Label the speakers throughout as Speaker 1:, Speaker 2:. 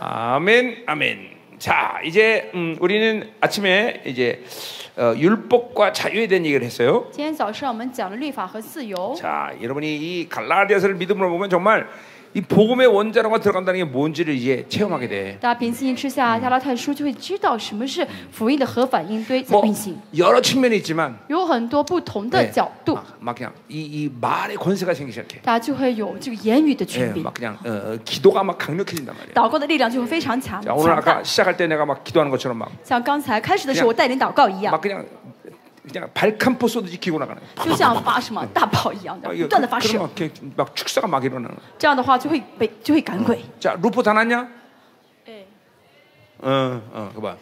Speaker 1: 아멘, 아멘. 자, 이제 음, 우리는 아침에 이제 어, 율법과 자유에 대한 얘기를 했어요.
Speaker 2: 今天早上我们讲了律法和自由。
Speaker 1: 자, 여러분이 이 갈라디아서를 믿음으로 보면 정말 이 복음의 원자로가 들어간다는 게 뭔지를 이제 체험하게 돼.
Speaker 2: 大家平心静气下，加拉太书就会知道什么是福音的核反应堆在
Speaker 1: 뭐
Speaker 2: 运行，
Speaker 1: 여러 측면이 있지만
Speaker 2: 有很多不同的
Speaker 1: 네,
Speaker 2: 角度，
Speaker 1: 막, 막 그냥 이, 이 말의 권세가 생기기 시작해.
Speaker 2: 大家就会有这个言语的
Speaker 1: 예,
Speaker 2: 权柄
Speaker 1: 막 ， 그냥 어, 어, 기도가 막 강력해진단 말이야.
Speaker 2: 祷告的力量就会非常强
Speaker 1: 자, 오늘
Speaker 2: 强
Speaker 1: 아까
Speaker 2: 大。
Speaker 1: 시작할 때 내가 막 기도하는 것처럼 막,
Speaker 2: 像刚才开始的时候，我带领祷告一
Speaker 1: 막
Speaker 2: 样，
Speaker 1: 그냥 그냥 발칸포 쏘듯이 기고 나가는. 거야.
Speaker 2: 就像发什么大炮一样的
Speaker 1: 막,
Speaker 2: 不
Speaker 1: 이거
Speaker 2: 断的发
Speaker 1: 그러면
Speaker 2: 射，
Speaker 1: 막 이렇게 막 축사가 막 일어나는. 거야.
Speaker 2: 这样的话就会被就会赶鬼。
Speaker 1: 자, 루포 다 났냐?
Speaker 2: 哎，
Speaker 1: 어, 어, 그 봐.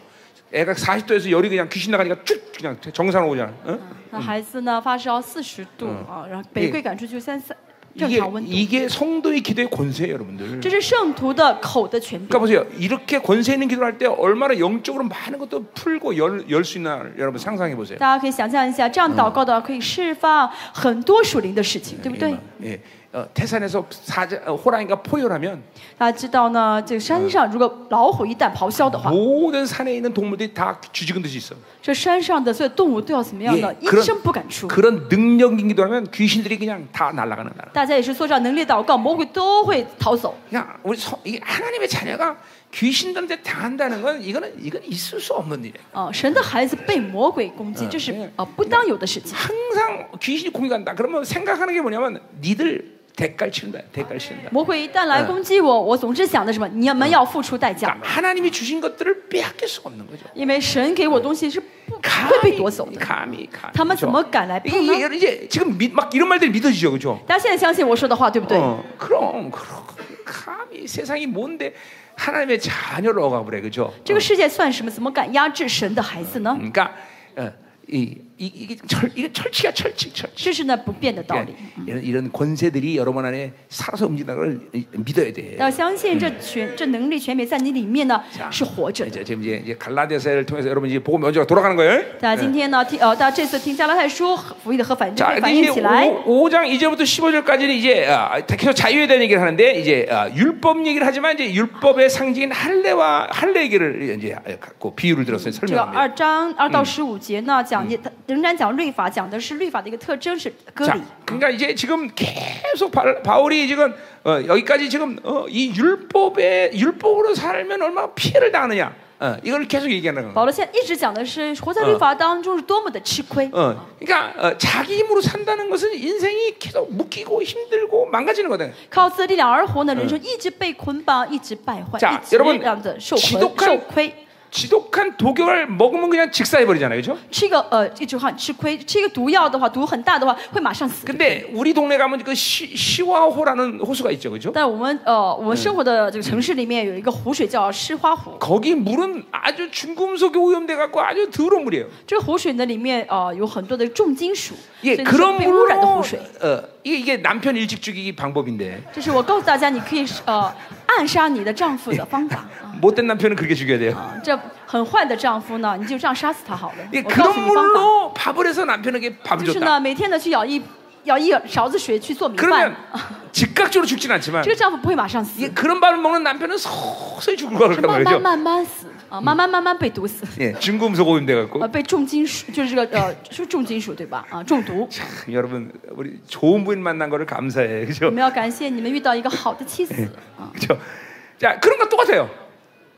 Speaker 1: 애가 40도에서 열이 그냥 귀신 나가니까 쭉 그냥 정상으로 오잖아. 어?
Speaker 2: 那孩子呢发烧四十度啊，然后被鬼赶出去三三正
Speaker 1: 이게
Speaker 2: 常温度，
Speaker 1: 이게 성도의 기도의 권세예요, 여러분들.
Speaker 2: 这是圣徒的口的权柄
Speaker 1: 그러니까 。 보세요. 이렇게 권세 있는 기도를 할 때 얼마나 영적으로 많은 것도 풀고 열 수 있나 여러분 상상해 보세요.
Speaker 2: 大家可以想象一下，这样祷告的话可以释放很多属灵的事情，对不
Speaker 1: 예,
Speaker 2: 对？
Speaker 1: 예. 어, 태산에서 사자 어, 호랑이가 포효하면
Speaker 2: 大家知道呢，这个山上如果老虎一旦咆哮的话，
Speaker 1: 哦 모든 산에 있는 동물들이 다 쥐죽은 듯이 있어.
Speaker 2: 这山上的所有动物都要怎么样呢
Speaker 1: 예？
Speaker 2: 一
Speaker 1: 그런
Speaker 2: 声不敢出。
Speaker 1: 그런 능력인 기도하면 귀신들이 그냥 다 날아가는 거야.
Speaker 2: 大家也是说，这样能力祷告，魔鬼都会逃走。
Speaker 1: 그냥 우리 성, 이 하나님의 자녀가 귀신들한테 당한다는 건 이거는 이건 있을 수 없는 일이야.
Speaker 2: 啊，神的孩子被魔鬼攻击，这是
Speaker 1: 嗯
Speaker 2: 啊不当有的事情。
Speaker 1: 항상 귀신이 공격한다. 그러면 생각하는 게 뭐냐면 니들 대가를 치른다. 대가를 치른다.
Speaker 2: 魔鬼一旦来攻击我，我总是想的什么？你们要付出代价，
Speaker 1: 그러니까 하나님이 주신 것들을 빼앗길 수가 없는 거죠.
Speaker 2: 因为神给我东西是不会被
Speaker 1: 감히
Speaker 2: 夺走的。
Speaker 1: 감히 감히.
Speaker 2: 他们怎
Speaker 1: 그죠?
Speaker 2: 么敢来
Speaker 1: 이게,
Speaker 2: 碰呢？
Speaker 1: 이게 이제 지금 믿, 막 이런 말들이 믿어지죠, 그죠?
Speaker 2: 大家现在相信我说的话，对不对？
Speaker 1: 어, 그럼 그럼 감히 세상이 뭔데 하나님의 자녀를 억압을 해, 그죠? 어,
Speaker 2: 这个世界算什么？怎么敢压制神的孩子呢？
Speaker 1: 그러니까 어, 이, 이 이게 철 이게 철칙이야, 철칙, 철칙.
Speaker 2: 这是呢不变的道理
Speaker 1: 그러니까 。 이런, 이런 권세들이 여러분 안에 살아서 움직이는 걸 이- 믿어야 돼.
Speaker 2: 要相信这权这能力权柄在你里面呢
Speaker 1: 자
Speaker 2: 是活着的。
Speaker 1: 이제 지금 이제, 이제 갈라디아서를 통해서 여러분 이제 복음 원자가 돌아가는 거예요.
Speaker 2: 大家今天呢听呃，大家这次听加拉太书和福音的和反正
Speaker 1: 자,
Speaker 2: 会反
Speaker 1: 근데
Speaker 2: 应
Speaker 1: 이제
Speaker 2: 起来。
Speaker 1: 오, 5장 2절부터 15절까지는 이제 아, 계속 자유에 대한 얘기를 하는데 이제 아, 율법 얘기를 하지만 이제 율법의 상징인 할례와 할례 얘기를 이제 갖고 비유를 들어서 아,
Speaker 2: 这个
Speaker 1: 설명합니다.
Speaker 2: 二章二到十五节呢，讲也仍然讲律法，讲的是律法的一个特征是割
Speaker 1: 자,
Speaker 2: 礼。
Speaker 1: 그러니까 이제 지금 계속 바, 바울이 지금 어, 여기까지 지금 어, 이 율법에 율법으로 살면 얼마나 피해를 당하느냐 어, 이걸 계속 얘기하는 거예요.
Speaker 2: 保罗现在一直讲的是活在律法当中是多么的吃亏。
Speaker 1: 어, 그러니까 어, 자기 힘으로 산다는 것은 인생이 계속 묶이고 힘들고 망가지는 거든.
Speaker 2: 靠自己的力量而活呢，人生一直被捆绑，一直败坏，
Speaker 1: 자
Speaker 2: 一直
Speaker 1: 여러분
Speaker 2: 这样子受
Speaker 1: 지독한
Speaker 2: 困受亏。
Speaker 1: 지독한 독약을 먹으면 그냥 직사해 버리잖아요, 그렇죠?
Speaker 2: 吃一个呃一句话很吃亏，吃一个毒药的话，毒很大的话会马上死。
Speaker 1: 근데 우리 동네 가면 그 시, 시와호라는 호수가 있죠, 그렇죠?
Speaker 2: 但我们呃我们生活的这个城市里面有一个湖水叫湿花湖，
Speaker 1: 거기 물은 아주 중금속에 오염돼 갖고 아주 더러운 물이에요.
Speaker 2: 这个湖水呢里面呃有很多的重金属，所
Speaker 1: 예,
Speaker 2: 以是
Speaker 1: 그런
Speaker 2: 被污
Speaker 1: 물로
Speaker 2: 染的湖水。
Speaker 1: 어, 이게, 이게 남편 일찍 죽이기 방법인데
Speaker 2: 这是我告诉大家，你可以呃暗杀你的丈夫的方法。
Speaker 1: 못된 남편은 그렇게 죽여야 돼요.
Speaker 2: 啊这很坏的丈夫呢，你就这样杀死他好了
Speaker 1: 예, 。
Speaker 2: 我告
Speaker 1: 그런
Speaker 2: 诉你方法，
Speaker 1: 물로 밥을 해서 남편에게 밥을
Speaker 2: 就是
Speaker 1: 줬다.
Speaker 2: 呢每天呢去舀一舀一勺子水去做米饭
Speaker 1: 그러면 ， 즉각적으로 죽진 않지만
Speaker 2: 这个丈夫不会马上
Speaker 1: 예,
Speaker 2: 死，
Speaker 1: 그런 밥을 먹는 남편은 서서히 죽을 거란
Speaker 2: 慢慢
Speaker 1: 말이죠.
Speaker 2: 慢慢死啊，慢慢慢慢被毒死。
Speaker 1: 예, 중금속 오염돼 갖고
Speaker 2: 呃，被重金属就是这个呃，是重金属对吧？啊，中毒。
Speaker 1: 참, 여러분 우리 좋은 부인 만난 거를 감사해
Speaker 2: 我
Speaker 1: 그죠
Speaker 2: 们要感谢你们遇到一个好的妻子啊，
Speaker 1: 그죠 자 그런 거 똑같아요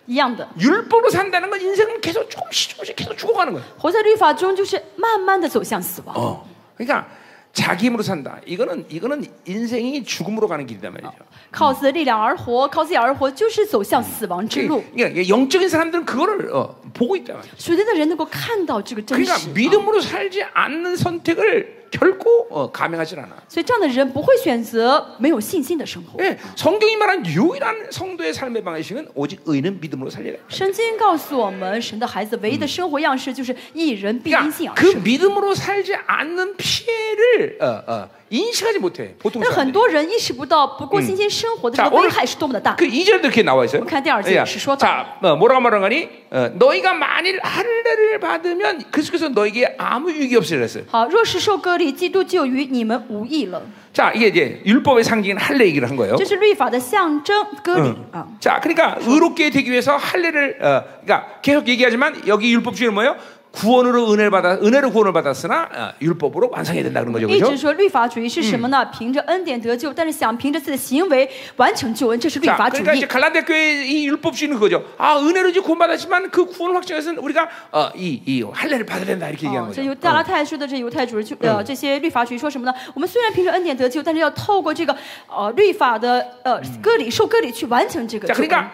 Speaker 2: 一样的，
Speaker 1: 율법으로 산다는 건 인생은 계속 조금씩 조금씩 계속 죽어가는 거예요
Speaker 2: 活在律法中就是慢慢的走向死亡。
Speaker 1: 어. 그러니까 자기 힘으로 산다 이거는 이거는 인생이 죽음으로 가는 길이단 말이죠
Speaker 2: 靠自己的力量而活，靠自己而活就是走向死亡之路。
Speaker 1: 그러니까 영적인 사람들은 그거를 어, 보고 있단 말이죠
Speaker 2: 属灵的人能够看到这个真实，
Speaker 1: 그러니까
Speaker 2: 啊
Speaker 1: 믿음으로 살지 않는 선택을 결코 어, 감행하지 않아
Speaker 2: 所以这样的人不会选择没有信心的生活。
Speaker 1: 예, 성경이 말한 유일한 성도의 삶의 방식은 오직 의는 믿음으로 살리라
Speaker 2: 圣经告诉我们，神的孩子唯一的生活样式就是一人必因信
Speaker 1: 그러니까
Speaker 2: 而
Speaker 1: 그
Speaker 2: 生。
Speaker 1: 믿음으로 살지 않는 피해를 어, 어, 인식하지 못해 보통
Speaker 2: 但很
Speaker 1: 사람들이.
Speaker 2: 多人意识不到，嗯不过信心生活的这
Speaker 1: 자
Speaker 2: 个
Speaker 1: 오늘
Speaker 2: 危害是多么的大。
Speaker 1: 그 2절도 이렇게 나와 있어요.
Speaker 2: 북한 대학을
Speaker 1: 예.
Speaker 2: 지금 시수하다.
Speaker 1: 자, 어, 뭐라고 말하니? 어, 너희가 만일 할례를 받으면 그리스도께서 너에게 아무 유익이 없으리라 했어요.
Speaker 2: 好，若是受割礼，基督就与你们无益了。
Speaker 1: 자, 이게 이제 율법의 상징인 할례 얘기를 한 거예요.
Speaker 2: 这是律法的象征，割礼
Speaker 1: 응.
Speaker 2: 啊。
Speaker 1: 자, 그러니까 의롭게 되기 위해서 할례를 어, 그러니까 계속 얘기하지만 여기 율법 주의는 뭐예요? 구원으로 은혜를 받아 은혜로 구원을 받았으나 어, 율법으로 완성해야 된다 그런 거죠.
Speaker 2: 一
Speaker 1: 그
Speaker 2: 直
Speaker 1: 죠
Speaker 2: 说律法主义是什么呢？凭着恩典得救，但是想凭着自己的行为完成救恩，这是律
Speaker 1: 자,
Speaker 2: 法主
Speaker 1: 그러니까
Speaker 2: 义
Speaker 1: 이제 。 갈라디아 교회의 이 율법 주의는 그거죠. 아, 은혜로 이제 구원받았지만 그 구원을 확정해서는 우리가 어, 이, 이 할례를 받아야 된다 이렇게
Speaker 2: 哦
Speaker 1: 얘기하는 ，
Speaker 2: 这
Speaker 1: 거죠.
Speaker 2: 犹大拉太书的这犹太主义就呃这些律法主义说什么呢？我们虽然凭着恩典得救，但是要透过这个呃律法的呃割礼受割礼去完成这个
Speaker 1: 자,
Speaker 2: 救恩。
Speaker 1: 그러니까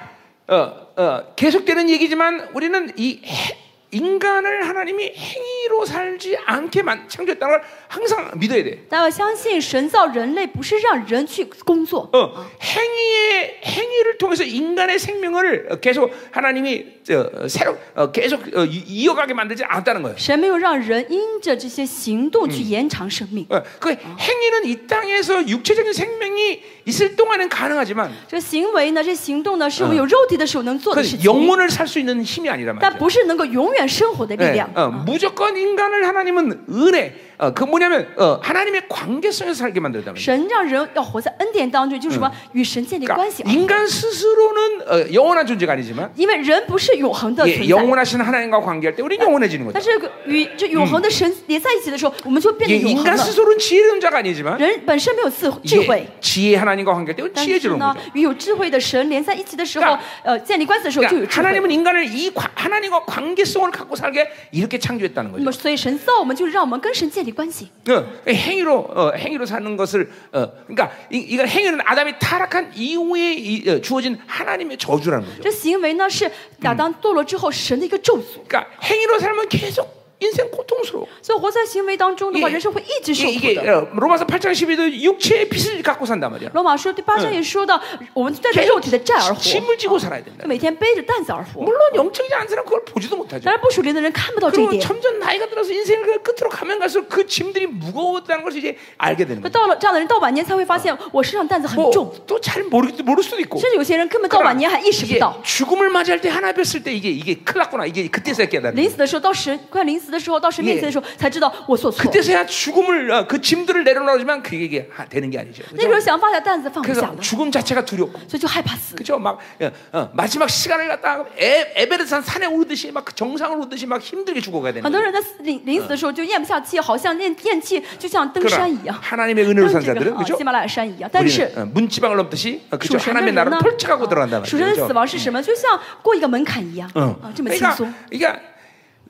Speaker 1: 어, 어, 계속되는 얘기지만 우리는 이 해- 인간을 하나님이 행위로 살지 않게 만, 창조했다는 걸 항상 믿어야 돼.
Speaker 2: 大家要相信神造人类不是让人去工作，
Speaker 1: 어, 행위의 행위를 통해서 인간의 생명을 어, 계속 하나님이 저, 새로 어, 계속 어, 이- 이어가게 만들지 않았다는 거예요.
Speaker 2: 神没有让人因着这些行动去延长生命。
Speaker 1: 어, 그 행위는 이 땅에서 육체적인 생명이 있을 동안은 가능하지만
Speaker 2: 这行为呢，这行动呢，是我们有肉体的时候能做的事
Speaker 1: 그
Speaker 2: 情，
Speaker 1: 영혼을 살 수 있는 힘이 아니란
Speaker 2: 但
Speaker 1: 말이죠.
Speaker 2: 不是能够永远生活的力
Speaker 1: 예,
Speaker 2: 量。
Speaker 1: 어, 무조건 인간을 하나님은 은혜, 어, 그 뭐냐면 어, 하나님의 관계성에서 살게 만들다 말이죠.
Speaker 2: 神让人要活在恩典当中，就是什么与神建立关
Speaker 1: 그러니까
Speaker 2: 系，
Speaker 1: 인간 스스로는 어, 영원한 존재가 아니지만
Speaker 2: 因为人不是永恒的
Speaker 1: 예,
Speaker 2: 存在。
Speaker 1: 영원하신 하나님과 관계할 때 우리는 영원해지는
Speaker 2: 但
Speaker 1: 거죠.
Speaker 2: 是与这永恒的神连在一起的时候，我们就
Speaker 1: 예,
Speaker 2: 变得永恒
Speaker 1: 인간
Speaker 2: 了。
Speaker 1: 스스로는 지혜로운 자가 아니지만
Speaker 2: 人本身没有智智
Speaker 1: 예,
Speaker 2: 慧，
Speaker 1: 지혜 하나님과 관계할 때는
Speaker 2: 但是
Speaker 1: 지혜로운
Speaker 2: 呢
Speaker 1: 거죠. ，
Speaker 2: 与有智慧的神连在一起的时候
Speaker 1: 그러니까 ，
Speaker 2: 呃，建立关系的时候就有
Speaker 1: 그러니까
Speaker 2: 智慧。
Speaker 1: 하나님은 인간을 이 과- 하나님과 관계성을 갖고 살게 이렇게 창조했다는
Speaker 2: 那
Speaker 1: 거죠.
Speaker 2: 么，所以神造我们，就是让我们跟神建立关系。
Speaker 1: 어, 행위로 어, 행위로 사는 것을 어, 그러니까 이, 이건 행위는 아담이 타락한 이후에 이, 어, 주어진 하나님의 저주라는 거죠.
Speaker 2: 这行为呢，是亚当堕落之后神的一个咒诅。
Speaker 1: 그러니까 행위로 살면 계속 인생 고통스러워.
Speaker 2: 所以活在行为当中的话，
Speaker 1: 예
Speaker 2: 人生会一直受
Speaker 1: 이게,
Speaker 2: 苦
Speaker 1: 이게
Speaker 2: 的。
Speaker 1: 어, 로마서 8장 12도 육체의 빚을 갖고 산단 말이야.
Speaker 2: 罗马书第八章也说到，我们带着肉体的债而活，
Speaker 1: 짐을 지고 살아야
Speaker 2: 就
Speaker 1: 된다.
Speaker 2: 每天背着担子而活。
Speaker 1: 물론 영적이지 않은 사람 그걸 보지도 못하죠.
Speaker 2: 当然，不属灵的人看不到这一
Speaker 1: 그리고
Speaker 2: 点。
Speaker 1: 점점 나이가 들어서 인생을 그 끝으로 가면 갈수록 그 짐들이 무거웠다는 것을 이제 알게 되는
Speaker 2: 那
Speaker 1: 거예요.
Speaker 2: 到了这样的人，到晚年才会发现，我身上担子
Speaker 1: 그
Speaker 2: 很重。
Speaker 1: 뭐또잘 모르 모를 수도 있고.
Speaker 2: 甚至有些人根本到
Speaker 1: 그러나
Speaker 2: 晚年还意识不
Speaker 1: 이게
Speaker 2: 到，
Speaker 1: 죽음을 맞이할 때 하나 뵀을 때 이게 이게 큰일 났구나. 이게 그때서야 깨닫는.
Speaker 2: 临
Speaker 1: 거예요.
Speaker 2: 死的时候，到神快临死的时候，到神面前的时候，才知道我所错。
Speaker 1: 그때서야 죽음을 어, 그 짐들을 내려놓지만 그게 이게 하- 되는 게 아니죠.
Speaker 2: 那时候
Speaker 1: 네, 그죠?
Speaker 2: 想放下担子，放不下
Speaker 1: 그래서
Speaker 2: 了，
Speaker 1: 죽음 자체가 두렵고.
Speaker 2: 所以就害怕死。
Speaker 1: 그죠? 막 어, 어, 마지막 시간을 갖다가 에, 에베레스산 산에 오르듯이 막그 정상으로 오르듯이 막 힘들게 죽어가야 되는
Speaker 2: 很多
Speaker 1: 거예요.
Speaker 2: 人在死临临死的时候就咽不下气，好像咽咽气，就像登山一
Speaker 1: 그러나
Speaker 2: 样，
Speaker 1: 하나님의 은혜로
Speaker 2: 登
Speaker 1: 산
Speaker 2: 这个
Speaker 1: 자들은
Speaker 2: 啊
Speaker 1: 그죠?
Speaker 2: 喜马拉雅山一样。嗯但是
Speaker 1: 우리는, 어, 문지방을 넘듯이 어,
Speaker 2: 属
Speaker 1: 그죠
Speaker 2: 神的
Speaker 1: 하나님의
Speaker 2: 人呢
Speaker 1: 나라를 ， 펼쳐가고 들어간단
Speaker 2: 啊属神
Speaker 1: 말이죠.
Speaker 2: 的死
Speaker 1: 그죠?
Speaker 2: 亡是什么？就像过一个门槛一样，
Speaker 1: 어.
Speaker 2: 啊，这么轻
Speaker 1: 그러니까,
Speaker 2: 松。
Speaker 1: 그러니까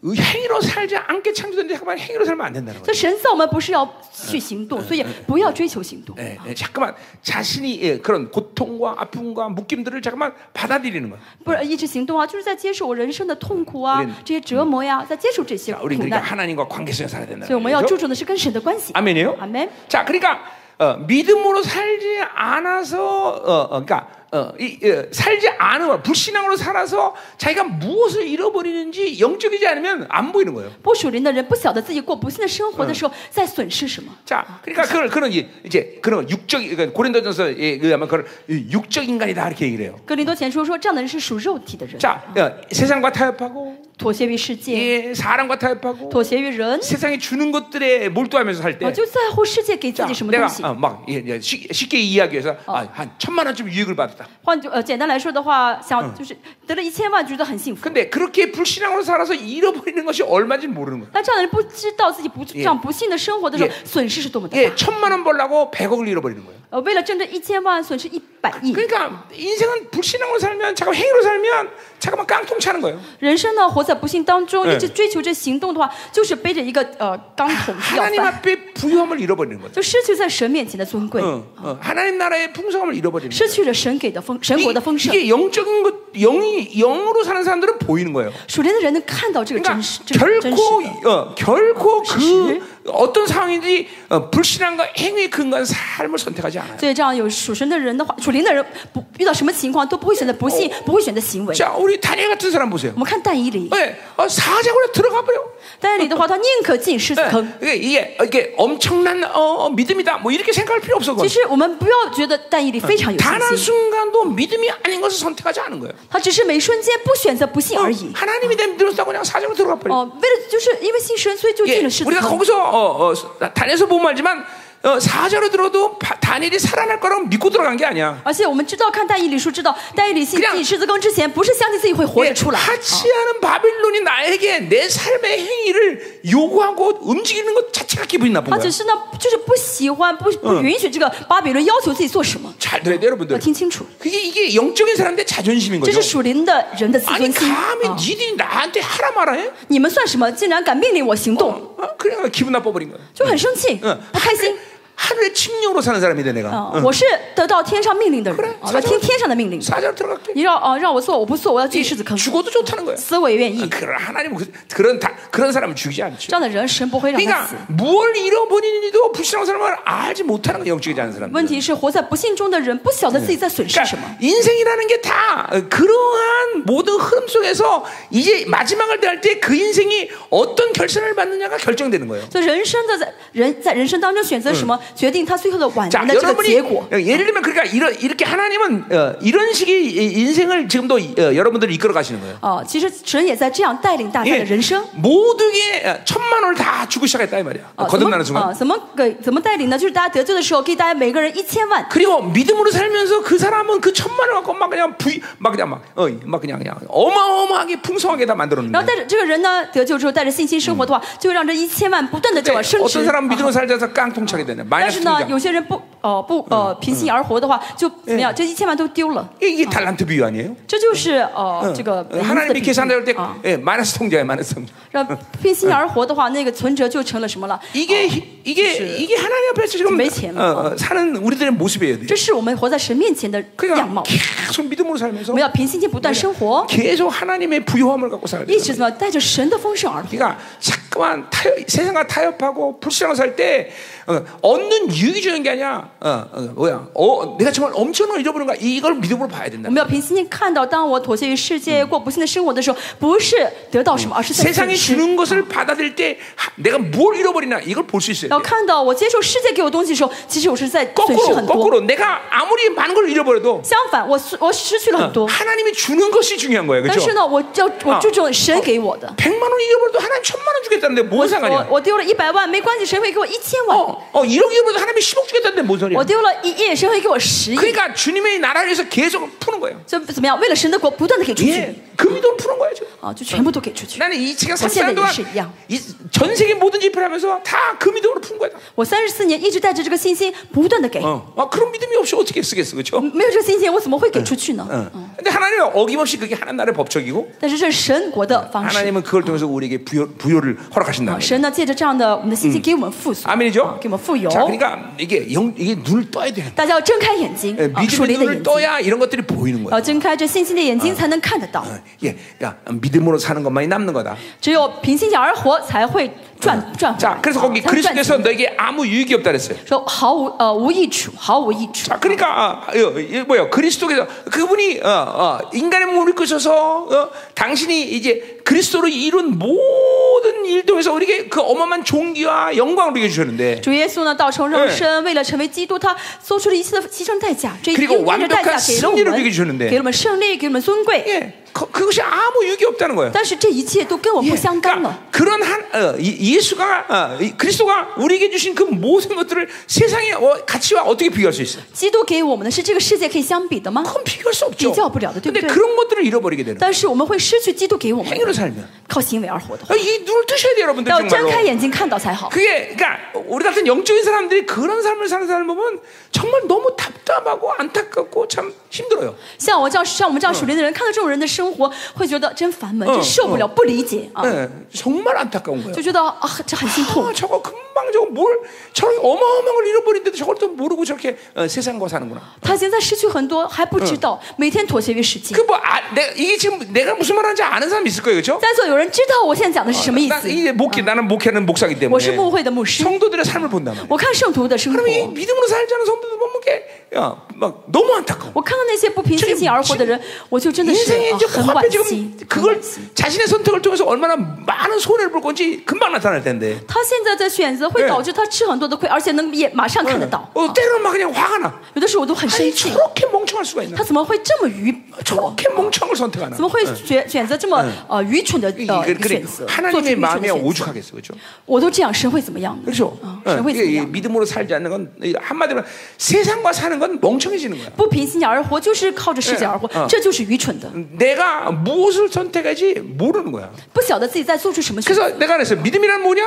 Speaker 1: 의- 행위로 살지 않게 창조된데 잠깐만 행위로 살면 안 된다는
Speaker 2: 所
Speaker 1: 거예요.
Speaker 2: 以神造我们不是要去行动，所以不要追求行动。
Speaker 1: 예, 예, 잠깐만 자신이 예, 그런 고통과 아픔과 묶임들을 잠깐만 받아들이는 거예요.
Speaker 2: 不是一直行动啊，就是在接受我人生的痛苦啊
Speaker 1: 우린 ，
Speaker 2: 这些折磨呀，在接受这些
Speaker 1: 자,
Speaker 2: 苦
Speaker 1: 우리는 그러니까
Speaker 2: 难。
Speaker 1: 하나님과 관계성에 살아야
Speaker 2: 所以
Speaker 1: 된다는
Speaker 2: 我们要
Speaker 1: 거죠.
Speaker 2: 注重的是跟神的关系。
Speaker 1: 아멘이에요.
Speaker 2: 阿门。
Speaker 1: 자, 그러니까 어, 믿음으로 살지 않아서, 어, 어, 그러니까 어, 이, 어, 살지 않으면 불신앙으로 살아서 자기가 무엇을 잃어버리는지 영적이지 않으면 안 보이는 거예요.
Speaker 2: 不属灵的人不晓得自己过不幸的生活的时候，在损失什么。
Speaker 1: 자, 그러니까 그걸 그런 이- 이제 그런 육적 그러니까 고린도전서 의하면 그걸 이 육적 인간이다 이렇게 얘기를 해요.
Speaker 2: 格林多前书说，这样的人是属肉体的人，
Speaker 1: 자, 어, 세상과 타협하고
Speaker 2: 妥协于世界，
Speaker 1: 예, 사람과 타협하고
Speaker 2: 妥协于人，
Speaker 1: 세상이 주는 것들에 몰두하면서 살
Speaker 2: 啊，
Speaker 1: 때.
Speaker 2: 就在乎世界给自
Speaker 1: 자,
Speaker 2: 己什么
Speaker 1: 내가
Speaker 2: 东西。
Speaker 1: 어, 막 예, 예, 쉽- 쉽게 이야기해서 아, 한 천만 원쯤 유익을 받았다.
Speaker 2: 换句呃，简单来说的话，想就是得了一千万，觉得很幸福。
Speaker 1: 근데 그렇게 불신앙으로 살아서 잃어버리는 것이 얼마인지 모르는 거야.
Speaker 2: 但这样的人不知道自己不这样不幸的生活的时候，损失是多么的
Speaker 1: 예,
Speaker 2: 大。
Speaker 1: 천만 원 벌라고 100억을 잃어버리는 거야.
Speaker 2: 呃，为了挣这一千万，损失一百亿。
Speaker 1: 그러니까 인생은 불신앙으로 살면 잠깐 행위로 살면 잠깐만 깡통 차는 거예요.
Speaker 2: 人生呢，活在不幸当中，
Speaker 1: 嗯
Speaker 2: 一直追求着行动的话，就是背着一个呃钢桶去要
Speaker 1: 하나님
Speaker 2: 饭，
Speaker 1: 앞에 부유함을 잃어버리는 거죠.
Speaker 2: 就失去在神面前的尊贵，
Speaker 1: 어, 어, 하나님 나라의 풍성함을 잃어버리는 거예요.
Speaker 2: 失去了神给的丰神
Speaker 1: 이-
Speaker 2: 国的丰盛。
Speaker 1: 이게 영적인 것, 영이 영으로 사는 사람들은 보이는 거예요.
Speaker 2: 属灵的人能看到这个
Speaker 1: 그러니까
Speaker 2: 真实，这个真实
Speaker 1: 결코
Speaker 2: 的。
Speaker 1: 어, 결코
Speaker 2: 사실?
Speaker 1: 그 어떤 상황인지 어, 불신앙과 행위에 그 근거한 삶을 선택하지 않아요.
Speaker 2: 所以这样有属神的人的话，属灵的人不遇到什么情况都不会选择不信，不会选择行为。
Speaker 1: 자, 우리 다니엘 같은 사람 보세요.
Speaker 2: 我们看但以理，
Speaker 1: 네, 어, 사자굴에 들어가 버려.
Speaker 2: 但是你的话，他宁可 进狮子
Speaker 1: 예,
Speaker 2: 坑。
Speaker 1: 이게, 이게 이게 엄청난 어, 어, 믿음이다. 뭐 이렇게 생각할 필요 없어.
Speaker 2: 其实我们不要觉得但以理非常有
Speaker 1: 단 한
Speaker 2: 信心，
Speaker 1: 순간도 믿음이 아닌 것을 선택하지 않은 거예요.
Speaker 2: 他只是每瞬间不选择不信
Speaker 1: 어,
Speaker 2: 而已。
Speaker 1: 하나님이 된 믿음이라고 그냥 사정으로 들어가 버려.
Speaker 2: 哦，为了就是因为信神，所以就
Speaker 1: 예,
Speaker 2: 进了狮子
Speaker 1: 우리가
Speaker 2: 坑。
Speaker 1: 거기서 어, 어, 단에서 보면 알지만 어, 사자로 들어도 바- 다니엘이 살아날 거라고 믿고 들어간 게 아니야.
Speaker 2: 而且我们知道，看但以理书知道，但以理信
Speaker 1: 그냥
Speaker 2: 进狮子坑之前，不是相信自己会活
Speaker 1: 예, 어.
Speaker 2: 着出来。啊
Speaker 1: 하치하는 바빌론이 나에게 내 삶의 행위를 요구하고 움직이는 것 자체가 기분이 나쁜
Speaker 2: 他只
Speaker 1: 거야.
Speaker 2: 是呢，就是不喜欢，不不允许这个巴比伦要求自己做什么。
Speaker 1: 잘 들어야 돼요,
Speaker 2: 要
Speaker 1: 여러분들.
Speaker 2: 听清楚，
Speaker 1: 그게 이게 영적인 사람들의 자존심인 어.
Speaker 2: 这
Speaker 1: 거죠.
Speaker 2: 是属灵的人的自
Speaker 1: 아니
Speaker 2: 尊心。
Speaker 1: 감히
Speaker 2: 啊
Speaker 1: 니들이 나한테 하라 말아 해?
Speaker 2: 你们算什么？竟然敢命令我行动，
Speaker 1: 어, 그냥 기분 나빠버린 거야.
Speaker 2: 就很生气，
Speaker 1: 응.
Speaker 2: 不开心。
Speaker 1: 하루에 침략으로 사는 사람이 돼 내가.
Speaker 2: 啊！我是得到天上命令的人，
Speaker 1: 그래
Speaker 2: 啊我要听天上的命令。
Speaker 1: 사자로 들어갈게.
Speaker 2: 你让啊让我做，我不做，我要进狮子坑，
Speaker 1: 죽어도 좋다는 거야.
Speaker 2: 死我也愿
Speaker 1: 아,
Speaker 2: 意。
Speaker 1: 그런 하나님 그, 그런 다, 그런 사람은 죽이지
Speaker 2: 这
Speaker 1: 않죠.
Speaker 2: 样的人，神不会让他死。
Speaker 1: 그러니까 뭘 잃어버리는지도 불신한 사람을 알지 못하는 거 영적이지 않은 사람.
Speaker 2: 问题是活在不幸中的人，不晓得自己在损失什么
Speaker 1: 그러니까 。 인생이라는 게 다 그러한 모든 흐름 속에서 이제 마지막을 대할 때 그 인생이 어떤 결선을 받느냐가 결정되는 거예요.
Speaker 2: 所以人生的在人在人生当中选择什么，决定他最后的晚
Speaker 1: 자,
Speaker 2: 年的这个
Speaker 1: 여러분이
Speaker 2: 结果。
Speaker 1: 어, 예를 들면 그러니까 이런 이렇게 하나님은 어, 이런 식의 이- 인생을 지금도 이- 어, 여러분들을 이끌어 가시는 거예요.
Speaker 2: 哦，其实神也在这样带领大家的
Speaker 1: 예,
Speaker 2: 人生。
Speaker 1: 모든 게 어, 천만 원을 다 주고 시작했다 이 말이야.
Speaker 2: 啊，怎么
Speaker 1: 거듭나는 순간.
Speaker 2: 啊？怎么给怎么带领呢？就是大家得救的时候，给大家每个人一千万。
Speaker 1: 그리고 믿음으로 살면서 그 사람은 그 천만 원 갖고 막 그냥 부이 막 그냥 막 어 막 그냥 그냥 어마어마하게 풍성하게 다
Speaker 2: 然后
Speaker 1: 만들었는데.
Speaker 2: 带着这个人呢得救之后，带着信心生活的话，就会让这一千万不断的
Speaker 1: 근데
Speaker 2: 在往升值。
Speaker 1: 어떤 사람 은
Speaker 2: 啊
Speaker 1: 믿음으로 살자서 깡통차게 되네.
Speaker 2: 但
Speaker 1: 마이너스
Speaker 2: 是呢，
Speaker 1: 통장.
Speaker 2: 有些人不哦不呃平心而活的话，就怎么样？这一千万都丢了。
Speaker 1: 이게, 이게 달란트 비유 아니에요?
Speaker 2: 这就是呃
Speaker 1: 어.
Speaker 2: 这个
Speaker 1: 어, 하나님이
Speaker 2: 银子
Speaker 1: 계산할
Speaker 2: 的
Speaker 1: 때
Speaker 2: 比啊，
Speaker 1: 예, 마이너스 통장에 마이너스 통장.
Speaker 2: 让平心而活的话，那个存折就成了什么了？
Speaker 1: 이게
Speaker 2: 아.
Speaker 1: 이게
Speaker 2: 그치.
Speaker 1: 이게 하나님 앞에서 지금
Speaker 2: 매치예요.
Speaker 1: 어, 어, 사는 우리들의 모습이어야 돼.
Speaker 2: 这是我们活在神面前的样
Speaker 1: 그러니까
Speaker 2: 貌。
Speaker 1: 계속 믿음으로
Speaker 2: 我
Speaker 1: 살면서
Speaker 2: 们要凭信心不断生活，
Speaker 1: 계속 하나님의 부요함을 갖고 살아야 돼.
Speaker 2: 一直怎么样带着神的丰盛而活。
Speaker 1: 그러니까 자꾸만 타협, 세상과 타협하고 불신하고 살 때 어, 얻는 유익이 중요한 게 아니야. 어, 어, 뭐야? 어, 내가 정말 엄청난 걸 잃어버린가? 이걸 믿음으로 봐야
Speaker 2: 我
Speaker 1: 된다.
Speaker 2: 们要凭信心看到，当我妥协于世界、过不幸的生活的时候，不是得到什么，而是在
Speaker 1: 세상이
Speaker 2: 损失。
Speaker 1: 주는 것을 받아들일 때 하- 내가 뭘 잃어버리나 이걸 볼 수
Speaker 2: 要
Speaker 1: 있어야 돼.
Speaker 2: 看到我接受世界给我东西的时候，其实我是在
Speaker 1: 嗯
Speaker 2: 损失
Speaker 1: 거꾸로
Speaker 2: 很多。
Speaker 1: 거꾸로 내가 아무리 많은 걸 잃어버려도 어,
Speaker 2: 相反，我失我失去了很多，
Speaker 1: 하나님이 주는 것이 중요한 거예요.
Speaker 2: 但
Speaker 1: 그렇죠?
Speaker 2: 是呢，我要我注重神给我的。
Speaker 1: 100만 원 잃어버려도 하나님 1000만 원 주겠다는데 뭔
Speaker 2: 我
Speaker 1: 상관이야?
Speaker 2: 我丢了一百万没关系，神会给我一千万。
Speaker 1: 어, 어 1억 잃어버려도 하나님이 10억 주겠다는데 뭔 소리야?
Speaker 2: 我丢了一亿，神会给我十亿。
Speaker 1: 그러니까 주님의 나라를 위해서 계속 푸는 거예요.
Speaker 2: 就怎么样？为了神的国，不断的给出去
Speaker 1: 예, 금이 돈 푸는 거예요 지금.
Speaker 2: 啊，就全部都给出去。
Speaker 1: 나는 이 지금
Speaker 2: 어,
Speaker 1: 30년
Speaker 2: 시간이 일시
Speaker 1: 동안
Speaker 2: 이양.
Speaker 1: 이 전 세계 모든 집회를 하면서 다 금이동으로 푼 거야.
Speaker 2: 我三十四年一直带着这个信心，不断的给。
Speaker 1: 어. 아, 그런 믿음이 없이 어떻게 쓰겠어, 그렇죠?
Speaker 2: 没有这个信心，我怎么会给出去呢？
Speaker 1: 어. 근데 하나님은 어김없이 그게 하나님 나라의 법적이고
Speaker 2: 但是这是神国的
Speaker 1: 아,
Speaker 2: 方式。
Speaker 1: 하나님은 그걸 통해서 우리에게 부여, 부여를 허락하신다.
Speaker 2: 啊神呢，借着这样的我们的
Speaker 1: 嗯
Speaker 2: 信心，给我们富足，
Speaker 1: 아멘이죠?
Speaker 2: 给我们富有。
Speaker 1: 자, 그러니까 이게 영, 이게 눈을 떠야 돼.
Speaker 2: 大家要睁开眼睛
Speaker 1: 예, ，
Speaker 2: 啊属
Speaker 1: 믿음의
Speaker 2: 灵的
Speaker 1: 눈을
Speaker 2: 眼睛，
Speaker 1: 떠야 이런 것들이 보이는
Speaker 2: 要
Speaker 1: 거야.
Speaker 2: 睁开这信心的眼
Speaker 1: 嗯
Speaker 2: 睛，才能看得到。
Speaker 1: 어, 예, 그러니까 믿음으로 사는 것만이 남는 거다.
Speaker 2: 只有凭信心而活，才会赚赚回来
Speaker 1: 자,
Speaker 2: 啊
Speaker 1: 그래서 거기
Speaker 2: 才能赚钱
Speaker 1: 그리스도께서 너에게 아무 유익이 없다 그랬어요.
Speaker 2: 说毫无呃无益处，毫无益处。
Speaker 1: 자, 그러니까 아, 어, 이 뭐요? 그리스도께서 그분이 어, 어, 인간의 몸을 입으셔서 어, 당신이 이제 그리스도로 이룬 모든 일 통해서 우리에게 그 어마어마한 존귀와 영광을 우리에게 주셨는데
Speaker 2: 主耶稣呢，道成肉身，为了成为基督，他付出了一切的牺牲代价，这一
Speaker 1: 嗯 그리
Speaker 2: 应
Speaker 1: 고
Speaker 2: 应的代
Speaker 1: 완벽한
Speaker 2: 价给了我
Speaker 1: 승리를우리에게주는
Speaker 2: 们，
Speaker 1: 데
Speaker 2: 给了我们胜利，给了我们尊贵。
Speaker 1: 예, 그, 것이 아무 유익이 없다는 거예요.
Speaker 2: 但是这一切都跟我
Speaker 1: 예,
Speaker 2: 不相干了。
Speaker 1: 그런 한 어, 이- 예수가 어, 이 그리스도가 우리에게 주신 그 모든 것들을 세상의 어, 가치와 어떻게 비교할 수 있어요?
Speaker 2: 基督给我们的是这个世界可以相比的吗？
Speaker 1: 그건 비교할 수 없죠.
Speaker 2: 비교할 필요 없죠.
Speaker 1: 근데
Speaker 2: 네.
Speaker 1: 그런 것들을 잃어버리게 되는 거예요.
Speaker 2: 但是我们会失去基督给我们
Speaker 1: 행위로
Speaker 2: 的
Speaker 1: 살면
Speaker 2: 靠行为而活的话
Speaker 1: 아, ，이 눈을 뜨셔야 돼요, 여러분들
Speaker 2: 要睁
Speaker 1: 정말로.
Speaker 2: 开眼睛看到才好。
Speaker 1: 그게 그러니까 우리 같은 영적인 사람들이 그런 삶을 사는 사람 보면 정말 너무 답답하고 안타깝고 참 힘들어요.
Speaker 2: 像我这样像我们这样属灵的人，看到这种人的生活，会觉得真烦闷，
Speaker 1: 嗯
Speaker 2: 真受不了，不理解啊，
Speaker 1: 예, 정말 안타까운 거예요.
Speaker 2: 就觉得啊这很心痛
Speaker 1: 아, 。 저거 금방 저거 뭘 저런 어마어마한 걸 잃어버린데도 저걸 또 모르고 저렇게 어, 세상과 사는구나.
Speaker 2: 他现在失去很多还不知道，
Speaker 1: 嗯
Speaker 2: 每天妥协于世界。
Speaker 1: 그뭐 아, 내- 이게 지금 내가 무슨 말하는지 아는 사람 있을 거예요, 그렇죠?
Speaker 2: 在座有人知道我现在讲的是什么意思？
Speaker 1: 이제 목회 나는 목회하는 목사기
Speaker 2: 我是
Speaker 1: 때문에
Speaker 2: 牧会的牧师，
Speaker 1: 성도들의 삶을 본단 말이에요.
Speaker 2: 我看圣徒的生活
Speaker 1: 그럼 ，이 믿음으로 살지 않은 성도들 보면 이렇게 야, 막 너무 안타까워.
Speaker 2: 我看到那些不凭信心而活的人，我就真的是、
Speaker 1: 인생에
Speaker 2: 啊
Speaker 1: 이제
Speaker 2: 很
Speaker 1: 화폐
Speaker 2: 惋惜
Speaker 1: 지금 。 그걸 자신의 선택을 통해서 얼마나 많은 손해를 볼 건지 금방 나타날 텐데.
Speaker 2: 他现在的选择会导致他吃很多的亏，而且能也马上看
Speaker 1: 嗯
Speaker 2: 得到。啊
Speaker 1: 어, 때로는 막 그냥 화가 나.
Speaker 2: 有的时候我都很生
Speaker 1: 아니
Speaker 2: 气，
Speaker 1: 저렇게 멍청할 수가 있나?
Speaker 2: 他怎么会这么愚拙？
Speaker 1: 저렇게 멍청한 걸 선택하나?
Speaker 2: 怎么会选选择这么呃愚蠢的
Speaker 1: 이-
Speaker 2: 呃
Speaker 1: 이-
Speaker 2: 嗯一个
Speaker 1: 그래,
Speaker 2: 选择？做出
Speaker 1: 하나님의
Speaker 2: 愚蠢的
Speaker 1: 마음이
Speaker 2: 选择，
Speaker 1: 오죽하겠어, 그렇죠?
Speaker 2: 我都这样，神会怎么样呢？
Speaker 1: 그렇죠?
Speaker 2: 啊，
Speaker 1: 어,
Speaker 2: 神会
Speaker 1: 이-
Speaker 2: 怎么
Speaker 1: 이
Speaker 2: 样？
Speaker 1: 믿음으로 살지 않는 건 이- 한마디로 세상과 사는 건 멍청해지는 거야.
Speaker 2: 不凭信仰而活，就是靠着视角而活，这就是愚蠢的，
Speaker 1: 내가 무엇을 선택할지 모르는 거야.
Speaker 2: 不晓得自己在做出什么选择。
Speaker 1: 그래서 내가 그랬어요. 믿음이란 뭐냐?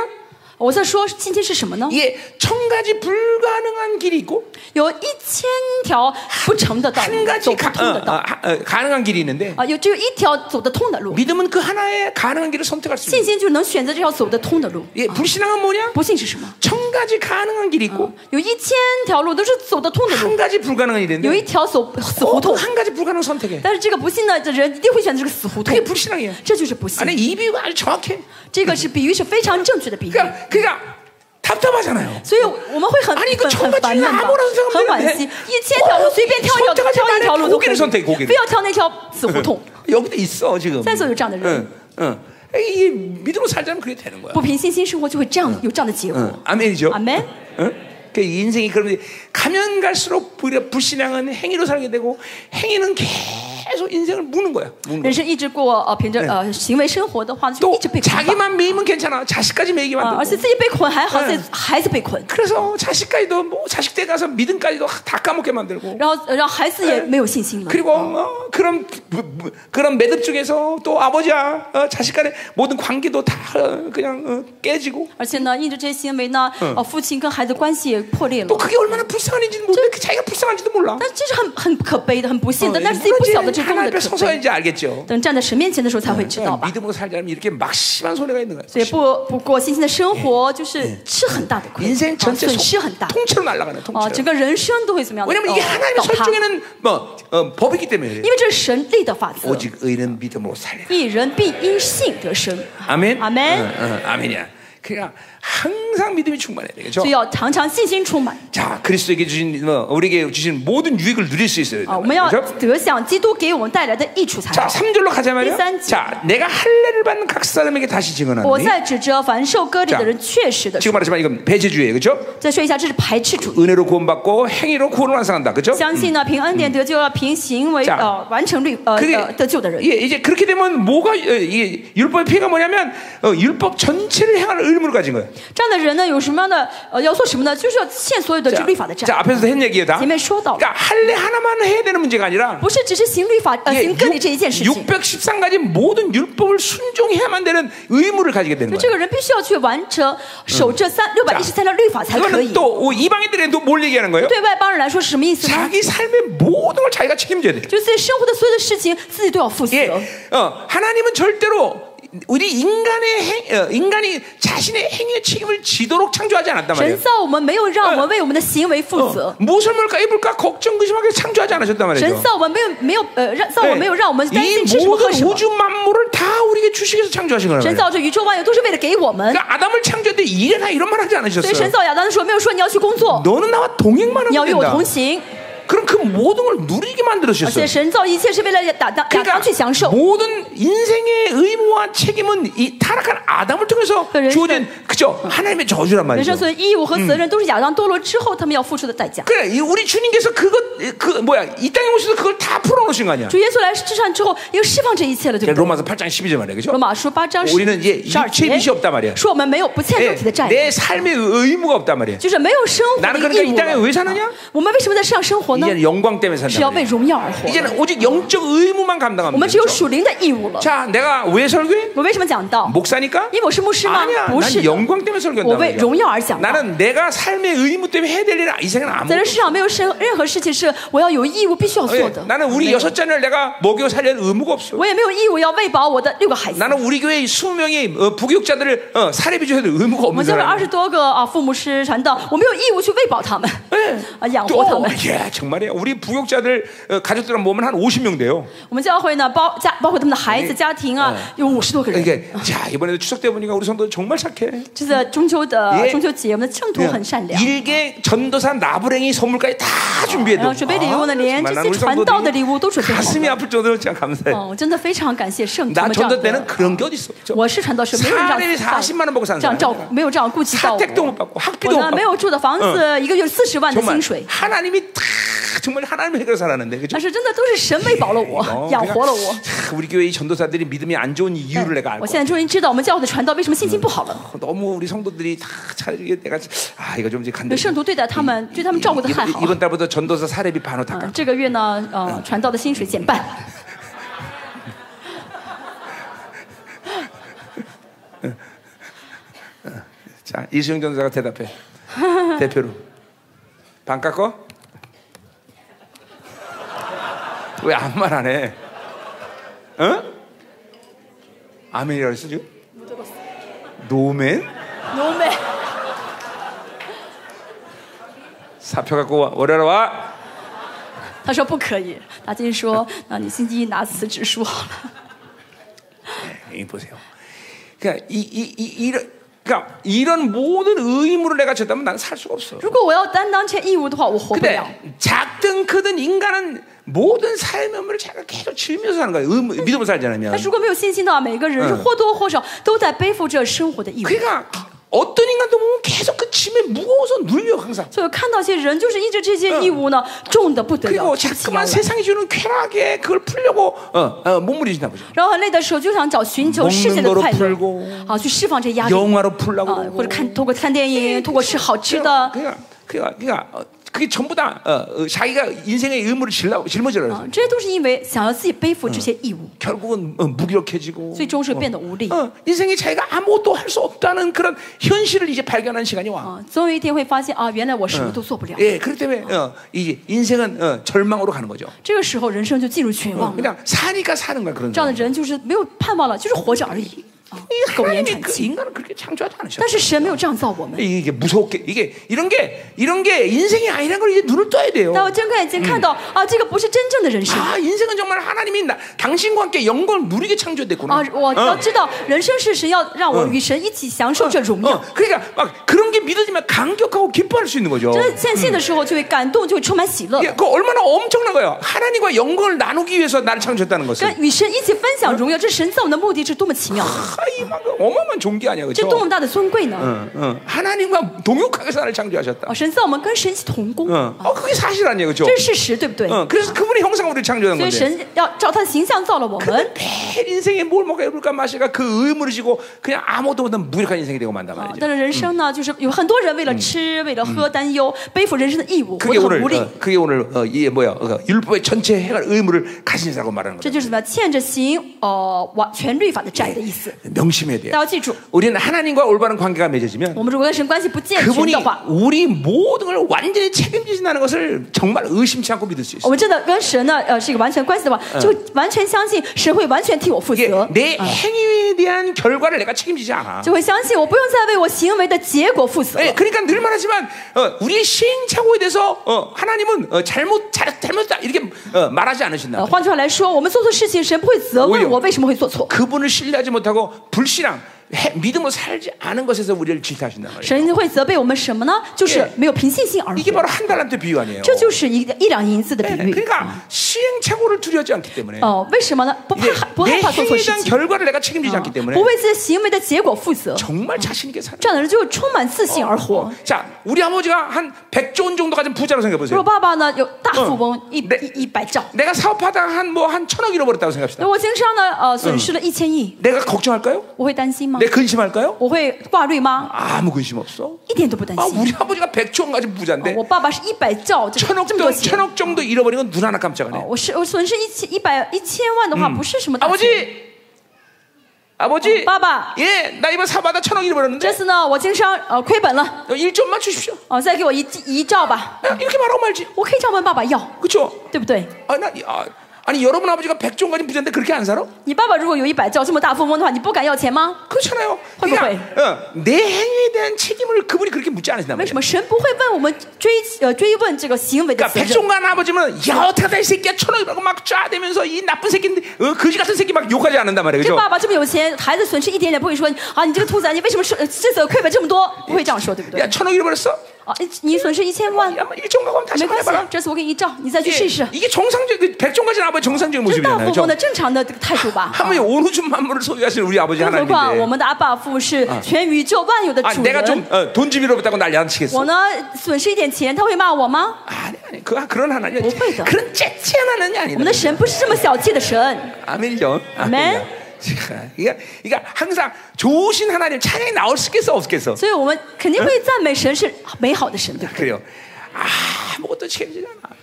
Speaker 2: 我在说信心是什么呢？
Speaker 1: 예, 천 가지 불가능한 길이 있고
Speaker 2: 有一千条不成的道
Speaker 1: 한
Speaker 2: 路，
Speaker 1: 가지
Speaker 2: 走不
Speaker 1: 가,
Speaker 2: 通的
Speaker 1: 어,
Speaker 2: 道
Speaker 1: 어, 하- 어, 가능한 길이 있는데
Speaker 2: 啊，有只有一条走得通的路，
Speaker 1: 믿음은 그 하나의 가능한 길을 선택할 수
Speaker 2: 信
Speaker 1: 있는.
Speaker 2: 心就能选择这条走得通的路。
Speaker 1: 예, 불신앙은 뭐냐?
Speaker 2: 不信是什么？
Speaker 1: 천 가지 가능한 길이 있고
Speaker 2: 有一千条路都是走得通的
Speaker 1: 한
Speaker 2: 路，
Speaker 1: 가지 불가능한 일이
Speaker 2: 有
Speaker 1: 있는데
Speaker 2: 一条走死胡
Speaker 1: 어,
Speaker 2: 同。
Speaker 1: 한 가지 불가능을 선택해.
Speaker 2: 但是这个不信的人一定会选择这个死胡同
Speaker 1: 그게 ， 불신앙이야.
Speaker 2: 这就是不信
Speaker 1: 아니 。이 비유가 아주 정확해.
Speaker 2: 这个是比喻，是非常正确的比喻。
Speaker 1: 그러니까 그러니까 답답하잖아요.
Speaker 2: 所以我们会很
Speaker 1: 아니그
Speaker 2: 很
Speaker 1: 천
Speaker 2: 很
Speaker 1: 가지
Speaker 2: 烦闷吧
Speaker 1: 아무나선택하면，
Speaker 2: 很惋惜。一千条路随便挑一条，
Speaker 1: 선택하지
Speaker 2: 挑
Speaker 1: 말아야
Speaker 2: 一条路
Speaker 1: 돼
Speaker 2: 都可以
Speaker 1: 고기를선택고기를
Speaker 2: 非要挑那条死胡同。
Speaker 1: 여기도 있어 지금.
Speaker 2: 센서 요자는.
Speaker 1: 응, 응. 이게 믿음으로 살자면 그게 되는 거야.
Speaker 2: 不凭信心生活就会这样有这样的结果。
Speaker 1: 응. 아멘이죠.
Speaker 2: 아멘.
Speaker 1: 응? 그 인생이 그런데 가면 갈수록 오히려 불신앙은 행위로 살게 되고 행위는 계속 인생을 무는 거야. 무는 거야.
Speaker 2: 人生一直过呃凭着呃行为生活的话，就
Speaker 1: 또
Speaker 2: 一直被捆绑。
Speaker 1: 자기만 매이면 괜찮아. 자식까지 매이기만
Speaker 2: 啊，
Speaker 1: 되고.
Speaker 2: 而且自己被捆还好，
Speaker 1: 嗯
Speaker 2: 自己孩子被捆，
Speaker 1: 그래서 자식까지도 뭐 자식 때 가서 믿음까지도 다 까먹게 만들고.
Speaker 2: 然后让孩子也没有信心了。
Speaker 1: 그리고 어, 그런 부- 부- 그런 매듭 중에서 또 아버지와 어, 자식 간의 모든 관계도 다 어, 그냥 어, 깨지고
Speaker 2: 而且呢，因着这些行为呢，哦，父亲跟孩子关系也破裂
Speaker 1: 또
Speaker 2: 了。
Speaker 1: 그게 얼마나 불쌍한지는 모르는데 그 자기가 불쌍한지도 몰라.
Speaker 2: 但这是很很可悲的，很不幸
Speaker 1: 어,
Speaker 2: 的，但是自己不晓哦
Speaker 1: 물론 이제
Speaker 2: 得这是多么
Speaker 1: 하나님 앞에
Speaker 2: 的可悲。
Speaker 1: 서서인지 알겠죠.
Speaker 2: 等站在神面前的时候才会知道
Speaker 1: 그냥
Speaker 2: 吧。
Speaker 1: 믿음으로 살지 않으면 이렇게 막심한 손해가 있는 거야.
Speaker 2: 所以不不过信心的生活就是吃很大的亏，
Speaker 1: 인생
Speaker 2: 啊
Speaker 1: 전체
Speaker 2: 损失很
Speaker 1: 속-
Speaker 2: 大，
Speaker 1: 통째로 날아가는
Speaker 2: 啊，整
Speaker 1: 통째로.
Speaker 2: 个人生都会怎么样？
Speaker 1: 왜냐면
Speaker 2: 呃
Speaker 1: 이게 하나님의
Speaker 2: 倒塌，
Speaker 1: 설정에는 뭐 어, 법이기 때문에
Speaker 2: 因
Speaker 1: 그래요.
Speaker 2: 为这是神立的法则。
Speaker 1: 오직 의는 믿음으로 살리라.
Speaker 2: 一人必因信得生。
Speaker 1: 아멘.
Speaker 2: 阿门。嗯
Speaker 1: 응, 응, 아멘이야. 그러니까 항상 믿음이 충만해야 되겠죠.
Speaker 2: 所以要常常信心充满
Speaker 1: 자, 그리스도에게 주신 어, 우리에게 주신 모든 유익을 누릴 수 있어야
Speaker 2: 啊！我们要
Speaker 1: 돼요. 그렇죠?
Speaker 2: 得享基督给我们带来的益处才
Speaker 1: 자,
Speaker 2: 好。
Speaker 1: 3절로 가자 말이요.
Speaker 2: 일산-
Speaker 1: 자, 내가 할례를 받는 각 사람에게 다시
Speaker 2: 我
Speaker 1: 증언하노니
Speaker 2: 在指责凡受割礼的人，确实的。
Speaker 1: 지금 말하지만 이건 배제주의예요. 그렇죠?
Speaker 2: 再说一下，这是排斥主义。
Speaker 1: 은혜로 구원받고 행위로 구원을 완성한다. 그렇죠?
Speaker 2: 相信呢，凭恩典得救，要凭行为
Speaker 1: 자
Speaker 2: 呃完成律呃
Speaker 1: 그게
Speaker 2: 呃得救的人
Speaker 1: 예, 。 이제 그렇게 되면 뭐가 어, 이게 율법의 피해가 뭐냐면 어, 율법 전체를 향하는 의무를 가진 거예요.
Speaker 2: 这样的人呢，有什么样的呃要做什么呢？就是要欠所有的这
Speaker 1: 자,
Speaker 2: 律法的债
Speaker 1: 자, 。 앞에서도 했 얘기예요, 다.
Speaker 2: 前面说到了，
Speaker 1: 그러니까 할례 하나만 해야 되는 문제가 아니라
Speaker 2: 不是只是行律法呃
Speaker 1: 이게
Speaker 2: 行割礼这一件事情，
Speaker 1: 613가지 모든 율법을 순종해야만 되는 의무를 가지게 되는
Speaker 2: 就这
Speaker 1: 거예요.
Speaker 2: 个人必须要去完成守嗯这三六百一十三条律法才可以
Speaker 1: 그거는 。또 이방인들에게 또뭘 얘기하는 거예요?
Speaker 2: 对外邦人来说是什么意思呢？
Speaker 1: 자기 삶의 모든 걸 자기가 책임져야 돼요.
Speaker 2: 就自己生活的所有的事情自己都要负责。
Speaker 1: 예, 어, 하나님은 절대로 우리 인간의 행, 어, 인간이 자신의 행위의 책임을 지도록 창조하지 않았단
Speaker 2: 神
Speaker 1: 말이에요.
Speaker 2: 造我们没有让我们为我们的行为负责
Speaker 1: 어, ， 무엇을 먹을까 입을까 걱정 근심하게 창조하지 않으셨단
Speaker 2: 神
Speaker 1: 말이죠.
Speaker 2: 造我们没有没有呃让造我
Speaker 1: 예,
Speaker 2: 们没有让我们担
Speaker 1: 이
Speaker 2: 心吃什么喝什
Speaker 1: 모든
Speaker 2: 么。
Speaker 1: 우주 만물을 다 우리에게 주식해서 창조하신 거란
Speaker 2: 神
Speaker 1: 말이에요.
Speaker 2: 造这宇宙万有都是为了给我们，
Speaker 1: 그러니까 아담을 창조할 때 일해라 이런 말 하지
Speaker 2: 所以神
Speaker 1: 않으셨어요.
Speaker 2: 造亚当的时候没有说你要去工作，
Speaker 1: 너는 나와 동행만
Speaker 2: 你要
Speaker 1: 하면
Speaker 2: 与我
Speaker 1: 된다.
Speaker 2: 同行，
Speaker 1: 그럼 그 모든 걸 누리게
Speaker 2: 而且
Speaker 1: 만들어주셨어요.
Speaker 2: 神造一切是为了亚当亚
Speaker 1: 그러니까
Speaker 2: 当去享受。
Speaker 1: 모든 인생의 의무와 책임은 이 타락한 아담을 통해서
Speaker 2: 그人生-
Speaker 1: 주어진 네, 그죠 하나님의 저주란
Speaker 2: 人
Speaker 1: 말이죠.
Speaker 2: 生所有义务和责任都是亚当堕落之后他们要付出的代价。
Speaker 1: 그래 이 우리 주님께서 그것 그 뭐야 이 땅에 오셔서 그걸 다 풀어놓으신 거 아니야.
Speaker 2: 主耶稣来世上之后，又释放这一切了，对
Speaker 1: 그러니까
Speaker 2: 不对？
Speaker 1: 로마서 8장 12절 말이야, 그죠?
Speaker 2: 罗马书八章十
Speaker 1: 우리는이제육체의
Speaker 2: 节
Speaker 1: 빚이없단말이야
Speaker 2: 说我们没有不欠肉
Speaker 1: 예,
Speaker 2: 体的债，
Speaker 1: 내 삶의 의무가 없단 말이야.
Speaker 2: 就是没有生活
Speaker 1: 나는
Speaker 2: 的
Speaker 1: 그러니까
Speaker 2: 义
Speaker 1: 이
Speaker 2: 务
Speaker 1: 땅에왜
Speaker 2: 了。
Speaker 1: 사느냐
Speaker 2: 我们为什么在世上生活呢？
Speaker 1: 이제는 영광 때문에
Speaker 2: 是要
Speaker 1: 산다
Speaker 2: 为
Speaker 1: 말이야.
Speaker 2: 荣耀而活。
Speaker 1: 이제는 오직 영적 의무만
Speaker 2: 我
Speaker 1: 감당하면
Speaker 2: 们只有
Speaker 1: 되죠.
Speaker 2: 属灵的义务了。
Speaker 1: 자, 내가 왜 설교해?
Speaker 2: 我为什么讲到？
Speaker 1: 목사니까?
Speaker 2: 因为我是牧师吗
Speaker 1: 아니야, ？
Speaker 2: 不是
Speaker 1: 난
Speaker 2: 的，
Speaker 1: 영광 때문에
Speaker 2: 我
Speaker 1: 설교한다
Speaker 2: 为
Speaker 1: 말이야.
Speaker 2: 荣耀而讲道。
Speaker 1: 나는 내가 삶의 의무 때문에 해야 될 일은 이 세상에 아무.
Speaker 2: 在这世上没有任任何事情是我要有义务必须要做
Speaker 1: 예,
Speaker 2: 的。
Speaker 1: 나는 우리
Speaker 2: 没有
Speaker 1: 여섯 자녀를 내가 먹여 살려는 의무가 없어.
Speaker 2: 我也没有义务要喂饱我的六个孩子。
Speaker 1: 나는 우리 교회 20명의 어, 부교육자들을 어, 사례비 줘야 될 의무가
Speaker 2: 我们
Speaker 1: 없는
Speaker 2: 教了
Speaker 1: 사람.
Speaker 2: 二十多个啊，父母师传道，我没有义务去喂饱他们，啊，养活他们
Speaker 1: 또 。 예, 정말이야. 우리 부역자들 어, 가족들은 보면 한 50명 돼요.
Speaker 2: 我们教会呢，包家包括他们的孩子、家庭啊，有五十多个人。
Speaker 1: 이게 자 이번에도 추석 때 보니까 우리 성도 정말 착해.
Speaker 2: 这次中秋
Speaker 1: 예
Speaker 2: 的中秋节，我们的圣徒很善良。
Speaker 1: 일개 전도사 나부랭이 선물까지 다 아, 준비해
Speaker 2: 然后
Speaker 1: 뒀어.
Speaker 2: 准备礼物呢，连这些传道的礼物都准备好
Speaker 1: 가슴이
Speaker 2: 了。
Speaker 1: 아플 정도로 진짜 감사해.
Speaker 2: 哦，我真的非常感谢圣徒
Speaker 1: 나
Speaker 2: 们这样
Speaker 1: 전도 때는
Speaker 2: 的。
Speaker 1: 그런 게 어디 있어?
Speaker 2: 我是传道士，没有人
Speaker 1: 사례를40만
Speaker 2: 让
Speaker 1: 원 먹고 사는
Speaker 2: 这样照
Speaker 1: 사람이야
Speaker 2: 顾，没有这样顾及到我。
Speaker 1: 사택도 못 받고 학비도 못
Speaker 2: 我嗯呢，没
Speaker 1: 받고
Speaker 2: 有住的房子，一个月四十万的
Speaker 1: 정말
Speaker 2: 薪水，
Speaker 1: 하나님이 다 정말 하나님 해결 살았는데 그죠?
Speaker 2: 但是真的都是神喂饱了我，
Speaker 1: 어, 네.
Speaker 2: 养
Speaker 1: 그냥
Speaker 2: 活了我。
Speaker 1: 참 우리 교회 이 전도사들이 믿음이 안 좋은 이유를 내가
Speaker 2: 我
Speaker 1: 알고
Speaker 2: 现在终于知道我们教会的传道为什么信心不好了，
Speaker 1: 너무 우리 성도들이 다잘 이게 내가 아 이거 좀 이제 간다.
Speaker 2: 圣徒对待他们，对他们照顾的太好
Speaker 1: 이번,
Speaker 2: 了。
Speaker 1: 이번 달부터 전도사 사례비 반으로 닦아.
Speaker 2: 嗯，这个月呢，呃，传道的薪水减半。
Speaker 1: 자 이수영 전도사가 대답해 대표로 반 깎어? 왜 아무 말 안 해? 응? 아멘이라고 했어 지금? 노멘?
Speaker 2: No man，
Speaker 1: 사표 갖고 와 월요일 와
Speaker 2: 他说不可以。他今天说，那你星期一拿辞职书好了。
Speaker 1: 네, 보세요 그러니까 이, 이, 이, 이런 그러니까 이런 모든 의무를 내가 졌다면 난 살 수가 없어
Speaker 2: 如果我要担当这些义务的话，我活不了。
Speaker 1: 근데 작든 크든 인간은 모든 삶의 의무를 자기가 계속 짊면서 사는 거예요 의무, 믿음으로 살잖아요
Speaker 2: 但是如果没有信心的话，每个人是或多或少都在背负着生活的义务。
Speaker 1: 그러니까 어떤 인간도 보면 계속 그 짐에 무거워서 눌려 항상.
Speaker 2: 所以我看到一些人，就是因着这些义务呢，重的不得了，
Speaker 1: 그리고
Speaker 2: 提不起
Speaker 1: 자꾸만
Speaker 2: 腰来。
Speaker 1: 세상이 주는 쾌락에 그걸 풀려고 어, 어, 몸부림친다 보죠.
Speaker 2: 然后很累的时候，就想找寻求世界的快
Speaker 1: 먹는거로
Speaker 2: 乐
Speaker 1: 풀고 ，
Speaker 2: 啊，去释放这压力，
Speaker 1: 영화로 풀려고
Speaker 2: 啊，
Speaker 1: 그러고.
Speaker 2: 或者看通过看电影，通过吃好吃
Speaker 1: 그러니까
Speaker 2: 的，
Speaker 1: 그러니까 그러니까, 그러니까 어, 그게 전부 다 어, 어, 자기가 인생의 의무를 질라 짊어지라
Speaker 2: 啊
Speaker 1: 그래서 ，
Speaker 2: 这些都是因为想要自己背负这些义务，
Speaker 1: 결국은 어, 무기력해지고
Speaker 2: 最终是变得无力。
Speaker 1: 어, 인생이 자기가 아무것도 할 수 없다는 그런 현실을 이제 발견한 시간이 와.
Speaker 2: 啊，总有一天会发现啊，原来我什么
Speaker 1: 嗯
Speaker 2: 都做不了。
Speaker 1: 예, 그렇기 때문에 어, 이제 인생은 어, 절망으로 가는 거죠. 어,
Speaker 2: 这个时候，人生就进入绝望了。
Speaker 1: 그냥 사니까 사는 거야 그런
Speaker 2: 这样的
Speaker 1: 사람.
Speaker 2: 人就是没有盼望了，就是活着而已啊，苟延
Speaker 1: 하나님이
Speaker 2: 喘
Speaker 1: 그
Speaker 2: 息。
Speaker 1: 인간을 그렇게 창조하지 않으셨어.
Speaker 2: 但是神没有这样造我们。
Speaker 1: 이게 이게 무섭게 이게 이런 게 이런 게 인생이 아니라는 걸 이제 눈을 떠야 돼요.
Speaker 2: 但我睁开眼睛看到、啊，这个不是真正的人生。
Speaker 1: 아 인생은 정말 하나님이 나, 당신과 함께 영광을 누리게
Speaker 2: 啊
Speaker 1: 아, 창조됐구나. ！ 어.
Speaker 2: 我要知道，人生是神要让我与神一起享受这荣耀
Speaker 1: 어, 。 그러니까 막 그런 게 믿어지면 감격하고 기뻐할 수 있는 거죠.
Speaker 2: 真的见信的时候，就会感动，就会充满喜乐
Speaker 1: 이게 。그 얼마나 엄청난 거예요. 하나님과 영광을 나누기 위해서 나를 창조했다는 것은.
Speaker 2: 跟与神一起分享荣耀，这神造我们的目的是多么奇妙，
Speaker 1: 아, 이만 어마어마한 존귀 아니야,
Speaker 2: 这多
Speaker 1: 그렇죠?
Speaker 2: 么大的尊贵呢！
Speaker 1: 응, 응. 하나님과 동역하게 나를 창조하셨다.
Speaker 2: 啊，神造我们跟神一起同工，
Speaker 1: 응. 어, 그게 사실 아니에요, 그렇죠?
Speaker 2: 这是事实，对不对？
Speaker 1: 응. 그래서 그분의 형상으로 우리를 창조한
Speaker 2: 所以
Speaker 1: 건데.
Speaker 2: 神要照他的形象造了我们。
Speaker 1: 매일 인생에 뭘 먹어야 볼까 마실까 그 의무를 지고 그냥 아무도 못한 무력한 인생이 되고 만단
Speaker 2: 啊
Speaker 1: 말이죠.
Speaker 2: 但是人生呢，就是有很多人为了吃、为了喝担忧，背负人生的义务，活
Speaker 1: 그게
Speaker 2: 得很
Speaker 1: 오늘
Speaker 2: 无力
Speaker 1: 어, 。 그게 오늘 어, 이게 뭐야 어, 율법의 전체 해갈 의무를 가진 사람고 말하는
Speaker 2: 这
Speaker 1: 거죠.
Speaker 2: 就是什么？欠着行呃完全律法的债的意思。
Speaker 1: 명심해야
Speaker 2: 大
Speaker 1: 돼요.
Speaker 2: 家要记住，
Speaker 1: 우리는 하나님과 올바른 관계가 맺어지면
Speaker 2: 我们如果跟神关系不健全
Speaker 1: 그분이
Speaker 2: 的话，
Speaker 1: 우리 모든 걸 완전히 책임지신다는 것을 정말 의심치 않고 믿을 수
Speaker 2: 我
Speaker 1: 있어요.
Speaker 2: 们真的跟神呢呃是一个完全关系的话，就完全相信神会完全替我负
Speaker 1: 이게
Speaker 2: 责，啊
Speaker 1: 내 행위에 대한 결과를 내가 책임지지 않아.
Speaker 2: 就会相信我不用再为我行为的结果负责。
Speaker 1: 예, 그러니까 늘 말하지만 어, 우리의 시행착오에 대해서 어, 하나님은 어, 잘못 잘, 잘못다 이렇게 어, 말하지 않으신다.
Speaker 2: 呃，换句话来说，我们做错事情，神不会责
Speaker 1: 我有
Speaker 2: 问我为什么会做错，
Speaker 1: 그분을 신뢰하지 못하고 불신앙, 해- 믿음으로 살지 않은 것에서 우리를 질타하신단 말이에요.
Speaker 2: 神会责备我们什么呢？就是
Speaker 1: 哎
Speaker 2: 没有凭信心而
Speaker 1: 이게
Speaker 2: 活。
Speaker 1: 바로 한 달란트 비유 아니에요.
Speaker 2: 这就是一一两银子的比啊
Speaker 1: 네, 어,
Speaker 2: 喻。
Speaker 1: 그러니까 시행착오를 두려워하지 않기 때문에
Speaker 2: 哦，为什么呢？不
Speaker 1: 이제
Speaker 2: 怕不害
Speaker 1: 내
Speaker 2: 怕做错
Speaker 1: 행위에
Speaker 2: 事
Speaker 1: 대한
Speaker 2: 情，
Speaker 1: 결과를 내가 책임지지
Speaker 2: 啊
Speaker 1: 않기 때문에
Speaker 2: 不为自己行为的结果负责，
Speaker 1: 정말 자신 있게 살아.
Speaker 2: 这样的人就充满自信而
Speaker 1: 哦
Speaker 2: 活。
Speaker 1: 어, 자, 우리 아버지가 한 100조 원 정도 가진 부자로 생각해
Speaker 2: 如果
Speaker 1: 보세요.
Speaker 2: 爸爸呢有大富翁
Speaker 1: 嗯
Speaker 2: 一
Speaker 1: 那
Speaker 2: 一一百兆，
Speaker 1: 내가 사업하다가 한 뭐 한 천억 잃어버렸다고
Speaker 2: 那
Speaker 1: 생각합시다.
Speaker 2: 我经商呢呃损失了一千亿，
Speaker 1: 내가 걱정할까요?
Speaker 2: 我会担心吗
Speaker 1: 내 ？ 근심할까요?
Speaker 2: 我会挂虑吗？
Speaker 1: 아무 근심 없어.
Speaker 2: 一点都不担
Speaker 1: 아
Speaker 2: 心。
Speaker 1: 우리 아버지가 뭐 100조 원 가진
Speaker 2: 哦
Speaker 1: 부자인데
Speaker 2: 我爸爸是一百兆，这个
Speaker 1: 천억
Speaker 2: 这么多
Speaker 1: 정
Speaker 2: 钱。
Speaker 1: 천억 정도 잃어버린 건 눈 하나 깜짝 안 해.
Speaker 2: 哦我是我损失一千一百一千万的话，不是什
Speaker 1: 啊
Speaker 2: 么大钱。
Speaker 1: 아버지, 아버지,
Speaker 2: 어, 빠바.
Speaker 1: 예, 나 이번 사바다 천억 잃어버렸는데
Speaker 2: 这次呢，我经商呃亏本了，
Speaker 1: 1점만 주십시오.
Speaker 2: 哦，再给我一一兆吧，
Speaker 1: 아, 이렇게 말하고 말지.
Speaker 2: 我可以这样问爸爸要，
Speaker 1: 그렇죠?
Speaker 2: 对不对？
Speaker 1: 아, 나 아, 아니 여러분 아버지가 백종까지 부자인데 그렇게 안 살아?
Speaker 2: 你爸爸如果有一百兆这么大富翁的话，你不敢要钱吗？
Speaker 1: 그렇잖아요.
Speaker 2: 헐,
Speaker 1: 그러니까 어, 내 행위에 대한 책임을 그분이 그렇게 묻지 않으신단
Speaker 2: 为
Speaker 1: 말이에요.
Speaker 2: 什么神不会问我们追呃追问这个行为的
Speaker 1: 그러니까
Speaker 2: 责任？
Speaker 1: 백종관 아버지면 야 어떻게 다이 새끼야 천억이라고 막 쫙대면서 이 나쁜 새끼인데 어, 거지 같은 새끼 막 욕하지 않는단 말이에요.
Speaker 2: 这
Speaker 1: 그죠?
Speaker 2: 爸爸这么有钱，孩子损失一点点不会说啊，你这个兔崽，你为什么是这次亏本这么多？不会这样说，对不对？
Speaker 1: 야 천억 잃어버렸어?
Speaker 2: 啊，你损失一千万，
Speaker 1: 야뭐 일종 가고 하면 다시
Speaker 2: 没关系
Speaker 1: 해봐라. ，
Speaker 2: 这次我给你一兆，你再去试试
Speaker 1: 이게, 。 이게 정상적 그 백종관 아버지 정상적인
Speaker 2: 这是大
Speaker 1: 모습이잖아요.
Speaker 2: 富
Speaker 1: 그죠?
Speaker 2: 翁的正常的这个态度吧。啊
Speaker 1: 하물며 온 우주 만물을 소유하신 우리 아버지
Speaker 2: 更何况我
Speaker 1: 하나님인데
Speaker 2: 们的阿爸父是全宇宙万有的
Speaker 1: 아,
Speaker 2: 主
Speaker 1: 내가
Speaker 2: 人，
Speaker 1: 좀돈 집이로부터 난리 안
Speaker 2: 我
Speaker 1: 치겠어
Speaker 2: 呢损失一点钱，他会骂我吗？
Speaker 1: 아니 아니 그, 그런 하나님
Speaker 2: 못 보이죠?
Speaker 1: 그런 째째한 하나님
Speaker 2: 我们的
Speaker 1: 아니다
Speaker 2: 神不是这么小气的神，
Speaker 1: 아멘요 아멘 그러니까, 그러니까 항상 좋으신 하나님 찬양이 나올 수 있겠어 없겠어
Speaker 2: 所以我们肯定会赞美神是美好的神，对吧？
Speaker 1: 그래요 아무것도 책임지지 않아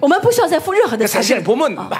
Speaker 2: 我们不需要再负任何的
Speaker 1: 그러니까
Speaker 2: 责
Speaker 1: 사실
Speaker 2: 任。
Speaker 1: 보면 많은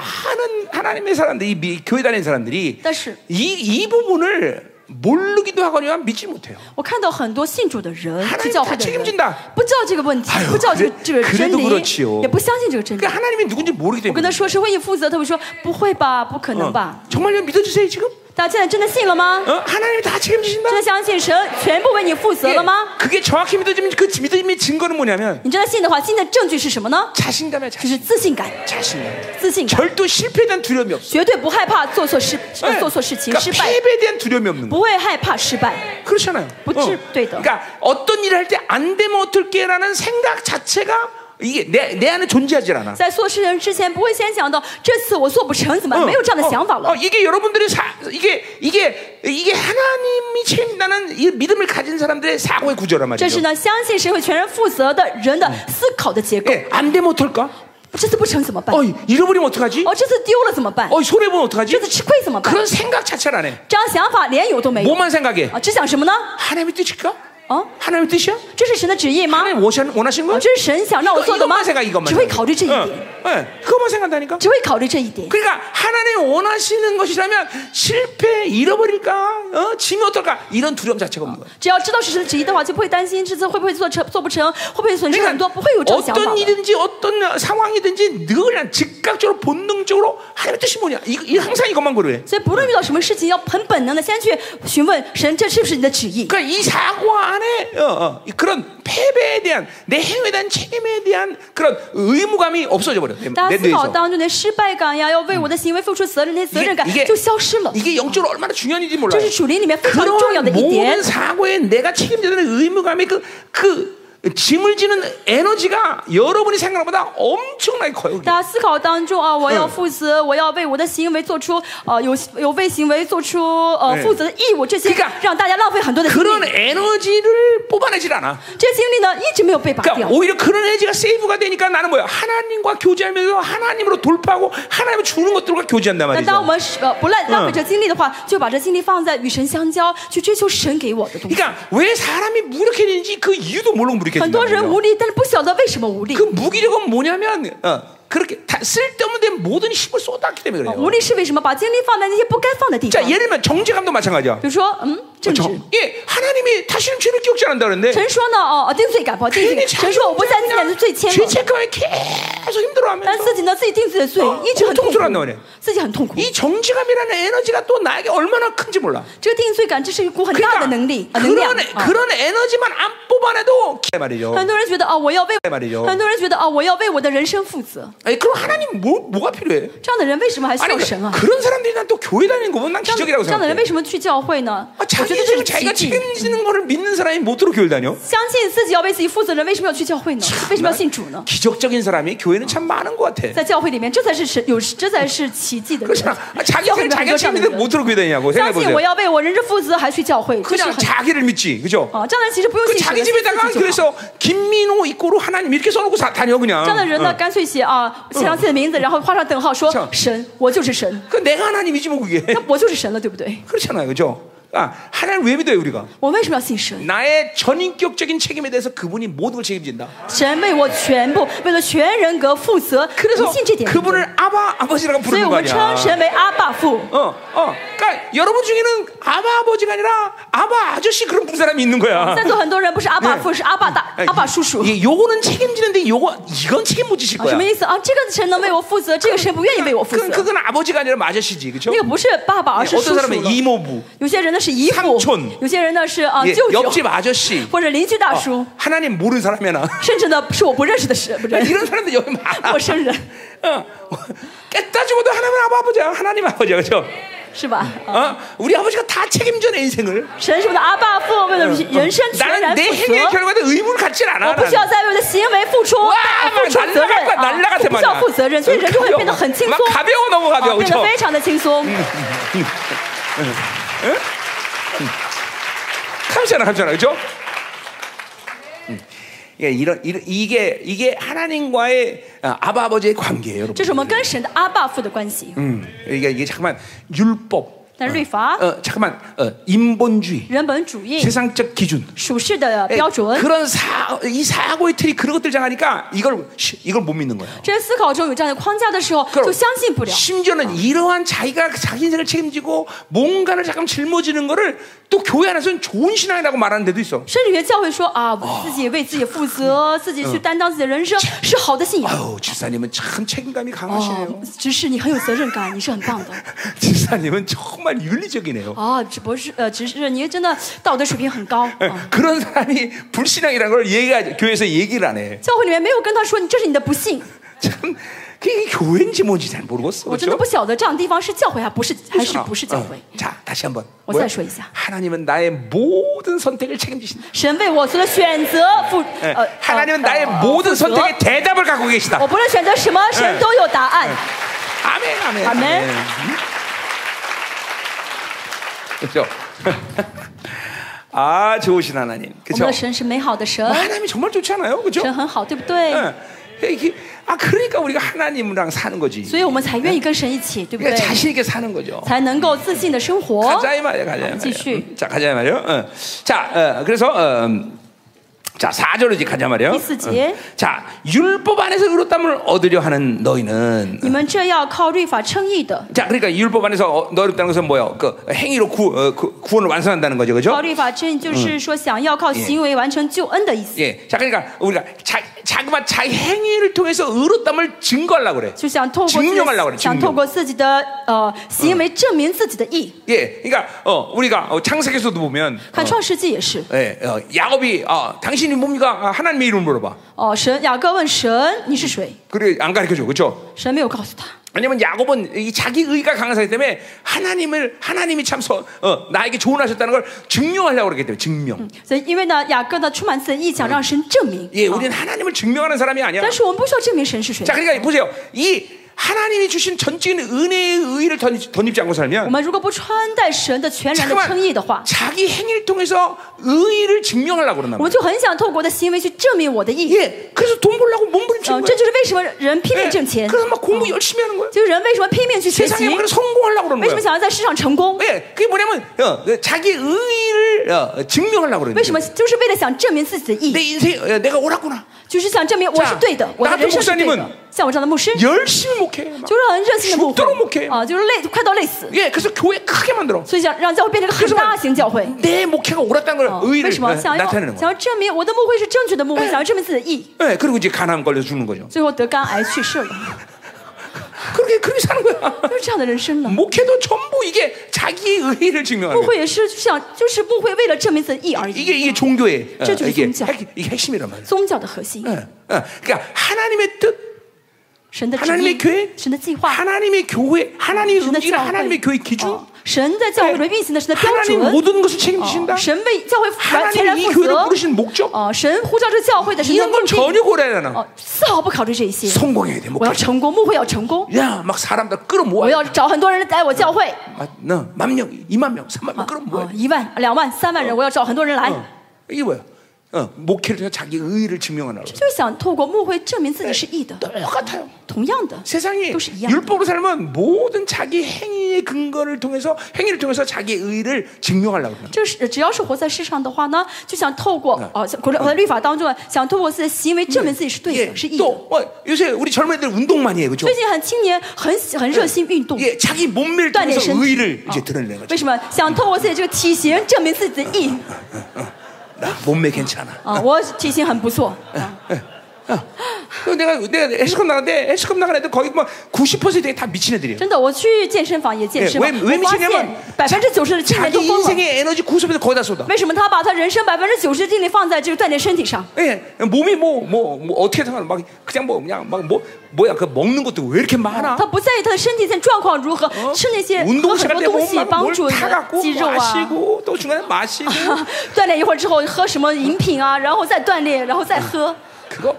Speaker 1: 하나님의 사람들이 미- 교회 다니는 사람들이
Speaker 2: 但是
Speaker 1: 이, 이 부분을 모르기도 하거나 믿지 못해요
Speaker 2: 我看到很多信主的人
Speaker 1: 하나님，
Speaker 2: 去教会
Speaker 1: 他
Speaker 2: 的
Speaker 1: 책임
Speaker 2: 人
Speaker 1: 진다 ，
Speaker 2: 不知道这个问题，不知道这个这个
Speaker 1: 그래,
Speaker 2: 真
Speaker 1: 도
Speaker 2: 理，
Speaker 1: 그렇지요
Speaker 2: 也不相信这个真理。
Speaker 1: 그러니까 하나님이 누군지 모르기
Speaker 2: 我跟
Speaker 1: 때문에
Speaker 2: 他说是为你负责，他会说不会吧，不可
Speaker 1: 어.
Speaker 2: 能吧？
Speaker 1: 정말요 믿어주세요 지금
Speaker 2: 大家现在真的信了吗？
Speaker 1: 어? 하나님이 다 책임지신다
Speaker 2: 真的相信神全部为你负责
Speaker 1: 이게
Speaker 2: 了吗？
Speaker 1: 그게 정확히 믿어지면 그 믿음의 증거는 뭐냐면
Speaker 2: 你真的信的话，信的证据是什么呢？
Speaker 1: 자신감이야
Speaker 2: 就是
Speaker 1: 자신
Speaker 2: 自信感，
Speaker 1: 자신감
Speaker 2: 自信感，
Speaker 1: 절도 실패에 대한 두려움이 없어
Speaker 2: 绝对不害怕做错事，呃
Speaker 1: 네.
Speaker 2: 做错事情
Speaker 1: 그러니까
Speaker 2: 失败，
Speaker 1: 패배에 대한 두려움이 없는 거
Speaker 2: 不会害怕失败。
Speaker 1: 그렇잖아요
Speaker 2: 뭐지? 또 있다.
Speaker 1: 그러니까 어떤 일을 할 때 안 되면 어떨게라는 생각 자체가 이게 내, 내 안에 존재하지 않아
Speaker 2: 在做事情之前，不会先想到这次我做不成怎么办，
Speaker 1: 어,
Speaker 2: 没有这样的想法
Speaker 1: 어,
Speaker 2: 了
Speaker 1: 어, 。 이게 여러분들의 사, 이게 이게 이게 하나님이 책임다는 이 믿음을 가진 사람들의 사고의 구조란
Speaker 2: 这是
Speaker 1: 말이죠.
Speaker 2: 呢，相信神会全然负责的人的思考的结构。
Speaker 1: 예, 안 되면 어떨까?
Speaker 2: 这次不成怎么办？
Speaker 1: 어, 잃어버리면 어떡하지?
Speaker 2: 哦哦，这次丢了怎么办？
Speaker 1: 어, 손해 보면
Speaker 2: 这
Speaker 1: 어떡하지?
Speaker 2: 次吃亏怎么办？
Speaker 1: 그런 생각 자체를 안 해.
Speaker 2: 这样想法连有都没有
Speaker 1: 뭐만 생각해?
Speaker 2: 啊！只想什么呢？
Speaker 1: 하나님의 뜻일까?
Speaker 2: 어?
Speaker 1: 하나님의 뜻이야?
Speaker 2: 这是神的旨意吗？
Speaker 1: 하나님 원하시는 원하시는
Speaker 2: 啊
Speaker 1: 거야?
Speaker 2: 这是神想让我
Speaker 1: 이거-
Speaker 2: 做的吗
Speaker 1: 이것만 생각 ？ 이것만.
Speaker 2: 只会考虑这一
Speaker 1: 생각.
Speaker 2: 点，
Speaker 1: 어, 어, 그것만 생각한다니까.
Speaker 2: 只会考虑这一点。
Speaker 1: 그러니까 하나님 원하시는 것이라면 실패, 잃어버릴까, 어, 지면 어떨까 이런 두려움 자체가 없는 거야.
Speaker 2: 只要知道是神的旨意的话，就不会担心这次会不会做成，做不成，会不会损失很多，不会有这种想法
Speaker 1: 그러니까 어떤
Speaker 2: 的。
Speaker 1: 일든지 어떤 상황이든지 늘 그냥 즉각적으로 본능적으로 하나님의 뜻이 뭐냐 이, 이 항상 이것만 고려해
Speaker 2: 所以不论遇到什么事情，要很本能的先去询问神，这是不是你的旨意？
Speaker 1: 그러니까 이 사고 안에 어, 어, 이 그런 패배에 대한 내 행위에 대한 책임에 대한 그런 의무감이 없어져 버려 내,
Speaker 2: 大
Speaker 1: 내
Speaker 2: 家思考
Speaker 1: 뇌에서
Speaker 2: 当中的失败感呀，要为我的行为付出责任那些责任感
Speaker 1: 이게,
Speaker 2: 就消失了。
Speaker 1: 이게 영적으로 얼마나 중요한지 몰라
Speaker 2: 这是属灵里面非常重要的
Speaker 1: 그런
Speaker 2: 一点
Speaker 1: 모든 。 사고에 내가 책임져야 되는 의무감이 그, 그 짐을 지는 에너지가 여러분이 생각보다 엄청나게 커요 그게.
Speaker 2: 大家思考当中啊，我要负责，我要为我的行为做出呃有有为行为做出呃
Speaker 1: 嗯
Speaker 2: 负责的义务，这些让大家浪费很多的精
Speaker 1: 그런
Speaker 2: 力。
Speaker 1: 에너지를 뽑아내질 않아
Speaker 2: 这些精力呢，一直没有被拔
Speaker 1: 그러니까
Speaker 2: 掉。
Speaker 1: 오히려 그런 에너지가 세이브가 되니까 나는 뭐야 하나님과 교제하면서 하나님으로 돌파하고 하나님을 주는 것들과 교제한단
Speaker 2: 那当
Speaker 1: 말이죠.
Speaker 2: 我们是呃不浪浪费这精力的话，就把这精力放在与神相交，去追求神给我的东西。
Speaker 1: 그러니까 왜 사람이 무력해지는지 그 이유도 모르고
Speaker 2: 很多人
Speaker 1: 무력해진다고요.
Speaker 2: 无力，但是不晓得为什么无力
Speaker 1: 그 。 무기력은 뭐냐면 어, 그렇게 다 쓸데없는 데 모든 힘을 쏟았기 때문에
Speaker 2: 啊
Speaker 1: 그래요.
Speaker 2: 无力是为什么？把精力放在那些不该放的地方。
Speaker 1: 자,
Speaker 2: 比
Speaker 1: 예를 들면 정제감도 마찬가지야.
Speaker 2: 如说，嗯，政治。
Speaker 1: 정- 예, 하나님이 다시는 죄를 기억지 않는다 그러는데
Speaker 2: 神说呢，哦哦，定罪感，不好定罪
Speaker 1: 괜히
Speaker 2: 感。神说我不再纪念的罪愆
Speaker 1: 죄
Speaker 2: 了，
Speaker 1: 체크하면 계속
Speaker 2: 但
Speaker 1: 힘들어하면서
Speaker 2: 自己呢自己定罪的罪
Speaker 1: 어，
Speaker 2: 一直很哦痛
Speaker 1: 고통스러운단말이야
Speaker 2: 苦，自己很痛苦。
Speaker 1: 이 정제감이라는 에너지가 또 나에게 얼마나 큰지 몰라.
Speaker 2: 这个定罪感，这是一股很大的
Speaker 1: 그러니까
Speaker 2: 能力啊，能量
Speaker 1: 그런, 。
Speaker 2: 啊
Speaker 1: 그런 에너지만 안 뽑아내도 기- 말이죠.
Speaker 2: 很多人觉得哦，我要为
Speaker 1: 네 말이죠
Speaker 2: 很多人觉得哦，我要为我的人生负责。
Speaker 1: 아니, 그럼 하나님 뭐, 뭐가 필요해?
Speaker 2: 这样的人为什么还需
Speaker 1: 아니
Speaker 2: 要神啊？
Speaker 1: 그, 런 사람들이 난 또 교회 다니는 거 보면 난
Speaker 2: 这样的
Speaker 1: 기적이라고
Speaker 2: 这样的人为
Speaker 1: 생각해.
Speaker 2: 什么去教会呢？
Speaker 1: 아,
Speaker 2: 我觉
Speaker 1: 자기
Speaker 2: 得这是
Speaker 1: 지금 자기가
Speaker 2: 奇迹。
Speaker 1: 책임지는 거를 믿는 사람이 못으로 교회 다녀?
Speaker 2: 相信自己要为自己负责的人，为什么要去教会呢？为什么要信主呢？
Speaker 1: 기적적인 사람이 교회는 참 많은 것 같아.
Speaker 2: 在教会里面，这才是神有，这才是奇迹的人。
Speaker 1: 그렇잖아. 아, 자기
Speaker 2: 教会
Speaker 1: 생각
Speaker 2: 里面
Speaker 1: 자기가
Speaker 2: 很多这样的
Speaker 1: 책임지는데
Speaker 2: 人。
Speaker 1: 못으로 교회 다니냐고
Speaker 2: 相信我
Speaker 1: 생각해보세요.
Speaker 2: 要为我人生负责，还去教会，这是啊
Speaker 1: 그냥
Speaker 2: 很
Speaker 1: 자기를 믿지. 그죠?
Speaker 2: 啊，这样的人其实不用
Speaker 1: 그렇죠. 그
Speaker 2: 信神
Speaker 1: 자기
Speaker 2: 的，信自
Speaker 1: 집에다가
Speaker 2: 己就好。
Speaker 1: 그래서 김민호 입고로 하나님 이렇게 써놓고 사- 다녀
Speaker 2: 这样的
Speaker 1: 그냥. 어.
Speaker 2: 人呢，干脆写啊，写上自己的 名字，然后画上等号，说
Speaker 1: 嗯这样哎
Speaker 2: 神，我就是神，
Speaker 1: 그 내가 하나님이지 뭐 그게.
Speaker 2: 那我就是神了，对不对？
Speaker 1: 그렇잖아요. 그죠? 아, 하나님 왜 믿어요 우리가?
Speaker 2: 我为什么要信神？
Speaker 1: 나의 전인격적인 책임에 대해서 그분이 모든 걸 책임진다.
Speaker 2: 神为我全部，为了全人格负责。我
Speaker 1: 그래서
Speaker 2: 们信这点，
Speaker 1: 어? 그분을 아바 아버지라고
Speaker 2: 所以
Speaker 1: 부르는 거
Speaker 2: 我们称
Speaker 1: 아니야.
Speaker 2: 神为阿爸父。
Speaker 1: 어, 어. 그러니까 여러분 중에는 아바 아버지가 아니라 아바 아저씨 그런 부른 사람이 있는 거야.
Speaker 2: 在座很多人不是阿爸
Speaker 1: 哎
Speaker 2: 父，是阿爸大、阿爸叔叔。
Speaker 1: 이, 요거는 책임지는데 요거 이건 책임 못 아, 지실
Speaker 2: 啊，什
Speaker 1: 거야.
Speaker 2: 么意思啊？这个神能为我负责，这个神不愿意为我负
Speaker 1: 그건,
Speaker 2: 责。
Speaker 1: 그건 아버지가 아니라 아저씨지, 그렇죠?
Speaker 2: 那个不是爸爸，而是
Speaker 1: 어떤
Speaker 2: 叔叔
Speaker 1: 사람은
Speaker 2: 了。
Speaker 1: 이모부,
Speaker 2: 有些人呢是姨
Speaker 1: 삼
Speaker 2: 父
Speaker 1: 촌 ，
Speaker 2: 有些人呢是啊
Speaker 1: 예,
Speaker 2: 舅舅，
Speaker 1: 옆집 아저씨, 어,
Speaker 2: 或者邻居大叔，
Speaker 1: 하나님 모르는 사람이야 나.
Speaker 2: 甚至呢是我不认识的神 人，
Speaker 1: 이런 사람들 여기 많아.
Speaker 2: 陌生人，
Speaker 1: 어. 깨따지고도 하나님은 아버- 아버지야, 하나님 아버지야, 그렇죠?
Speaker 2: 是吧？
Speaker 1: 어?
Speaker 2: 啊
Speaker 1: 우리 아버지가 다 책임져 내 인생을.
Speaker 2: 神是我的阿爸父，为了嗯人生全
Speaker 1: 나는
Speaker 2: 然负
Speaker 1: 내 행위의
Speaker 2: 责。
Speaker 1: 결과에 대해 의문을 갖진 않아.
Speaker 2: 我不需要
Speaker 1: 나는.
Speaker 2: 再为我的行为付出
Speaker 1: 哇
Speaker 2: 大付出
Speaker 1: 날라갈
Speaker 2: 责任
Speaker 1: 거야
Speaker 2: 啊
Speaker 1: 날라갈 ！
Speaker 2: 我不需要负责任，所以人就会变得很轻松
Speaker 1: 막 ， 가벼워 너무
Speaker 2: 啊
Speaker 1: 가벼워,
Speaker 2: 变得
Speaker 1: 그렇죠?
Speaker 2: 非常的轻松。
Speaker 1: 감사나 감사나 그죠? 음. 예, 이런, 이런 이게 이게 하나님과의 아, 아바 아버지의 관계예요, 여러분.
Speaker 2: 这是我们跟神的阿爸父的关系。
Speaker 1: 음, 이게 이게 잠깐만 율법,
Speaker 2: 但是律法、
Speaker 1: 어, 잠깐만 어, 인본주의,
Speaker 2: 人本主
Speaker 1: 예.
Speaker 2: 义、
Speaker 1: 세상적 기준.
Speaker 2: 属世的
Speaker 1: 예,
Speaker 2: 标准，
Speaker 1: 그런 사, 이 사고의 틀이 그런 것들 장하니까 이걸 시- 이걸 못 믿는 거예요.
Speaker 2: 这些思考中有这样的框架的时候，
Speaker 1: 그럼
Speaker 2: 就相信不了。
Speaker 1: 심지어는 이러한 자기가 자기 인생을 책임지고 뭔가를 잠깐 짊어지는 거를 또 교회 안에서는 좋은 신앙이라고 말하는 데도 있어.
Speaker 2: 甚至有些教会说啊，我自己为自己负责，自己去担当自己的人生，是好的信仰。
Speaker 1: 아우 집사님은 참 책임감이
Speaker 2: 嗯哦
Speaker 1: 강하시네요. ，
Speaker 2: 执事，你很有责任感，你是很棒的。
Speaker 1: 어. 집사님은 정말 윤리적이네요.
Speaker 2: 哦，只博士，呃，执事，你真的道德水平很 高。啊
Speaker 1: 예, 그런 사람이 불신앙이라는 걸 얘기가 교회에서 얘기를 안 해.
Speaker 2: 教会里面没有跟他说你这是你的不幸，
Speaker 1: 참 그게 교회인지 뭔지 잘 모르겠어.
Speaker 2: 我真的
Speaker 1: 그렇죠?
Speaker 2: 不晓得这样的地方是教会还不是还是不是啊嗯教
Speaker 1: 어,
Speaker 2: 会。
Speaker 1: 어. 자, 다시 한번.
Speaker 2: 어서
Speaker 1: 뭐야?
Speaker 2: 다시 해주세요.
Speaker 1: 하나님은 나의 모든 선택을 책임지신다.
Speaker 2: 神为我所选择负
Speaker 1: 예.
Speaker 2: 呃
Speaker 1: 하나님은
Speaker 2: 呃
Speaker 1: 나의
Speaker 2: 呃
Speaker 1: 모든
Speaker 2: 负责
Speaker 1: 선택에 대답을 갖고
Speaker 2: 我
Speaker 1: 계시다.
Speaker 2: 不论选择什么，神都有答案。
Speaker 1: 아멘, 아멘.
Speaker 2: 아멘.
Speaker 1: 음? 그렇죠? 아, 좋으신 하나님.
Speaker 2: 我们
Speaker 1: 그렇죠?
Speaker 2: 的神是美好的神，
Speaker 1: 하나님이 정말 좋지 않아요? 그렇죠?
Speaker 2: 神很好，对不对？
Speaker 1: 예. 이게- 아 그러니까 우리가 하나님이랑 사는 거지.
Speaker 2: 所以我们才愿意跟神一起，对不对
Speaker 1: 그러니까 ？ 자신 있게 사는 거죠.
Speaker 2: 才能够自信的生活。
Speaker 1: 가자 이 말이야, 가자. 이 말이야.
Speaker 2: 지슈.
Speaker 1: 음, 자, 가자 이 말이요. 어. 자, 어, 그래서 어, 음, 자, 4절로 이제 가자 말이요.
Speaker 2: 이스지에.
Speaker 1: 어. 자, 율법 안에서 의롭다함을 얻으려 하는 너희는
Speaker 2: 你们这要靠律法称义的，
Speaker 1: 자, 그러니까 율법 안에서 어, 너희롭다는 것은 뭐예요? 그 행위로 구, 어, 그 구원을 완성한다는 거죠. 그죠?
Speaker 2: 靠律法称义就是说想要靠行为完成救恩的意思，
Speaker 1: 예. 자, 그러니까 우리가 자, 자그마 자기 행위를 통해서 의롭다함을 증거하려고 그래.
Speaker 2: 就想透过自己
Speaker 1: 증명하려고그래
Speaker 2: 想
Speaker 1: 증명
Speaker 2: 透过自己的呃行为证明自己的义。
Speaker 1: 예. 그러니까 어, 우리가 어, 창세기에서도 보면
Speaker 2: 看创世纪也是，
Speaker 1: 예, 어, 야곱이 어, 당신이 뭡니까? 아, 하나님의 이름 물어봐.
Speaker 2: 哦，神雅各问神你是谁，
Speaker 1: 그래 안 가르쳐 줘. 그렇죠?
Speaker 2: 神没有告诉他。
Speaker 1: 왜냐면 야곱은 이 자기 의가 강한 사기 때문에 하나님을 하나님이 참 서, 어, 나에게 조언하셨다는 걸 증명하려고 그러기 때문에 증명.
Speaker 2: 所以因为呢，雅各呢充满自己的意想让神证明，哦
Speaker 1: 예, 우리는 하나님을 증명하는 사람이 아니야.
Speaker 2: 但是我们不需要证明神是谁
Speaker 1: 자, 。 그러니까 보세요. 이 하나님이 주신 전적인 은혜의 의를 덧입- 덧입지 않고
Speaker 2: 我
Speaker 1: 살면
Speaker 2: 们如果不穿戴神的全然的称义的
Speaker 1: 잠깐만 ，
Speaker 2: 话
Speaker 1: 자기 행위를 통해서 의를 증명하려고 그런단
Speaker 2: 我们
Speaker 1: 말이야.
Speaker 2: 就很想透过我的行为去证明我的义。
Speaker 1: 예, 그래서 돈 벌려고 몸부림치는
Speaker 2: 嗯，
Speaker 1: 거야.
Speaker 2: 这就是为哎什么人拼
Speaker 1: 예,
Speaker 2: 命挣钱，
Speaker 1: 그래서 막 공부 열심히 하는 거야.
Speaker 2: 就是人为什么拼命去学习
Speaker 1: 세상에 ，막 성공하려고 그러는
Speaker 2: 为什么
Speaker 1: 거야.
Speaker 2: 想要在市场成功，
Speaker 1: 예, 그게 뭐냐면 어, 어, 자기 의를 어, 증명하려고 그러는
Speaker 2: 为什么
Speaker 1: 거야.
Speaker 2: 就是为了想证明自己的
Speaker 1: 내
Speaker 2: 义，
Speaker 1: 인생 어, 내가 옳았구나.
Speaker 2: 就是想证明我是对的
Speaker 1: 자，
Speaker 2: 我的人生是对
Speaker 1: 나같은목사님은
Speaker 2: 的。像我这样的牧师，
Speaker 1: 열심히 목해. 막.
Speaker 2: 就是很热心的牧
Speaker 1: 죽도록목회
Speaker 2: 会啊，就是累快到累死，
Speaker 1: 예, 그래서 교회 크게 만들어.
Speaker 2: 所以想让教会变成一个很大型教会。
Speaker 1: 내 목회가 옳았다는 걸
Speaker 2: 啊为
Speaker 1: 의를
Speaker 2: 什么
Speaker 1: 어,
Speaker 2: 想要想
Speaker 1: 나타내는 거야.
Speaker 2: 要证明我的牧会是正确的牧会，想要证明自己的义，
Speaker 1: 예, 그리고 이제 가난 걸려 죽는 거죠.
Speaker 2: 最后得肝癌去世了，
Speaker 1: 그렇게 그렇게 사는 거야.
Speaker 2: 就是这样的人生呢。
Speaker 1: 목회도 전부 이게 자기 의를 증명하는 거야.
Speaker 2: 牧会也是想，就是牧会为了证明自己的义而已。
Speaker 1: 이게 이게 종교의 어,
Speaker 2: 저주의
Speaker 1: 이게
Speaker 2: 종자.
Speaker 1: 핵, 이게 핵심이란 말이야.
Speaker 2: 宗教的核心，
Speaker 1: 예, 예. 그러니까 하나님의 뜻,
Speaker 2: 神的旨
Speaker 1: 하나님의
Speaker 2: 意
Speaker 1: 계획, ，
Speaker 2: 神的计划，
Speaker 1: 하나님의 교회, 하나님의 어,
Speaker 2: 神的
Speaker 1: 움직임,
Speaker 2: 教会，
Speaker 1: 하나님의 교회 기준,
Speaker 2: 哦神在教会里面运行的神的标
Speaker 1: 하나님
Speaker 2: 准，
Speaker 1: 모든 것을
Speaker 2: 哦
Speaker 1: 책임지신다.
Speaker 2: 神为教会完全然
Speaker 1: 하나님 이
Speaker 2: 负
Speaker 1: 교회를
Speaker 2: 责。
Speaker 1: 부르신 목적
Speaker 2: 哦，神呼召这教会的神的
Speaker 1: 이런
Speaker 2: 目
Speaker 1: 걸
Speaker 2: 的，
Speaker 1: 전혀 고려해야 되나?
Speaker 2: 哦，丝毫不考虑这
Speaker 1: 예.
Speaker 2: 些。
Speaker 1: 성공해야 돼
Speaker 2: 我
Speaker 1: 목회.
Speaker 2: 要成功，牧会要成功，
Speaker 1: 야, 막 사람들
Speaker 2: 我
Speaker 1: 끌어모아.
Speaker 2: 要找很多人来我教会，
Speaker 1: 아, 나만 명, 이만 명, 삼만 명
Speaker 2: 哦
Speaker 1: 끌어모아. ，嗯
Speaker 2: 一万、两万、三万人，我要找很多人来。
Speaker 1: 어, 이게 뭐야? 어, 목회를 통해 자기 의를 증명하라고.
Speaker 2: 就想透过牧会证明自己是义的。
Speaker 1: 哎 똑같아요.
Speaker 2: 同样的，
Speaker 1: 세상이
Speaker 2: 都是一样的。
Speaker 1: 율법으로 살면 모든 자기 행위의 근거를 통해서 행위를 통해서 자기 의를 증명하려고 그래요.
Speaker 2: 就是只要是活在世上的话呢，就想透过
Speaker 1: 嗯
Speaker 2: 哦，像活在活在律法当中啊，想透过自己的行为证明自己是对
Speaker 1: 예,
Speaker 2: 的，是义
Speaker 1: 또
Speaker 2: 的。
Speaker 1: 어, 요새 우리 젊은 애들 운동 많이 해요, 그렇죠?
Speaker 2: 最近很青年，很喜很热心运动，
Speaker 1: 예, 자기 몸매를
Speaker 2: 锻炼
Speaker 1: 통해서
Speaker 2: 身体。
Speaker 1: 의를
Speaker 2: 啊
Speaker 1: 이제 드러내는 거죠.
Speaker 2: 为什么想透过自己这个体型证明自己的义？
Speaker 1: 나 몸매 괜찮아.
Speaker 2: 啊，我体型很不错。啊
Speaker 1: 그 내가 내가 에스컴 나갔는데 에스컴 나간 애들 거의 뭐 90%가 다 미친 애들이에요.
Speaker 2: 真的，我去健身房也健
Speaker 1: 예,
Speaker 2: 身了，
Speaker 1: 왜, 왜
Speaker 2: 我发现
Speaker 1: 미치냐면
Speaker 2: 百分
Speaker 1: 자-
Speaker 2: 之九十的青年
Speaker 1: 자기
Speaker 2: 都疯了。
Speaker 1: 인생의 에너지 90% 거의 다 쏟아.
Speaker 2: 为什么他把他人生百分之九十的精力放在这个锻炼身体上？
Speaker 1: 예, 몸이 뭐 뭐 뭐 어떻게 상관없막 그냥 뭐 그냥 막 뭐 뭐야 그 먹는 것도 왜 이렇게 많아? 어?
Speaker 2: 他不在意他的身体现在状况如何，吃那些
Speaker 1: 운동
Speaker 2: 喝
Speaker 1: 시간
Speaker 2: 很
Speaker 1: 때
Speaker 2: 多哦东西
Speaker 1: 몸
Speaker 2: 帮
Speaker 1: 막
Speaker 2: 助
Speaker 1: 뭘
Speaker 2: 你的
Speaker 1: 타갖고
Speaker 2: 肌肉啊。
Speaker 1: 마시고 또 중간에 마시고
Speaker 2: 锻炼一会儿之后喝什么饮品啊，然后再锻炼，然后再喝。
Speaker 1: 그거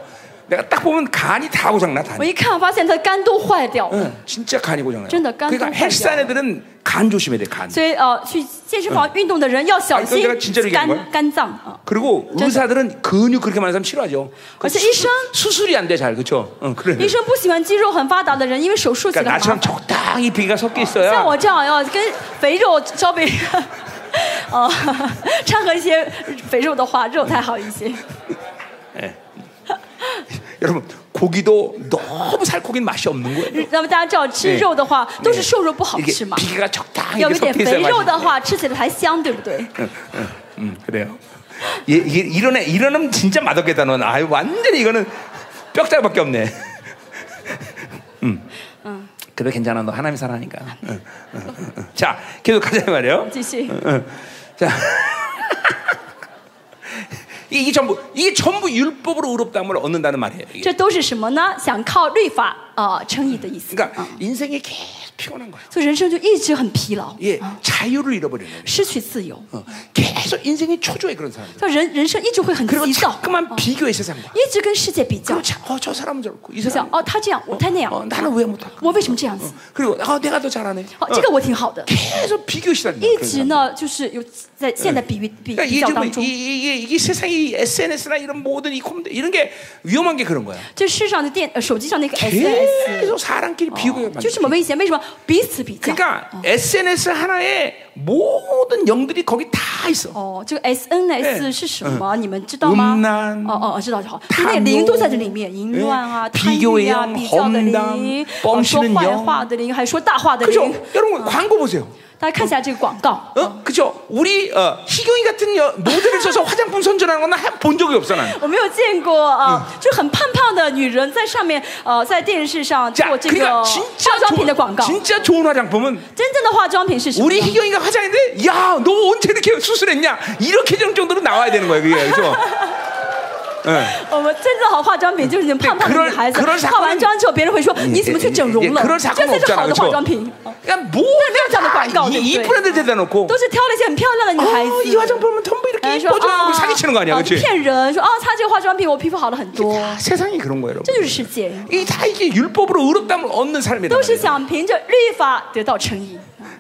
Speaker 1: 내가 딱 보면 간이 다 고장나 다.
Speaker 2: 我一看发现他肝都坏掉了，
Speaker 1: 응, 진짜 간이 고장나.
Speaker 2: 쩐다, 깐통
Speaker 1: 그러니까 헬스한
Speaker 2: 팔자.
Speaker 1: 애들은 간 조심해야 돼 간.
Speaker 2: 所以呃，去健身房运动的人要小
Speaker 1: 아니
Speaker 2: 心
Speaker 1: 그건내가진짜로얘기한거야
Speaker 2: 肝肝脏啊。
Speaker 1: 그리고 의사들은 근육 그렇게 많은 사람 싫어하죠. 그
Speaker 2: 그래서
Speaker 1: 수-
Speaker 2: 일상-
Speaker 1: 수술이 안 돼 잘 그렇죠? 응, 그래.
Speaker 2: 医生不喜欢肌肉很发达的人，因为手术起来
Speaker 1: 그러니까
Speaker 2: 麻烦
Speaker 1: 나처럼 。 적당히 비가 섞여
Speaker 2: 像
Speaker 1: 있어야
Speaker 2: 我这样要跟肥肉稍微， 哦， 掺和一些肥肉的话，肉才好一些。
Speaker 1: 여러분 고기도 너무 살코긴 맛이 없는 거예요.
Speaker 2: 那么大家知道，吃肉的话都是瘦肉不好
Speaker 1: 예, 이게
Speaker 2: 吃嘛，
Speaker 1: 비가 적당히
Speaker 2: 要有
Speaker 1: 이렇게
Speaker 2: 点
Speaker 1: 섞여
Speaker 2: 肥
Speaker 1: 있어야
Speaker 2: 肉的嗯
Speaker 1: 맛있어요.
Speaker 2: 话，吃起来才香，对不对？
Speaker 1: 응, 응, 응, 음, 그래요. 예, 이게 이런 애 이런 놈 진짜 맛없겠다 넌. 아유 완전히 이거는 뼈다귀밖에 없네. 음. 그래 괜찮아 너 하나님 사랑하니까. 어, 응, 응, 응, 응. 자 계속 가자 이 말이에요.
Speaker 2: 继续，
Speaker 1: 응. 자. 이게 전부 이게 전부 율법으로 의롭다함을 얻는다는 말이에요. 이게.
Speaker 2: 这都是什么呢？想靠律法啊、呃、称义的意思。
Speaker 1: 그러니까 인생이 계속 피곤한 거예요.
Speaker 2: 所以人生就一直很疲劳，
Speaker 1: 예, 자유를 잃어버리는 거예요.
Speaker 2: 失去自由。
Speaker 1: 어. 계속 인생이 초조해 그런 사람들.
Speaker 2: 他人人生一直会很
Speaker 1: 그리고
Speaker 2: 急躁，
Speaker 1: 자꾸만 비교해 세상과.
Speaker 2: 一直跟世界比较
Speaker 1: 그 ， 자, 어, 저 사람은 저렇고 이
Speaker 2: 想
Speaker 1: 사람.
Speaker 2: 哦他这样，我他那样，
Speaker 1: 어, 나는 왜 못하고?
Speaker 2: 我为什么这样子？
Speaker 1: 그리고 어, 내가 더 잘하네. 어,
Speaker 2: 哦，这个我挺好的。
Speaker 1: 계속 비교 시달려.
Speaker 2: 一直呢，就是有在现在比喻比
Speaker 1: 그러니까
Speaker 2: 比
Speaker 1: 이게,
Speaker 2: 较
Speaker 1: 지금
Speaker 2: 当中，
Speaker 1: 이, 이게, 이게 세상이 SNS나 이런 모든 이 컴퓨터 이런 게 위험한 게 그런 거야.
Speaker 2: 这世上的电呃手机上那个 SNS
Speaker 1: 계속 사람끼리 비교해.
Speaker 2: 就这么危险，为什么彼此比较？
Speaker 1: 그러니까 SNS 하나에 모든 영들이 거기 다 있어.
Speaker 2: 哦，这个 SNS
Speaker 1: 哎
Speaker 2: 是什么？你们知道吗
Speaker 1: 음란 ？
Speaker 2: 哦哦，知道就好。就那
Speaker 1: 탐욕,
Speaker 2: 灵都在这里面，淫乱啊、
Speaker 1: 예,
Speaker 2: 贪欲啊、
Speaker 1: 비교의 영,
Speaker 2: 比较的
Speaker 1: 험담,
Speaker 2: 灵，哦说
Speaker 1: 뻥치는
Speaker 2: 坏
Speaker 1: 영.
Speaker 2: 话的灵，还说大话的
Speaker 1: 그죠?
Speaker 2: 灵。
Speaker 1: 여러분 광고 보세요.
Speaker 2: 大家看一下这个广告，
Speaker 1: 어? 그죠? 우리 어, 희경이 같은 여, 모델을 써서 화장품 선전하는 건본 적이 없어 나는.
Speaker 2: 我没有见过啊，就很胖胖的女人在上面呃，在电视上
Speaker 1: 자,
Speaker 2: 做这个
Speaker 1: 그러니까
Speaker 2: 化
Speaker 1: 진짜
Speaker 2: 妆品的
Speaker 1: 좋은,
Speaker 2: 广告。
Speaker 1: 진짜 좋은 화장품은
Speaker 2: 真正的化妆品是什么呢？
Speaker 1: 우리 희경이가 화장인데 야 너 언제 이렇게 수술했냐 이렇게 정 정도로 나와야 되는 거예요 그게 그죠? 예.
Speaker 2: 我们真正好化妆品就是你们胖胖的女孩子
Speaker 1: 그럴그럴사건은
Speaker 2: 化完妆之后，别人会说你怎么去整容
Speaker 1: 예,
Speaker 2: 了
Speaker 1: 그런 ？
Speaker 2: 这
Speaker 1: 사건
Speaker 2: 才是
Speaker 1: 없잖아
Speaker 2: 好的化妆
Speaker 1: 그렇죠?
Speaker 2: 品，
Speaker 1: 그러니까 뭐냐
Speaker 2: 짜는 광고,
Speaker 1: 이, 이
Speaker 2: 네.
Speaker 1: 브랜드 대다 놓고
Speaker 2: 都是挑了一些很漂亮的女孩
Speaker 1: 어, 이
Speaker 2: 子。
Speaker 1: 화장품은 전부
Speaker 2: 哎
Speaker 1: 이렇게
Speaker 2: 说
Speaker 1: 뻗어놓고
Speaker 2: 啊，
Speaker 1: 사기치는 거 아니야
Speaker 2: 啊
Speaker 1: 그렇지?
Speaker 2: 骗人！说啊，擦这个化妆品，我皮肤好了很多。
Speaker 1: 세상이 그런 거예요
Speaker 2: 这就是
Speaker 1: 여러분
Speaker 2: 世界，
Speaker 1: 이 다 이게 율법으로 의롭다함을 얻는 삶이다 예,
Speaker 2: 都是想凭着律法得到诚意。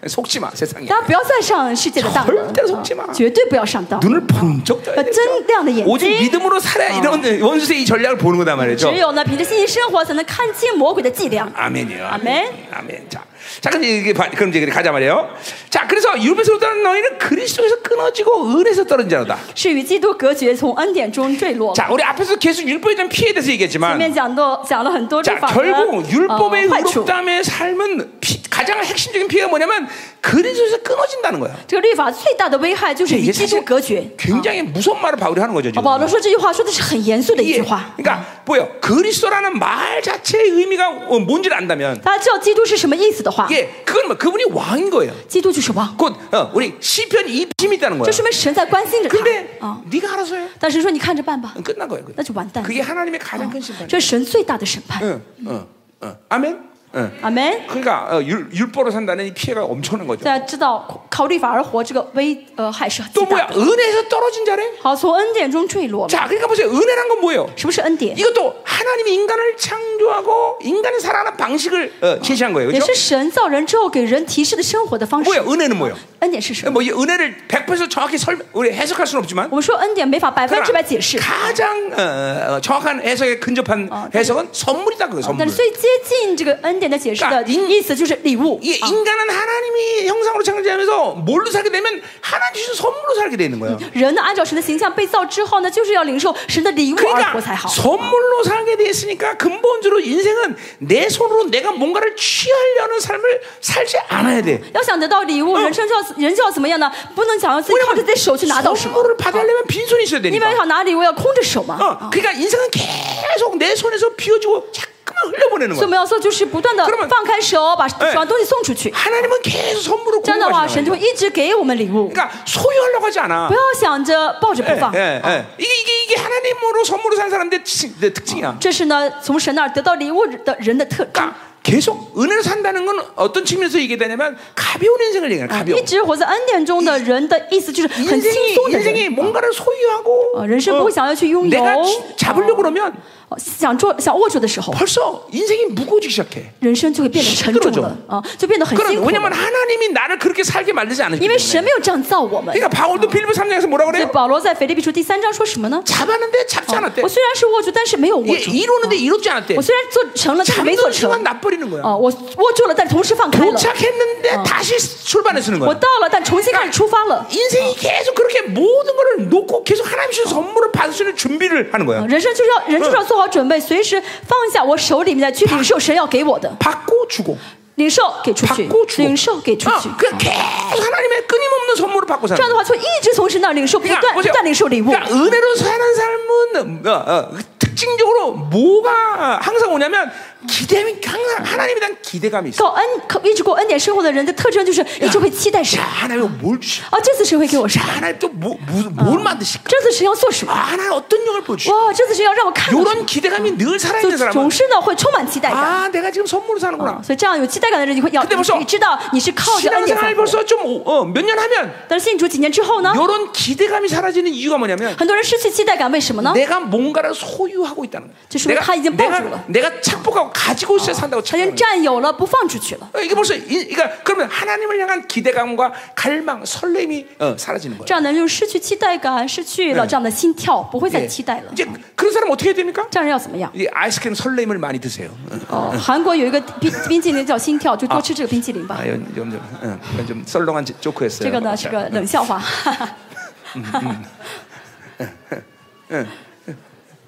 Speaker 1: 속지 마 세상에
Speaker 2: 大家不要再上世界的当了
Speaker 1: 절대로속지마 ，
Speaker 2: 绝对不要上当。
Speaker 1: 눈을 번쩍 떠야
Speaker 2: 어,
Speaker 1: 되죠.
Speaker 2: 찐亮的眼睛. 어.
Speaker 1: 오직 믿음으로 살아야 이런 원수의 이 전략을 보는 거다 말이죠.
Speaker 2: 只有呢，凭着信心生活，才能看清魔鬼的伎俩。
Speaker 1: 아멘이요.
Speaker 2: 아멘.
Speaker 1: 아멘. 자, 자 그럼 이제 이게 바- 그럼 이제 가자 말이에요. 자, 그래서 율법에서 떠난 너희는 그리스도에서 끊어지고 은에서 떨어진 자로다.
Speaker 2: 是与基督隔绝，从恩典中坠落。
Speaker 1: 자, 우리 앞에서 계속 율법에 대한 피해에 대해서
Speaker 2: 前面
Speaker 1: 얘기했지만,
Speaker 2: 讲到讲了很多律
Speaker 1: 자,
Speaker 2: 法的
Speaker 1: 결국
Speaker 2: 呃
Speaker 1: 율법의
Speaker 2: 坏处。
Speaker 1: 의롭다함의 삶은 피- 가장 핵심적인 피해가 뭐냐면 그리스도에서 끊어진다는 거야.
Speaker 2: 这个律法最大的危害就是与
Speaker 1: 이게
Speaker 2: 基督
Speaker 1: 사실
Speaker 2: 隔绝。
Speaker 1: 굉장히 무서운 말을 어. 바울이 하는 거죠.
Speaker 2: 啊
Speaker 1: 지금.
Speaker 2: 保罗说这句话说的是很严肃的一
Speaker 1: 예,
Speaker 2: 句话。
Speaker 1: 그러니까 뭐요? 그리스도라는 말 자체의 의미가 어, 뭔지를 안다면,
Speaker 2: 大家知道基督是什么意思的话，
Speaker 1: 예, 그건 뭐 그분이 왕인 거예요.
Speaker 2: 基督就是王，
Speaker 1: 곧 어, 우리 시편 2팀이 있다는 거야.
Speaker 2: 这说明神在关心着
Speaker 1: 근데
Speaker 2: 他啊。
Speaker 1: 네가 알아서 해.
Speaker 2: 但是说你看着办吧，
Speaker 1: 끝난 거예요. 그게.
Speaker 2: 那就完蛋了。
Speaker 1: 그게 하나님의 가장 큰 심판이에요.
Speaker 2: 这是啊神嗯最大的审判。
Speaker 1: 응, 응, 응. 아멘. 응.
Speaker 2: 阿门。
Speaker 1: 그러니까 어, 율, 율법으로 산다는 이 피해가 엄청난 거죠.
Speaker 2: 大家知道靠律法而活，这个危呃害是
Speaker 1: 또
Speaker 2: 极大
Speaker 1: 뭐야?
Speaker 2: 的。
Speaker 1: 은혜에서 떨어진 자래?
Speaker 2: 好，从恩典中坠落嘛。
Speaker 1: 자, 그러니까 보세요. 은혜란 건 뭐예요?
Speaker 2: 什么是恩典？
Speaker 1: 이것도 하나님이 인간을 창조하고 인간이 살아가는 방식을 어, 제시한 거예요.
Speaker 2: 也
Speaker 1: 그렇죠?
Speaker 2: 是神造人之后给人提示的生活的方式。
Speaker 1: 뭐예요? 은혜는 뭐예요?
Speaker 2: 恩典是什么？
Speaker 1: 뭐이 은혜를 100% 정확히 설 우리 해석할 수는 없지만
Speaker 2: 我们说恩典没法百分之百解释，
Speaker 1: 가장 어, 어, 정확한 해석에 근접한
Speaker 2: 어, 네.
Speaker 1: 해석은 선물이다 어, 그거
Speaker 2: 但
Speaker 1: 선물.
Speaker 2: 是最接近这个恩典的解释
Speaker 1: 그러니
Speaker 2: 的
Speaker 1: 까
Speaker 2: 意思就是礼物。
Speaker 1: 이
Speaker 2: 啊
Speaker 1: 인간은 하나님이 형상으로 창조하면서 뭘로 살게 되면 하나님 주신 선물로 살게 되는 거예요.
Speaker 2: 人呢，按照神的形象被造之后呢，就是要领受神的礼物而
Speaker 1: 그러니까
Speaker 2: 活才好。
Speaker 1: 선물로 살게 됐으니까 근본적으로 인생은 내 손으로 내가 뭔가를 취하려는 삶을 살지 않아야 돼.
Speaker 2: 要想得到礼物，人生就要人就要怎么样呢？不能想要自己靠着自己的手去拿到什么，
Speaker 1: 선물을 받으려면 빈손이 있어야
Speaker 2: 因为
Speaker 1: 되니까.
Speaker 2: 想拿礼物要空着手啊嘛。
Speaker 1: 어, 그러니까 인생은 계속 내 손에서 비워주고 자꾸만 흘려보내는
Speaker 2: 所以我
Speaker 1: 거야.
Speaker 2: 们要做就是不断的
Speaker 1: 그러면
Speaker 2: 放开手，把手
Speaker 1: 哎
Speaker 2: 把东西送出去。
Speaker 1: 하나님은 계속 선물을
Speaker 2: 这样的话，神
Speaker 1: 공급하시는
Speaker 2: 就会
Speaker 1: 거야.
Speaker 2: 一直给我们礼物，
Speaker 1: 그러니까 소유하려고 하지 않아.
Speaker 2: 不要想着抱着不
Speaker 1: 예,
Speaker 2: 放。
Speaker 1: 예, 예. 이게, 이게, 이게 하나님으로 선물로 산 사람들의 특징- 내 특징이야.
Speaker 2: 这是呢，从神那儿得到礼物的人的特征。
Speaker 1: 그러니까 계속 은혜를 산다는 건 어떤 측면에서 얘기되냐면 가벼운 인생을 얘기하는 거야,
Speaker 2: 一
Speaker 1: 가벼운.
Speaker 2: 直活在恩典中的人的意思就是很轻
Speaker 1: 인생이 어,
Speaker 2: 松的
Speaker 1: 인생이
Speaker 2: 人。
Speaker 1: 뭔가를
Speaker 2: 啊，
Speaker 1: 소유하고 아,
Speaker 2: 人生不会想要去拥
Speaker 1: 내가
Speaker 2: 有，
Speaker 1: 쥐- 잡으려고 그러면
Speaker 2: 哦想做想握住的时候，
Speaker 1: 벌써 인생이 무거워지기 시작해.
Speaker 2: 人生就会变得沉重
Speaker 1: 힘들어져
Speaker 2: 了啊，就变得很
Speaker 1: 그럼
Speaker 2: 辛苦了。
Speaker 1: 왜냐면 하나님이 나를 그렇게 살게 만들지 않으기
Speaker 2: 因为
Speaker 1: 때문에.
Speaker 2: 神没有这样造我们。
Speaker 1: 그러니까 바울도 빌립보 3장에서 뭐라 어.
Speaker 2: 所以
Speaker 1: 그래요?
Speaker 2: 保罗在腓立比书第三章说什么呢？
Speaker 1: 잡았는데 잡지
Speaker 2: 啊
Speaker 1: 않았대.
Speaker 2: 我虽然是握住，但是没有握
Speaker 1: 예,
Speaker 2: 住。
Speaker 1: 이루는데 이루지 않았대.
Speaker 2: 我虽然做成了，但是没做
Speaker 1: 잡는
Speaker 2: 成。
Speaker 1: 순간 놔버리는 거야.
Speaker 2: 啊，我握住了，但同时放开了。
Speaker 1: 도착했는데 다시 출발해 쓰는
Speaker 2: 我
Speaker 1: 거야.
Speaker 2: 到了，但重新开始出发了。
Speaker 1: 인생이 계속 그렇게 모든 거를 놓고 계속 하나님 주신 선물을 받을 수 있는 준비를 하는 거야.
Speaker 2: 人生就是要，人就是要做好准备，随时放下我手里面的，去领受神要给我的，
Speaker 1: 받고 주고
Speaker 2: 领受给出去
Speaker 1: 받고 ， 주고
Speaker 2: 领受给出
Speaker 1: 어,
Speaker 2: 去。
Speaker 1: 그냥 계속 하나님의 끊임없는 선물을 받고
Speaker 2: 这
Speaker 1: 사는 거야.
Speaker 2: 样的话，就一直从神那儿领受，不断不断领受礼物。
Speaker 1: 그러니까 은혜로 사는 삶은 어, 어, 특징적으로 뭐가 항상 오냐면 기대감이 항상 하나님에 대한 기대감이 있어.
Speaker 2: 靠恩，靠一直过恩典生活的人的特征就是一直会期待神
Speaker 1: 자, 。 하나님 뭘 주시?
Speaker 2: 啊，这次神会给我啥？
Speaker 1: 하나님 또뭐뭘 만드실까?
Speaker 2: 这次神要做什么？
Speaker 1: 아, 하나님 어떤 영을 보여주실까?
Speaker 2: 哇，这次神要让我看到什么
Speaker 1: 이런 ？ 기대감이 늘 살아
Speaker 2: 就
Speaker 1: 있는 사람은
Speaker 2: 总是呢会充满期待感。
Speaker 1: 아, 내가 지금 선물로 사는구나.
Speaker 2: 啊所以这样有期待感的人，你会要
Speaker 1: 근데벌써
Speaker 2: 你知道你是靠着恩典才
Speaker 1: 신앙생활
Speaker 2: 活。
Speaker 1: 벌써 좀몇년 하면
Speaker 2: 但是信主几年之后呢，
Speaker 1: 이런 기대감이 사라지는 이유가 뭐냐면
Speaker 2: 很多人失去期待感，为什么呢？
Speaker 1: 내가 뭔가를 소유하고 어? 있다는 거야.
Speaker 2: 저 지금
Speaker 1: 내가
Speaker 2: 다 이제
Speaker 1: 내가,
Speaker 2: 뻗어요.
Speaker 1: 내가 착복하고 가지고 있어야 산다고
Speaker 2: 他已
Speaker 1: 착각하는 거야.
Speaker 2: 经占有了，不放出去了。
Speaker 1: 어, 이게 벌써 이, 그러니까 그러면 하나님을 향한 기대감과 갈망, 설렘이 어, 사라지는 거야.
Speaker 2: 这样的人就失去期待感，失去了这样的心跳，不会再
Speaker 1: 예.
Speaker 2: 期待了。
Speaker 1: 이제 그런 사람 어떻게 해야 됩니까?
Speaker 2: 这样人要怎么样？
Speaker 1: 이 아이스크림 설렘을 많이 드세요. 어.
Speaker 2: 哦，韩国有一个 冰冰淇淋叫心跳，就多吃这个冰淇淋吧。
Speaker 1: 아, 연- 점점 어, 이건 좀 썰렁한 지-
Speaker 2: 这
Speaker 1: 조크였어요.
Speaker 2: 个呢是个冷笑 话。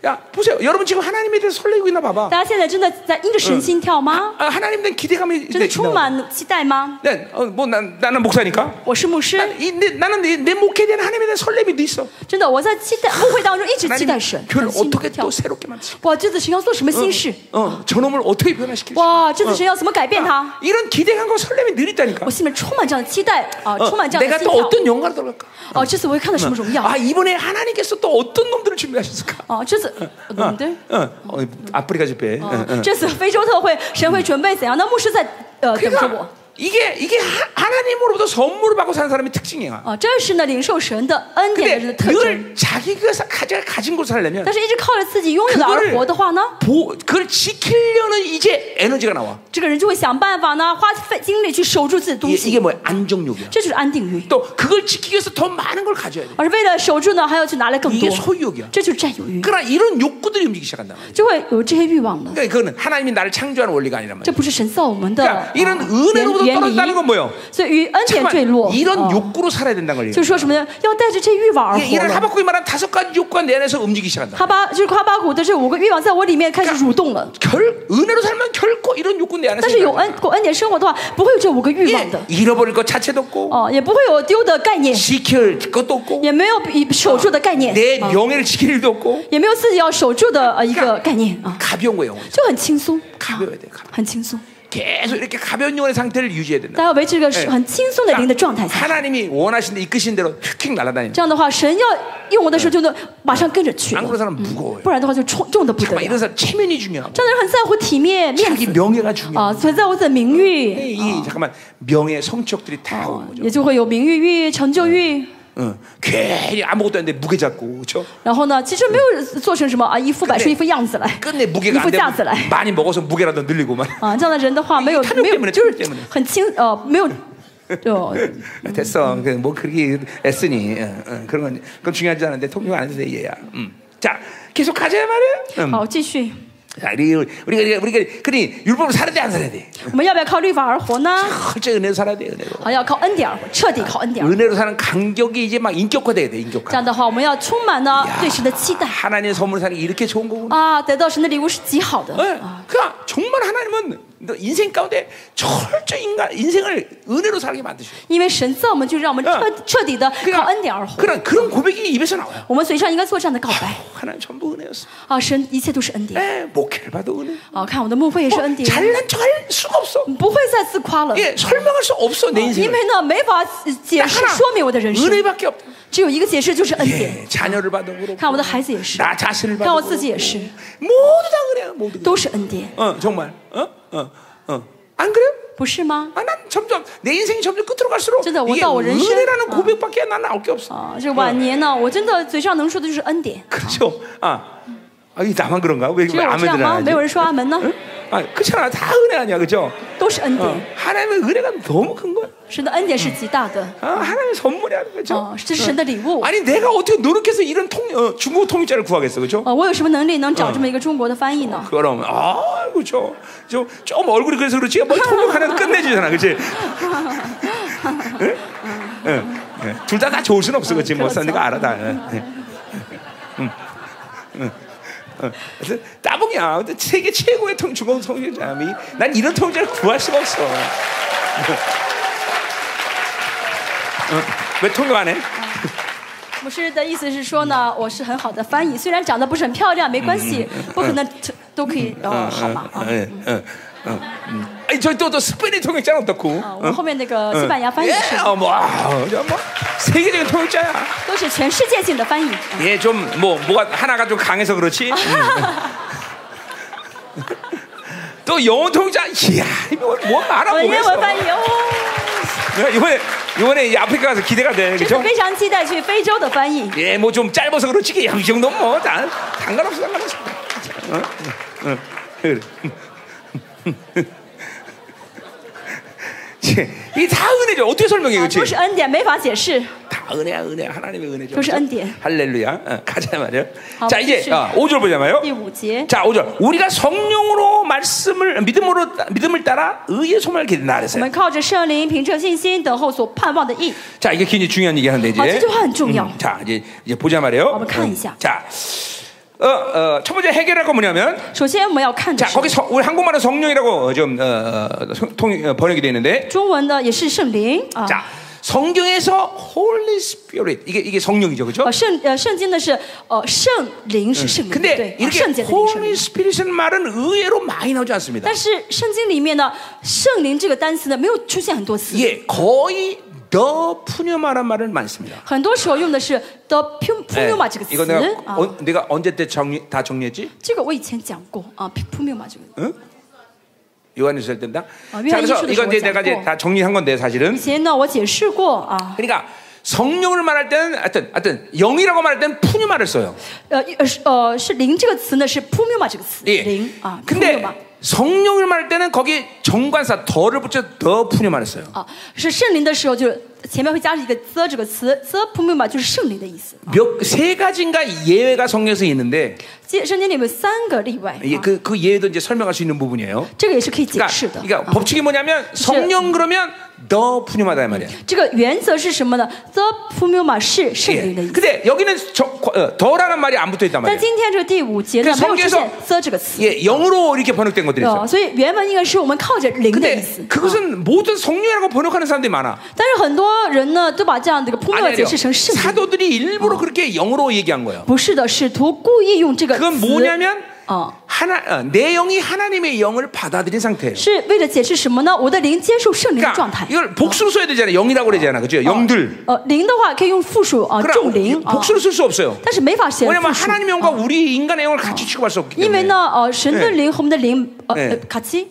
Speaker 1: 야 보세요, 여러분 지금 하나님에 대해서 설레고 있나 봐봐.
Speaker 2: 大家现在真的在因着神心跳吗？
Speaker 1: 아, 하나님에 대한 기대감이
Speaker 2: 真
Speaker 1: 네,
Speaker 2: 的充满期待吗？
Speaker 1: 네, 어, 뭐 난, 나는 목사니까.
Speaker 2: 我是牧师，
Speaker 1: 난, 이, 내, 나는 내, 내 목회에 대한 하나님에 대한 설렘이 늘 있어.
Speaker 2: 真的我在期待误会当中一直期
Speaker 1: 하나님
Speaker 2: 待神，
Speaker 1: 교를
Speaker 2: 很心
Speaker 1: 어떻게
Speaker 2: 跳
Speaker 1: 또 。 새롭게 만드시?
Speaker 2: 哇，这次神要做什么新事？
Speaker 1: 어, 저놈을 어떻게 변화시키지?
Speaker 2: 哇，这次神要怎么改变他？
Speaker 1: 이런 기대감과 설렘이 늘 있다니까.
Speaker 2: 我心里面充满这样的期待啊，
Speaker 1: 어,
Speaker 2: 充满这样
Speaker 1: 내가
Speaker 2: 的心
Speaker 1: 또
Speaker 2: 跳。
Speaker 1: 어떤 영광을 들어갈까?
Speaker 2: 哦，这次我会看到什么荣耀？
Speaker 1: 아, 이번에 하나님께서 또 어떤 놈들을 준비하셨을까?
Speaker 2: 哦，这次嗯对，
Speaker 1: 어, 어, 아프리카 집회. 어,
Speaker 2: 哦
Speaker 1: 어.
Speaker 2: 这次非洲特会神会准备怎样？那牧师在呃等着我
Speaker 1: 그러니까 。 이게 이게 하, 하나님으로부터 선물을 받고 사는 사람의 특징이야.
Speaker 2: 哦，这是呢领受神的恩典的
Speaker 1: 근데
Speaker 2: 人的特征。
Speaker 1: 늘 자기가 그 사- 가져- 가진 걸 살려면
Speaker 2: 但是，一直靠着自己拥有的
Speaker 1: 그거를
Speaker 2: 而活的话呢，
Speaker 1: 보, 그걸 지키려는 이제 에너지가 나와.
Speaker 2: 这个人就会想办法呢，花费精力去守住自己的东
Speaker 1: 이게,
Speaker 2: 西，
Speaker 1: 이게 뭐야? 안정욕이야.
Speaker 2: 这就是安定欲。
Speaker 1: 또 그걸 지키기 위해서 더 많은 걸 가져야 돼.
Speaker 2: 而是为了守住呢，还要去拿来更
Speaker 1: 이게
Speaker 2: 多，
Speaker 1: 소유욕이야.
Speaker 2: 这就是占有欲，
Speaker 1: 그러나 이런 욕구들이 움직이기 시작한다.
Speaker 2: 就会有这些欲望了。
Speaker 1: 그러니까 그거는 하나님이 나를 창조하는 원리가 아니란
Speaker 2: 这
Speaker 1: 말이야.
Speaker 2: 不是神造我们的
Speaker 1: 그러니까
Speaker 2: 呃
Speaker 1: 이런
Speaker 2: 原
Speaker 1: 은혜로부터
Speaker 2: 原理
Speaker 1: 떨어진다는 건 뭐예요?
Speaker 2: 所以与恩典坠落，
Speaker 1: 이런
Speaker 2: 哦
Speaker 1: 욕구로 어. 살아야 된다는 걸
Speaker 2: 就
Speaker 1: 얘기해.
Speaker 2: 说什么呢？要带着这欲望而
Speaker 1: 이게
Speaker 2: 活
Speaker 1: 이런
Speaker 2: 了。
Speaker 1: 하박국이 말한 다섯 가지 욕구가 내 안에서 움직이기 시작한다.
Speaker 2: 哈巴就是哈巴谷的这五个欲望在我里面开始蠕动了。
Speaker 1: 결 은혜로 살면 결코 이런 욕구 내 안에서
Speaker 2: 但是有
Speaker 1: 일어나지
Speaker 2: 恩过恩典生活的话，不会有这五个欲望
Speaker 1: 예,
Speaker 2: 的
Speaker 1: 잃어버릴 것 자체도 없고
Speaker 2: 哦，也不会有丢的概念，
Speaker 1: 지킬 것도 없고
Speaker 2: 也没有比守住的概念，
Speaker 1: 내
Speaker 2: 啊
Speaker 1: 명예를 어. 지킬 일도 없고
Speaker 2: 也没有自己要守住的呃一个概念啊，
Speaker 1: 가벼운 거예요. 영혼이.
Speaker 2: 就很轻松，
Speaker 1: 가벼워야 돼. 가벼워.
Speaker 2: 很轻松。
Speaker 1: 계속 이렇게 가벼운 영혼의 상태를 유지해야
Speaker 2: 大
Speaker 1: 된다.
Speaker 2: 家要维持一个
Speaker 1: 哎
Speaker 2: 很轻松
Speaker 1: 그러니까
Speaker 2: 的灵的状态下。
Speaker 1: 하나님이 원하신 데 이끄신 대로 휙휙 날아다니는.
Speaker 2: 这样的话，神要用我的时候，就能马上跟着去了
Speaker 1: 안 。 그런 사람 은 무거워요.
Speaker 2: 不然的话就重重的不得
Speaker 1: 정말
Speaker 2: 了。
Speaker 1: 이런 사람 체면이 중요하고
Speaker 2: 这样的人很在乎体面、面
Speaker 1: 자기
Speaker 2: 子
Speaker 1: 명예가 중요해.
Speaker 2: 啊，所以在乎自己的名誉，啊
Speaker 1: 이 잠깐만 명예 성적들이 다 오는 거죠.
Speaker 2: 也就会有名誉欲、成就
Speaker 1: 嗯
Speaker 2: 欲。
Speaker 1: 응. 괜히 아무것도 안 돼 무게 잡고 그렇죠.
Speaker 2: 然后呢，其实没有做成什么啊，一副摆出一副样子来，
Speaker 1: 끝내
Speaker 2: 一
Speaker 1: 무게가
Speaker 2: 副
Speaker 1: 안
Speaker 2: 架子
Speaker 1: 되면
Speaker 2: 来
Speaker 1: 많이 먹어서 무게라도 늘리고만
Speaker 2: 啊。这样的人的话，没有
Speaker 1: 他就
Speaker 2: 没
Speaker 1: 变不
Speaker 2: 有
Speaker 1: 了
Speaker 2: 就
Speaker 1: 他就变不了
Speaker 2: 是很轻呃，没有就
Speaker 1: 됐어. 그뭐 그렇게 애쓰니 응, 응. 그런 건 그건 중요하지 않은데 통용 안 해도 돼 얘야. 음. 자 계속 가자 말이야. 음.
Speaker 2: 好继续。
Speaker 1: 자, 우리 우리가 우리가 그니 율법으로 살아야 돼안 살아야 돼.
Speaker 2: 我们要不要靠律法而活呢？
Speaker 1: 철저히 은혜로 살아야 돼 은혜로.
Speaker 2: 好，要靠恩典而活，彻底靠恩典而活。
Speaker 1: 은혜로 사는 간격이 이제 막 인격화돼야 돼
Speaker 2: 这
Speaker 1: 인격화.
Speaker 2: 样的话，我们要充满呢对神的期待
Speaker 1: 하나님의 선물 사는 게 이렇게 좋은 거구나.
Speaker 2: 啊，得到神的礼物是极好的。
Speaker 1: 예, 그러니까 정말 하나님은 너 인생 가운데 철저 인간 인생을 은혜로 살게 만드셔.
Speaker 2: 因为神造我们，就让我们彻彻底的靠恩典而
Speaker 1: 그러니까
Speaker 2: 活。
Speaker 1: 그런 그런 고백이 입에서 나와요.
Speaker 2: 我们嘴上应该做这样的告白
Speaker 1: 아유, 하나님 전부 은혜였어.
Speaker 2: 啊！神一切都是恩典
Speaker 1: 예, 목회를 봐도 은혜.
Speaker 2: 啊！看我的牧会也是
Speaker 1: 뭐,
Speaker 2: 恩典，
Speaker 1: 잘난 척할 수가 없어.
Speaker 2: 不会再自夸了，
Speaker 1: 예, 설명할 수 없어 내
Speaker 2: 因
Speaker 1: 인생을.
Speaker 2: 为呢没法解释说明我的人生，
Speaker 1: 은혜밖에 없다.
Speaker 2: 只有一个解释就是恩典
Speaker 1: 예, 。 자녀를 봐도 그렇고.
Speaker 2: 看我的孩子也是，
Speaker 1: 나 자신을 봐도
Speaker 2: 看我
Speaker 1: 그렇고.
Speaker 2: 自己也是，
Speaker 1: 모두 다 그래요. 모두.
Speaker 2: 都是恩典，
Speaker 1: 어, 정말. 어, 어, 어. 안 그래요?
Speaker 2: 不是吗？
Speaker 1: 아, 난 점점 내 인생이 점점 끝으로 갈수록
Speaker 2: 진짜
Speaker 1: 이게
Speaker 2: 워낙 어른
Speaker 1: 은혜라는 아,
Speaker 2: 시절-
Speaker 1: 고백밖에 난 나올 게 없어.
Speaker 2: 啊，这晚年呢，我真的嘴上能说的就是恩典，
Speaker 1: 그렇죠. 아, 아, 이 나만 그런가? 왜
Speaker 2: 只有我这样
Speaker 1: 아멘들
Speaker 2: 吗？
Speaker 1: 안
Speaker 2: 没有
Speaker 1: 하지?
Speaker 2: 人说阿门嗯呢？
Speaker 1: 아, 그렇잖아. 다 은혜 아니야, 그죠?
Speaker 2: 都是恩
Speaker 1: 어,
Speaker 2: 典，
Speaker 1: 하나님의 은혜가 너무 큰 거야.
Speaker 2: 神的恩典是极大的
Speaker 1: 아, 하나님의 선물이야, 그죠?
Speaker 2: 啊，这是神的礼物
Speaker 1: 아니 내가 어떻게 노력해서 이런 통, 어, 중국 통일자를 구하겠어, 그죠?
Speaker 2: 啊！我有什么能力能找这么一个中国的翻译呢？
Speaker 1: 그럼 아, 그죠? 좀, 좀 얼굴이 그래서 그렇지. 뭐 통역하는 끝내주잖아, 예? 그렇지? 예, 둘다 다 좋을 순 없어, 그렇지? 뭐
Speaker 2: 그렇죠.
Speaker 1: 사는 가 알아 다. 응. 응. 응. 어, 그래서 따봉이야. 근데 세계 최고의 통, 중공 통역자이. 난 이런 통역자를 구할 수가 없어. 어, 왜 통역 안 해?
Speaker 2: 牧师的意思是说呢，我是很好的翻译，虽然长得不是很漂亮，没关系，不可能都可
Speaker 1: 아,
Speaker 2: 以呃，好吧啊
Speaker 1: 예, 예, 어, 음. 아니 저또또 스페인 통역자는 어떻고?
Speaker 2: 啊，我后面那个西班牙翻译
Speaker 1: 예,
Speaker 2: 是
Speaker 1: 어, 뭐, 아, 저 뭐, 세계적인 통역자야.
Speaker 2: 都是全世界性的翻译，
Speaker 1: 예, 좀 뭐 뭐가 하나가 좀 강해서 그렇지. 음. 또 영어 통역자, 이야, 이거 뭐 알아
Speaker 2: 文言
Speaker 1: 보겠어.
Speaker 2: 文翻译哦，
Speaker 1: 이번에 이번에 이 아프리카 가서 기대가 돼,
Speaker 2: 真的
Speaker 1: 그렇죠?
Speaker 2: 非常期待去非洲的翻译
Speaker 1: 예, 뭐 좀 짧아서 그렇지. 야, 이 정도면 뭐 다, 상관없어, 상관없어. 어? 어, 그래. 예, 이다 은혜죠. 어떻게 설명해,
Speaker 2: 啊，
Speaker 1: 그렇지?
Speaker 2: 都是恩典，没法解释。
Speaker 1: 다 은혜야, 은혜. 하나님의 은혜죠.
Speaker 2: 그것이
Speaker 1: 그렇죠?
Speaker 2: 은혜.
Speaker 1: 할렐루야. 어, 가자 말이요.
Speaker 2: 아, 예, 뭐?
Speaker 1: 자, 이제
Speaker 2: 그치.
Speaker 1: 어, 5절 보자 말요.
Speaker 2: 第五节，
Speaker 1: 자, 5절. 우리가 성령으로 말씀을 믿음으로 따- 믿음을 따라 의의 소망을 기른다
Speaker 2: 我
Speaker 1: 그랬어요.
Speaker 2: 们靠着圣灵，凭着信心等候所盼望的义。
Speaker 1: 자, 이게 굉장히 중요한 얘기 하는데
Speaker 2: 啊，这
Speaker 1: 이제. 음,
Speaker 2: 句话很重要。
Speaker 1: 자, 이제 이제 보자 말이요. 음,
Speaker 2: 한번 칸이자.
Speaker 1: 자. 어, 어, 첫 번째 해결할 건 뭐냐면
Speaker 2: 首先我们要看的
Speaker 1: 자,
Speaker 2: 是
Speaker 1: 거기 성- 우리 한국말은 성령이라고 좀 어, 어, 성- 통, 어, 번역이 되어 있는데
Speaker 2: 中文的也是圣灵啊，
Speaker 1: 자, 성경에서 Holy Spirit 이게 이게 성령이죠. 그죠
Speaker 2: 呃圣呃圣经的是呃圣灵是圣灵，
Speaker 1: 근데
Speaker 2: 对，啊
Speaker 1: 이렇게
Speaker 2: 圣洁的灵圣灵
Speaker 1: Holy Spirit이라는 말은 의외로 많이 나오지 않습니다.
Speaker 2: 但是圣经里面呢，圣灵这个单词呢，没有出现很多次。
Speaker 1: 예, 거의 더 푸념하란 말은 많습니다.
Speaker 2: 很多时候用的是 the pu- pneuma 哎这个
Speaker 1: 이거
Speaker 2: 词
Speaker 1: 내가
Speaker 2: 啊，
Speaker 1: 어, 내가 언제 때 정리 다 정리했지?
Speaker 2: 这个我以前讲过啊，pu-，pneuma 这个，
Speaker 1: 요한일서 할 때다.
Speaker 2: 아,
Speaker 1: 자, 그래서
Speaker 2: 요한일서도
Speaker 1: 이건 이제
Speaker 2: 저거
Speaker 1: 내가 이제
Speaker 2: 잡고.
Speaker 1: 다 정리한 건데 사실은.
Speaker 2: 以前呢我解释过啊，
Speaker 1: 그러니까 성령을 말할 때는 하여튼 하여튼 영이라고 말할 때는 푸념말을 써요.
Speaker 2: 呃呃是呃是灵这个词呢是 pneuma 这个词，
Speaker 1: 예.
Speaker 2: 灵啊，pneuma
Speaker 1: 근데 성령을 말할 때는 거기 정관사 더를 붙여 더 푸념말을 써요.
Speaker 2: 啊，是圣灵的时候就是前面会加上一个 the 这个词，the pneuma 就是圣灵的意思。
Speaker 1: 몇 세 가지인가 예외가 성경에서 있는데
Speaker 2: 这圣经里面有三个例外，
Speaker 1: 이게
Speaker 2: 啊
Speaker 1: 그, 그 예외도 이제 설명할 수 있는 부분이에요.
Speaker 2: 这个也是可以解
Speaker 1: 그러니까,
Speaker 2: 释的。
Speaker 1: 그러니까
Speaker 2: 啊
Speaker 1: 법칙이 뭐냐면 성령 그러면 더 푸념하다 이 말이야.
Speaker 2: 这个原则是什么呢？the pneuma 是圣
Speaker 1: 예.
Speaker 2: 灵的意思。
Speaker 1: 근데 여기는 저- 어, 더라는 말이 안 붙어 있단
Speaker 2: 但
Speaker 1: 말이에요.
Speaker 2: 今天这个第五节
Speaker 1: 그，
Speaker 2: 呢没有出
Speaker 1: 성경
Speaker 2: 现
Speaker 1: 에서
Speaker 2: “the” 这个词，
Speaker 1: 예, 영으로 이렇게 번역된 것들이 있어요. 네,
Speaker 2: 呃，所以原文应该是我们靠着灵的意
Speaker 1: 근데
Speaker 2: 思。
Speaker 1: 그것은 모든 성령이라고 번역하는 사람들이 많아.
Speaker 2: 但是很多人呢，都把这样的一个 p
Speaker 1: 안
Speaker 2: 谬
Speaker 1: 해요.
Speaker 2: 解释成圣灵，
Speaker 1: 어. 사도들이 일부러 그렇게 영으로 얘기한 거예요.
Speaker 2: 不是的，使徒故意用这个
Speaker 1: 그건
Speaker 2: 词
Speaker 1: 뭐냐면
Speaker 2: 啊，
Speaker 1: 하나 네. 어, 내 영이 하나님의 영을 받아들인 상태예요.
Speaker 2: 是为了解释什么呢？我的灵接受圣灵的状
Speaker 1: 그러니까
Speaker 2: 态。
Speaker 1: 이걸 복수로 써야 되잖아요. 영이라고 그러잖아, 그죠? 영들.
Speaker 2: 呃，灵的话可以用复数啊，众灵
Speaker 1: 그러니까
Speaker 2: 啊，
Speaker 1: 복수로 쓸 수 없어요.
Speaker 2: 但是没法写
Speaker 1: 왜냐면
Speaker 2: 复数。
Speaker 1: 하나님의 영과 우리 인간의 영을 어. 같이 취급할 수 없기
Speaker 2: 因为
Speaker 1: 때문에
Speaker 2: 呢，呃，神的灵和我们的灵，呃，
Speaker 1: 네
Speaker 2: 呃卡其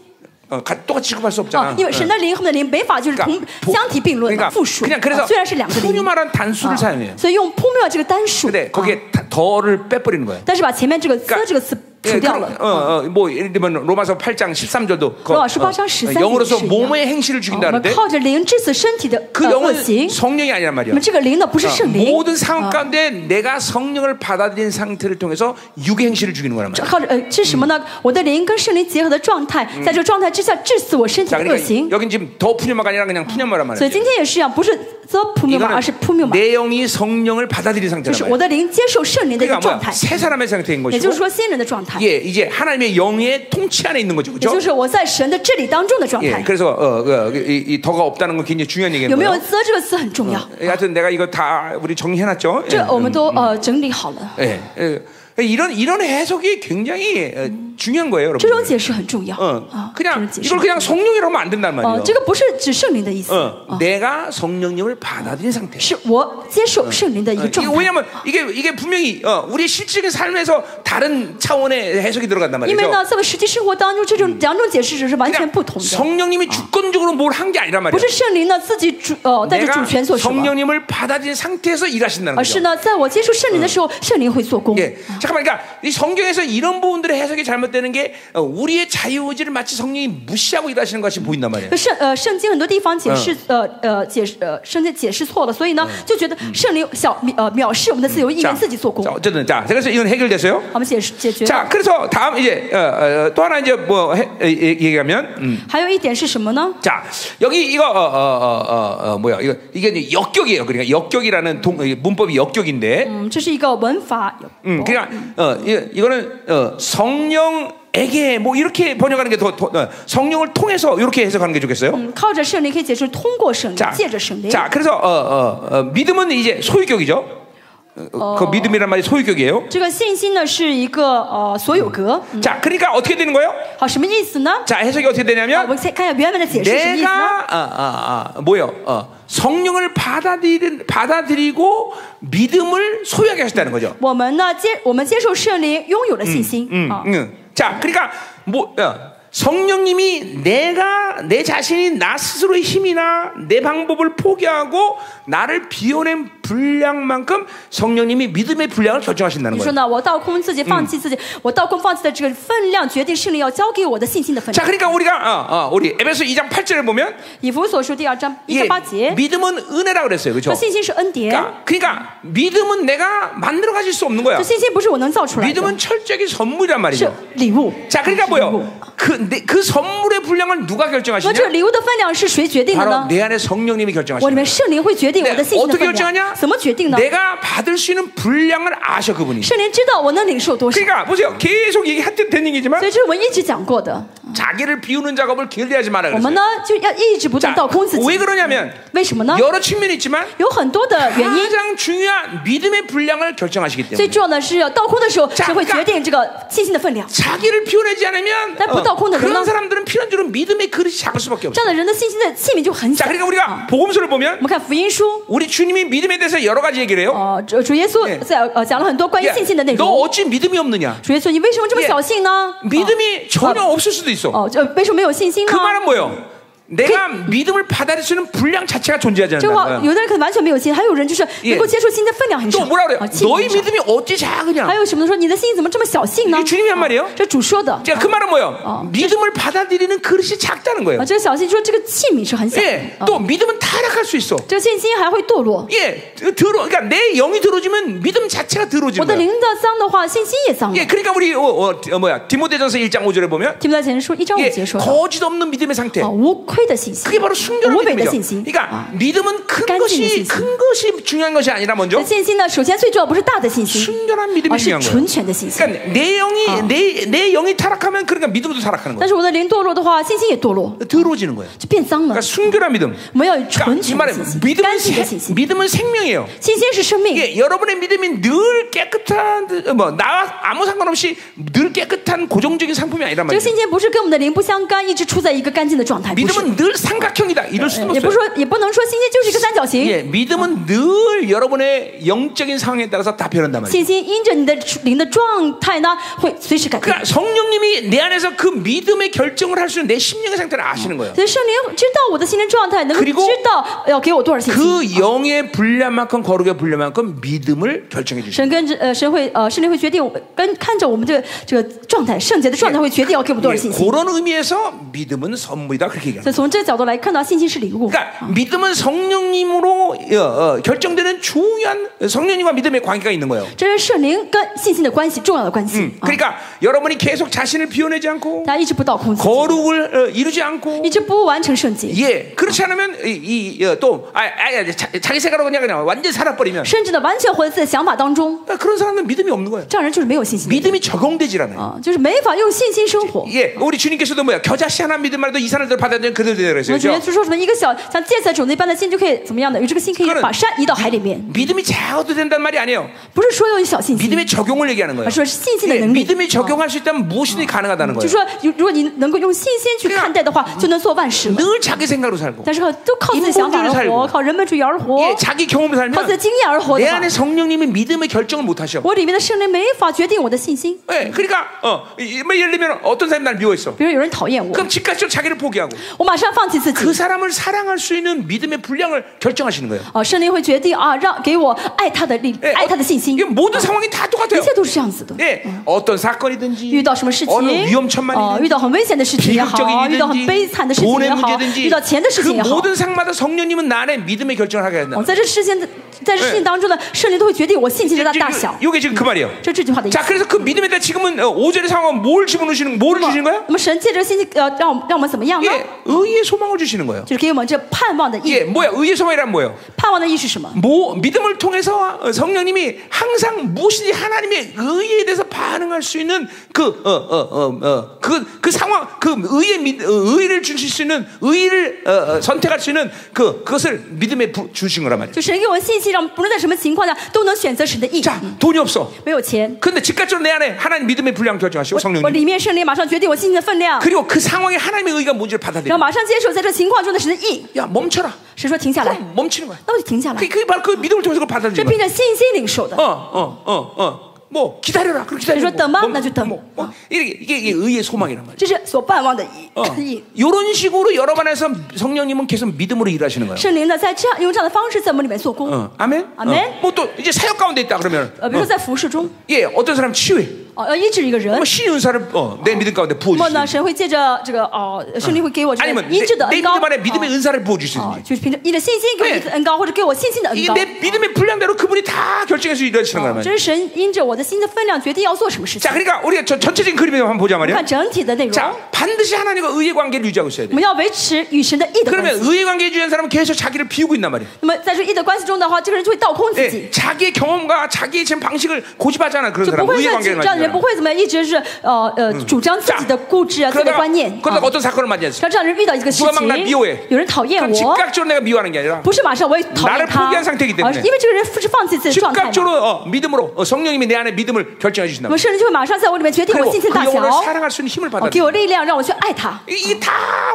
Speaker 1: 어, 가- 똑같이 취급할 수
Speaker 2: 啊
Speaker 1: 없잖아. ， 어.
Speaker 2: 因为神的灵和我们的灵没法就是同
Speaker 1: 그러니까 보-
Speaker 2: 相提并论的
Speaker 1: 그러니까
Speaker 2: 复数，
Speaker 1: 그냥
Speaker 2: 啊
Speaker 1: 그래서
Speaker 2: 虽然是两个灵，
Speaker 1: 푸뉴마란 단수를
Speaker 2: 啊
Speaker 1: 사용해요.
Speaker 2: 所以用扑灭这个单数，
Speaker 1: 근데
Speaker 2: 啊
Speaker 1: 거기에 다- 더를 빼버리는 거예요.
Speaker 2: 但是把前面这个“
Speaker 1: 그러니까
Speaker 2: 的”这个词
Speaker 1: 예,
Speaker 2: 除掉
Speaker 1: 그럼,
Speaker 2: 了。
Speaker 1: 어, 어, 뭐 예를 들면 로마서 8장 13절도 어,
Speaker 2: 로마 18장 13
Speaker 1: 영으로서
Speaker 2: 절도
Speaker 1: 몸의 행실을
Speaker 2: 啊我们
Speaker 1: 죽인다는데
Speaker 2: 靠着灵致死身体的
Speaker 1: 그
Speaker 2: 呃恶
Speaker 1: 영은
Speaker 2: 行，
Speaker 1: 성령이 아니란
Speaker 2: 那
Speaker 1: 말이야.
Speaker 2: 么这个灵呢不是
Speaker 1: 어,
Speaker 2: 圣灵，
Speaker 1: 모든 상황
Speaker 2: 啊
Speaker 1: 가운데 내가 성령을 받아들인 상태를 통해서 육의 행실을 죽이는 거란
Speaker 2: 这
Speaker 1: 말이야.
Speaker 2: 靠着呃是什么呢？我的灵跟圣灵结合的状态，在这个状态之下致死我身体
Speaker 1: 자,
Speaker 2: 的恶
Speaker 1: 그러니까
Speaker 2: 行。
Speaker 1: 여긴 지금 더 푸뉴마가 아니라 그냥 푸뉴마란
Speaker 2: 所以
Speaker 1: 말이야.
Speaker 2: 今天也是一样，不是 the 扑灭嘛，而是扑灭嘛，
Speaker 1: 내 영이 성령을 받아들인
Speaker 2: 就
Speaker 1: 상태란
Speaker 2: 是
Speaker 1: 말이야.
Speaker 2: 我的灵接受圣灵的一个
Speaker 1: 그러니까
Speaker 2: 状
Speaker 1: 뭐야?
Speaker 2: 态，
Speaker 1: 새 사람의 상태인
Speaker 2: 也
Speaker 1: 것이고
Speaker 2: 就是说新人的状态，也
Speaker 1: 예, 이제 하나님의 영의 통치 안에 있는 거죠.
Speaker 2: 就
Speaker 1: 그렇죠?
Speaker 2: 是我在神的治理当中的状
Speaker 1: 예,
Speaker 2: 态。
Speaker 1: 그래서 어, 어, 이, 이 더가 없다는 건 굉장히 중요한
Speaker 2: 有
Speaker 1: 얘기인
Speaker 2: 没有
Speaker 1: 거예요.
Speaker 2: the 这个词很重要，
Speaker 1: 예, 하여튼 내가 이거 다 우리 정리해놨죠.
Speaker 2: 这我们都呃整理好了，
Speaker 1: 예, 예, 예. 이런 이런 해석이 굉장히 어, 중요한 거예요,
Speaker 2: 这种
Speaker 1: 여러분.
Speaker 2: 解释很重要
Speaker 1: 어,
Speaker 2: 啊，这
Speaker 1: 그냥
Speaker 2: 种解释
Speaker 1: 이걸 。 그냥 성령이라고 하면 안 된단
Speaker 2: 呃，
Speaker 1: 말이에요.
Speaker 2: 这个不是指圣灵的意思，
Speaker 1: 어,
Speaker 2: 啊
Speaker 1: 내가 성령님을 받아들인 상태.
Speaker 2: 是我接受圣灵的一个
Speaker 1: 어,
Speaker 2: 状
Speaker 1: 이게
Speaker 2: 态。
Speaker 1: 왜냐면 이게 이게 분명히 어, 우리 실질적인 삶에서 다른 차원의 해석이 들어간단
Speaker 2: 因为
Speaker 1: 말이죠.
Speaker 2: 呢，在我们实际生活当中，这种两种解释是完全
Speaker 1: 그냥
Speaker 2: 不同的，
Speaker 1: 성령님이 주권적으로 뭘 한 게 아니란
Speaker 2: 不
Speaker 1: 말이에요.
Speaker 2: 是圣灵呢自己主呃带着
Speaker 1: 내가
Speaker 2: 主权做什么，
Speaker 1: 성령님을 받아들인 상태에서 일하신다는
Speaker 2: 而是
Speaker 1: 거죠.
Speaker 2: 呢，在我接触圣灵的时候，圣灵会做工。
Speaker 1: 예, 잠깐만, 그러니까 이 성경에서 이런 부분들의 해석이 잘못되는 게 어, 우리의 자유의지를 마치 성령이 무시하고 일하시는 것이 보인단 말이에요.
Speaker 2: 圣呃，圣经很多地方解释呃呃解释呃，圣经解释错了，所以呢，就觉得圣灵小呃藐视我们的自由，意愿自己做工
Speaker 1: 자, 。 어쨌든 자, 그래서 이건 해결됐어요.
Speaker 2: 我们解释解决。
Speaker 1: 자, 그래서 다음 이제 어, 어, 또 하나 이제 뭐 해, 에, 에, 얘기하면, 음.
Speaker 2: 还有一点是什么呢？
Speaker 1: 자, 여기 이거 어, 어, 어, 어, 어, 뭐야? 이거 이게 이제 역격이에요. 그러니까 역격이라는 동, 이 문법이 역격인데,
Speaker 2: 嗯，这是一个文法。
Speaker 1: 음, 그러니까 어, 이, 이거는 어, 성령에게 뭐 이렇게 번역하는 게 더 어, 성령을 통해서 이렇게 해석하는 게 좋겠어요.
Speaker 2: 嗯，靠着圣灵可以解释，通过圣灵
Speaker 1: 자, ，
Speaker 2: 借着圣灵。
Speaker 1: 자, 그래서 어, 어, 어, 믿음은 이제 소유격이죠. 어, 그 믿음이란 말이 소유격이에요.
Speaker 2: 这个信心呢是一个呃所有格。
Speaker 1: 자, 그러니까 어떻게 되는 거예요?
Speaker 2: 好，什么意思呢？
Speaker 1: 자, 해석이 어떻게
Speaker 2: 啊我
Speaker 1: 되냐면
Speaker 2: 们先看一下原文的解释
Speaker 1: 嗯
Speaker 2: 什么意思呢？
Speaker 1: 내가 아, 아, 아, 뭐요? 어, 성령을 받아들인 받아들이고 믿음을 소유하게 하셨다는 거죠.
Speaker 2: 我们呢接我们接受圣灵，拥有了信心
Speaker 1: 음,
Speaker 2: 啊。
Speaker 1: 음. 자, 그러니까 뭐 어, 성령님이 내가 내 자신이 나 스스로의 힘이나 내 방법을 포기하고 나를 비워낸 분량만큼 성령님이 믿음의 분량을 결정하신다는
Speaker 2: 你
Speaker 1: 거예요.
Speaker 2: 说呢？我倒空自己，放弃自己，我倒空放弃的这个分量，决定圣灵要交给我的信心的分
Speaker 1: 자,
Speaker 2: 量。
Speaker 1: 그러니까 우리가 어, 어, 우리 에베소 2장 8절을 보면
Speaker 2: 以弗所书第二章一
Speaker 1: 예,
Speaker 2: 章八节，
Speaker 1: 믿음은 은혜라 그랬어요. 그렇죠?
Speaker 2: 说信心是恩典，
Speaker 1: 그러니까, 그러니까 믿음은 내가 만들어 가질 수 없는 거야.
Speaker 2: 这信心不是我能造出来的，
Speaker 1: 믿음은 철저하게 선물이란
Speaker 2: 是
Speaker 1: 말이죠.
Speaker 2: 礼物。
Speaker 1: 자,
Speaker 2: 是
Speaker 1: 그러니까
Speaker 2: 礼物
Speaker 1: 뭐요? 그, 내- 그 선물의 분량을 누가
Speaker 2: 那么这
Speaker 1: 결정하시냐?
Speaker 2: 个礼物的分量是谁决定的
Speaker 1: 바로
Speaker 2: 呢？
Speaker 1: 내 안에 성령님이
Speaker 2: 我里
Speaker 1: 결정하시는
Speaker 2: 面圣灵会决定我的信心的
Speaker 1: 어떻게
Speaker 2: 分量，
Speaker 1: 결정하냐
Speaker 2: 怎么决定
Speaker 1: 거예요.
Speaker 2: 呢？
Speaker 1: 내가 받을 수 있는 분량을 아셔 그분이.
Speaker 2: 圣灵知道我能领受多少，
Speaker 1: 그러니까 보세요. 계속 얘기했던 된 얘기지만
Speaker 2: 所以这是我们一直讲过的。
Speaker 1: 자기를 비우는 작업을 게을리하지 말아
Speaker 2: 我们
Speaker 1: 그랬어요.
Speaker 2: 呢就要一直不断
Speaker 1: 자,
Speaker 2: 倒空自
Speaker 1: 왜
Speaker 2: 己，
Speaker 1: 그러냐면
Speaker 2: 为什么呢？
Speaker 1: 여러 측면이 있지만
Speaker 2: 有很多的原因。
Speaker 1: 가장 중요한 믿음의 분량을 결정하시기
Speaker 2: 最
Speaker 1: 때문에
Speaker 2: 重要的是要倒空的时候，
Speaker 1: 자
Speaker 2: 神会
Speaker 1: 그러니까
Speaker 2: 决定这个信心的分量。
Speaker 1: 자기를 피워내지 않으면
Speaker 2: 나 보다 없고
Speaker 1: 그런
Speaker 2: 내가-
Speaker 1: 사람들은 필연적으로 믿음의 그릇이 작을 수밖에
Speaker 2: 这
Speaker 1: 없어.
Speaker 2: 样的人的信心的器皿就很小
Speaker 1: 자, 。 그러니까 우리가 복음서를
Speaker 2: 我
Speaker 1: 보면
Speaker 2: 们看福音书，
Speaker 1: 우리 주님이 믿음에 대해서 여러 가지 얘기를 해요.
Speaker 2: 哦，主主耶稣在呃讲了很多关于
Speaker 1: 야,
Speaker 2: 信心的内
Speaker 1: 너
Speaker 2: 容。
Speaker 1: 어찌 믿음이 없느냐?
Speaker 2: 主耶稣，你为什么这么
Speaker 1: 예.
Speaker 2: 小信呢？
Speaker 1: 믿음이 전혀
Speaker 2: 아.
Speaker 1: 없을 수도 있어.
Speaker 2: 哦，这为什么没有信心呢
Speaker 1: 그 ？ 말은 뭐예요? 내가
Speaker 2: 그
Speaker 1: 믿음을 받아들일 수 있는 분량 자체가 존재하지
Speaker 2: 这话
Speaker 1: 않는다는 거야.
Speaker 2: 有的人可能完全没有信，还有人就是能够接受信的分量很
Speaker 1: 또
Speaker 2: 少。
Speaker 1: 뭐라 그래요?
Speaker 2: 啊器皿
Speaker 1: 너희
Speaker 2: 很少
Speaker 1: 믿음이 어찌 작으냐?
Speaker 2: 还有什么说你的信心怎么这么小信呢
Speaker 1: 이게주님이한말이에요 ？
Speaker 2: 这主说的。
Speaker 1: 자, 그 말은 뭐예요?
Speaker 2: 어. 아,
Speaker 1: 믿음을 받아들이는 그릇이 작다는
Speaker 2: 啊，
Speaker 1: 거예요.
Speaker 2: 这个小信说这个器皿是很小的，
Speaker 1: 예,
Speaker 2: 啊
Speaker 1: 또 믿음은 타락할 수 있어.
Speaker 2: 这个信心还会堕落。
Speaker 1: 예, 들어, 그러니까 내 영이 들어지면 믿음 자체가
Speaker 2: 我
Speaker 1: 들어지는
Speaker 2: 的
Speaker 1: 거야.
Speaker 2: 灵的脏的话，信心也脏了
Speaker 1: 예, 。 그러니까 우리 어, 어, 어, 뭐야 디모데전서 1장 5절에 보면
Speaker 2: 提摩太前书一章五
Speaker 1: 예,
Speaker 2: 节说的，
Speaker 1: 거짓 없는 믿음의 상태.
Speaker 2: 啊，无亏亏的信心
Speaker 1: 그게 ， 바로 순결한
Speaker 2: 无伪的
Speaker 1: 믿음이죠.
Speaker 2: 信心。
Speaker 1: 그러니까 믿음은 큰
Speaker 2: 아. 깐지는
Speaker 1: 것이
Speaker 2: 신심.
Speaker 1: 큰 것이 중요한 것이 아니라 먼저
Speaker 2: 那信心呢，首先最重要不是大的信心，
Speaker 1: 순결한 믿음이
Speaker 2: 而是
Speaker 1: 중요한 거예요.
Speaker 2: 纯全的信心。
Speaker 1: 그러니까 내 영이 내, 내 영이 타락하면 그러니까 믿음도 타락하는 거예요.
Speaker 2: 但是我的灵堕落的话，信心也堕落，
Speaker 1: 더러워지는 거예요.
Speaker 2: 就变脏了
Speaker 1: 그러니까 。 순결한 믿음.
Speaker 2: 我们要有
Speaker 1: 그러니까
Speaker 2: 纯
Speaker 1: 이
Speaker 2: 全的
Speaker 1: 말에
Speaker 2: 信心，
Speaker 1: 믿음은
Speaker 2: 干净的
Speaker 1: 생-
Speaker 2: 信心。
Speaker 1: 믿음은 생명이에요.
Speaker 2: 信心是生命，
Speaker 1: 이게 여러분의 믿음이 늘 깨끗한 뭐 나와 아무 상관없이 늘 깨끗한 고정적인 상품이 아니란
Speaker 2: 这个
Speaker 1: 말이에요.
Speaker 2: 信心不是跟我们的灵不相干，一直处在一个干净的状态，不是。
Speaker 1: 믿음은 늘 삼각형이다. 이럴 수는
Speaker 2: 也不是
Speaker 1: 없어요.
Speaker 2: 说，也不能说信心就是一个三角形。
Speaker 1: 예, 믿음은 늘 여러분의 영적인 상황에 따라서 다 변한단 말이에요.
Speaker 2: 信心因着你的灵的状态呢，会随时改变。
Speaker 1: 그러니까 성령님이 내 안에서 그 믿음의 결정을 할 수 있는 내 심령의 상태를 아시는 거예요.
Speaker 2: 所以圣灵知道我的心灵状态，能够
Speaker 1: 그리고
Speaker 2: 知道要给我多少信心。
Speaker 1: 그 영의 분량만큼 거룩의 분량만큼 믿음을 결정해 주시는
Speaker 2: 神跟着呃，神会呃，圣灵会决定我们跟看着我们这个这个状态，圣洁的状态会决定要给我们多少
Speaker 1: 거예요.
Speaker 2: 信
Speaker 1: 예,
Speaker 2: 心。
Speaker 1: 그런 의미에서 믿음은 선물이다 그렇게 얘기합니다.
Speaker 2: 所以从这个角度来看到，信心是礼物。
Speaker 1: 그러니까 믿음은 성령님으로 어, 어, 결정되는 중요한 성령님과 믿음의 관계가 있는 거예요.
Speaker 2: 这是圣灵跟信心的关系，重要的关系
Speaker 1: 음, 。
Speaker 2: 啊
Speaker 1: 그러니까 여러분이 계속 자신을 비워내지 않고
Speaker 2: 大家一直不倒空自己，
Speaker 1: 거룩을 어, 이루지 않고
Speaker 2: 一直不完成圣洁，
Speaker 1: 예 그렇지 않으면 이또 아, 아, 아, 자- 자기 생각으로 그냥 그냥 완전 히 살아버리면
Speaker 2: 甚至呢完全活在自己的想法当中，
Speaker 1: 그러니까 그런 사람은 믿음이 없는 거예요.
Speaker 2: 这样人就是没有信心的
Speaker 1: 믿음이 적용되질 않아요.
Speaker 2: 啊，就是没法用信心生活。
Speaker 1: 예 우리 주님께서도 뭐야 겨자씨 하나 믿음만도 이산을 받아들이는 그들 되라
Speaker 2: 我
Speaker 1: 그랬어요.
Speaker 2: 们主耶
Speaker 1: 그죠?
Speaker 2: 稣说什么？一个小像芥菜种子一般的心就可以怎么样的？有这个心可以
Speaker 1: 그거는
Speaker 2: 把山移到海里面，
Speaker 1: 믿음이 작아도 된다는 말이 아니에요.
Speaker 2: 不是说有小信心，
Speaker 1: 믿음의 적용을 얘기하는 거예요.
Speaker 2: 而是信心的
Speaker 1: 예,
Speaker 2: 能力。
Speaker 1: 믿음이 적용할 수 있다면 무엇이든 가능하다는
Speaker 2: 就
Speaker 1: 거예요.
Speaker 2: 说有如果你能够用信心去看待的话，就能做万事了。
Speaker 1: 늘 자기 생각으로 살고
Speaker 2: 但是靠都靠自己的想法而
Speaker 1: 인본주의를살고
Speaker 2: 活，靠人本主义而活，
Speaker 1: 예, 자기 경험을
Speaker 2: 靠自
Speaker 1: 살면
Speaker 2: 己的经验而活
Speaker 1: 내
Speaker 2: 的话，
Speaker 1: 안에 어? 성령님이 믿음의 결정을 못 하셔.
Speaker 2: 我里面的圣灵没法决定我的信心。
Speaker 1: 예, 그러니까 어, 이- 뭐 예를 들면 어떤 사람이 날 미워했어.
Speaker 2: 比如有人讨厌我，
Speaker 1: 그럼 즉각적으로 자기를 포기하고
Speaker 2: 我马上放弃自
Speaker 1: 그
Speaker 2: 己。
Speaker 1: 사람을 사랑할 수 있는 믿음의 분량을 결정하시는 거예요.
Speaker 2: 哦，圣灵会决定啊，让给我爱他的力，
Speaker 1: 예,
Speaker 2: 爱他的信心。
Speaker 1: 이게 모든 상황이 다
Speaker 2: 一
Speaker 1: 똑같아요.
Speaker 2: 切都是这样子的。
Speaker 1: 예, 어떤
Speaker 2: 遇
Speaker 1: 사건이든지
Speaker 2: 到什么事情
Speaker 1: 어느 ，
Speaker 2: 哦
Speaker 1: 위험천만 ，
Speaker 2: 遇
Speaker 1: 일이든지
Speaker 2: 到很危险的事情也好，遇到很悲惨
Speaker 1: 비극적인
Speaker 2: 的事情
Speaker 1: 돈의
Speaker 2: 也好，遇
Speaker 1: 문제든지
Speaker 2: 到钱的事
Speaker 1: 그
Speaker 2: 情也好，
Speaker 1: 모든 상마다 성령님은 나 안에 믿음의 결정을 하게
Speaker 2: 哦
Speaker 1: 된다.
Speaker 2: 在这事情的在这事情当中呢，圣灵都会决定我信心的大大小。
Speaker 1: 이게 지금 그 말이에요.
Speaker 2: 这这句话的意思
Speaker 1: 자 。 그래서 그 믿음에 대해 지금은 5절의 상황은 뭘 집어넣으시는 뭘 주시는 거예요?
Speaker 2: 那么神借着信息，呃，让我们让我们怎么样呢？
Speaker 1: 예, 의의 소망을 주시는 거예요.
Speaker 2: 就是给我们这盼望的意
Speaker 1: 예, 뭐야? 의의 소망이란 뭐예요?
Speaker 2: 盼望的意是什么？
Speaker 1: 뭐 믿음을 통해서 성령님이 항상 무엇인지 하나님의 의에 대해서 반응할 수 있는 그 어 어 어 어 그 그 상황 그 의의 믿- 어, 의를 주실 수 있는 의를 어, 어, 선택할 수 있는 그 그것을 믿음에 부- 주신 거란 말이에요.
Speaker 2: 就神给我们信息，让我们不论在什么情况下都能选择神的意。嗯
Speaker 1: 자, 돈이 없어.
Speaker 2: 没有钱，
Speaker 1: 근데 즉각적으로 내 안에 하나님 믿음의 분량 결정하시고
Speaker 2: 我
Speaker 1: 성령님.
Speaker 2: 里面圣灵马上决定我信心的分量，
Speaker 1: 그리고 그 상황에 하나님의 의가 뭔지를
Speaker 2: 然
Speaker 1: 받아들여.
Speaker 2: 后马上接受在这情况中的神的意。
Speaker 1: 야 멈춰라.
Speaker 2: 神说停下来，
Speaker 1: 그럼 멈추는 거야.
Speaker 2: 那我就停下来
Speaker 1: 그게, 。 그게 바로 그 믿음을 통해서 그걸
Speaker 2: 这
Speaker 1: 받아들이는
Speaker 2: 凭
Speaker 1: 거야.
Speaker 2: 着信心领受的。
Speaker 1: 어, 어, 어, 어. 뭐 기다려라. 그렇게 기다려.
Speaker 2: 그래서 뜸아? 나도 뜸.
Speaker 1: 뭐, 이게 이게 이게 의의 소망이란 말이야.
Speaker 2: 这是所盼望的意
Speaker 1: 어.
Speaker 2: 意。
Speaker 1: 이런 식으로 여러 번에서 성령님은 계속 믿음으로 일하시는 거예요.
Speaker 2: 圣灵呢，在这样用这样的方式在我们里面做工。
Speaker 1: 어, 아멘.
Speaker 2: 아멘.
Speaker 1: 뭐 또 이제 사역 가운데 있다 그러면
Speaker 2: 呃，比如说在服侍中，
Speaker 1: 예, 어떤 사람 치유해.
Speaker 2: 哦，要医治一个人
Speaker 1: 뭐 ， 신윤사를 어, 내 믿음 가운데
Speaker 2: 那么
Speaker 1: 부어주시는.
Speaker 2: 呢，神会借着这个哦，圣灵会给我这
Speaker 1: 아니면
Speaker 2: 个
Speaker 1: 내,
Speaker 2: 医治的
Speaker 1: 내
Speaker 2: 恩膏，
Speaker 1: 믿음 안에 믿음의
Speaker 2: 哦
Speaker 1: 은사를 부어주시는.
Speaker 2: 哦，就是凭着依着信心给我医治的恩膏，或者给我信心的恩
Speaker 1: 이
Speaker 2: 膏。
Speaker 1: 내 믿음의 분량대로 그분이 다 결정해서 일하시는 거란
Speaker 2: 这
Speaker 1: 말이에요.
Speaker 2: 是神因着我的心的分量决定要做什么事情
Speaker 1: 자, 。 그러니까 우리가 저, 전체적인 그림을 한번 보자
Speaker 2: 我们
Speaker 1: 말이야.
Speaker 2: 看整体的内容，
Speaker 1: 자, 반드시 하나님과 의의 관계를 유지하고 있어야
Speaker 2: 我
Speaker 1: 돼.
Speaker 2: 们要维持与神的义的关
Speaker 1: 그러면
Speaker 2: 系。
Speaker 1: 의의 관계에 유지한 사람은 계속 자기를 비우고 있단 말이야.
Speaker 2: 那么在这义的关系中的话，这个人就会倒空自
Speaker 1: 예,
Speaker 2: 己，
Speaker 1: 자기의 경험과 자기의 지금 방식을 고집하잖아
Speaker 2: 就
Speaker 1: 그런
Speaker 2: 不
Speaker 1: 사람
Speaker 2: 会
Speaker 1: 의의
Speaker 2: 像哎这
Speaker 1: 관계를
Speaker 2: 样的人
Speaker 1: 가지고
Speaker 2: 不会怎么样，一直是呃呃主张自己的固执啊，自己的
Speaker 1: 그러다가,
Speaker 2: 观念。啊
Speaker 1: 그러다가 어떤 사건을 맞이했어
Speaker 2: 像这样人遇到一个事
Speaker 1: 누가막날
Speaker 2: 情
Speaker 1: 미워해 ，
Speaker 2: 有人讨厌
Speaker 1: 그럼
Speaker 2: 我，
Speaker 1: 즉각적으로 내가 미워하는 게 아니라
Speaker 2: 不是马上我也讨
Speaker 1: 나를
Speaker 2: 厌他，
Speaker 1: 포기한상태이기때문에
Speaker 2: 而是因为这个人是放弃自己的状态嘛，
Speaker 1: 즉각적으로 어, 믿음으로 어, 성령님이 내 안에 믿음을 결정해 주신다
Speaker 2: 那么圣灵就会马上在我里面决定
Speaker 1: 그리고
Speaker 2: 我信心
Speaker 1: 그
Speaker 2: 大
Speaker 1: 영혼을 어,
Speaker 2: 小，
Speaker 1: 사랑할 수 있는 힘을
Speaker 2: 哦
Speaker 1: 받아
Speaker 2: 给我力量让我去爱他，
Speaker 1: 이게 다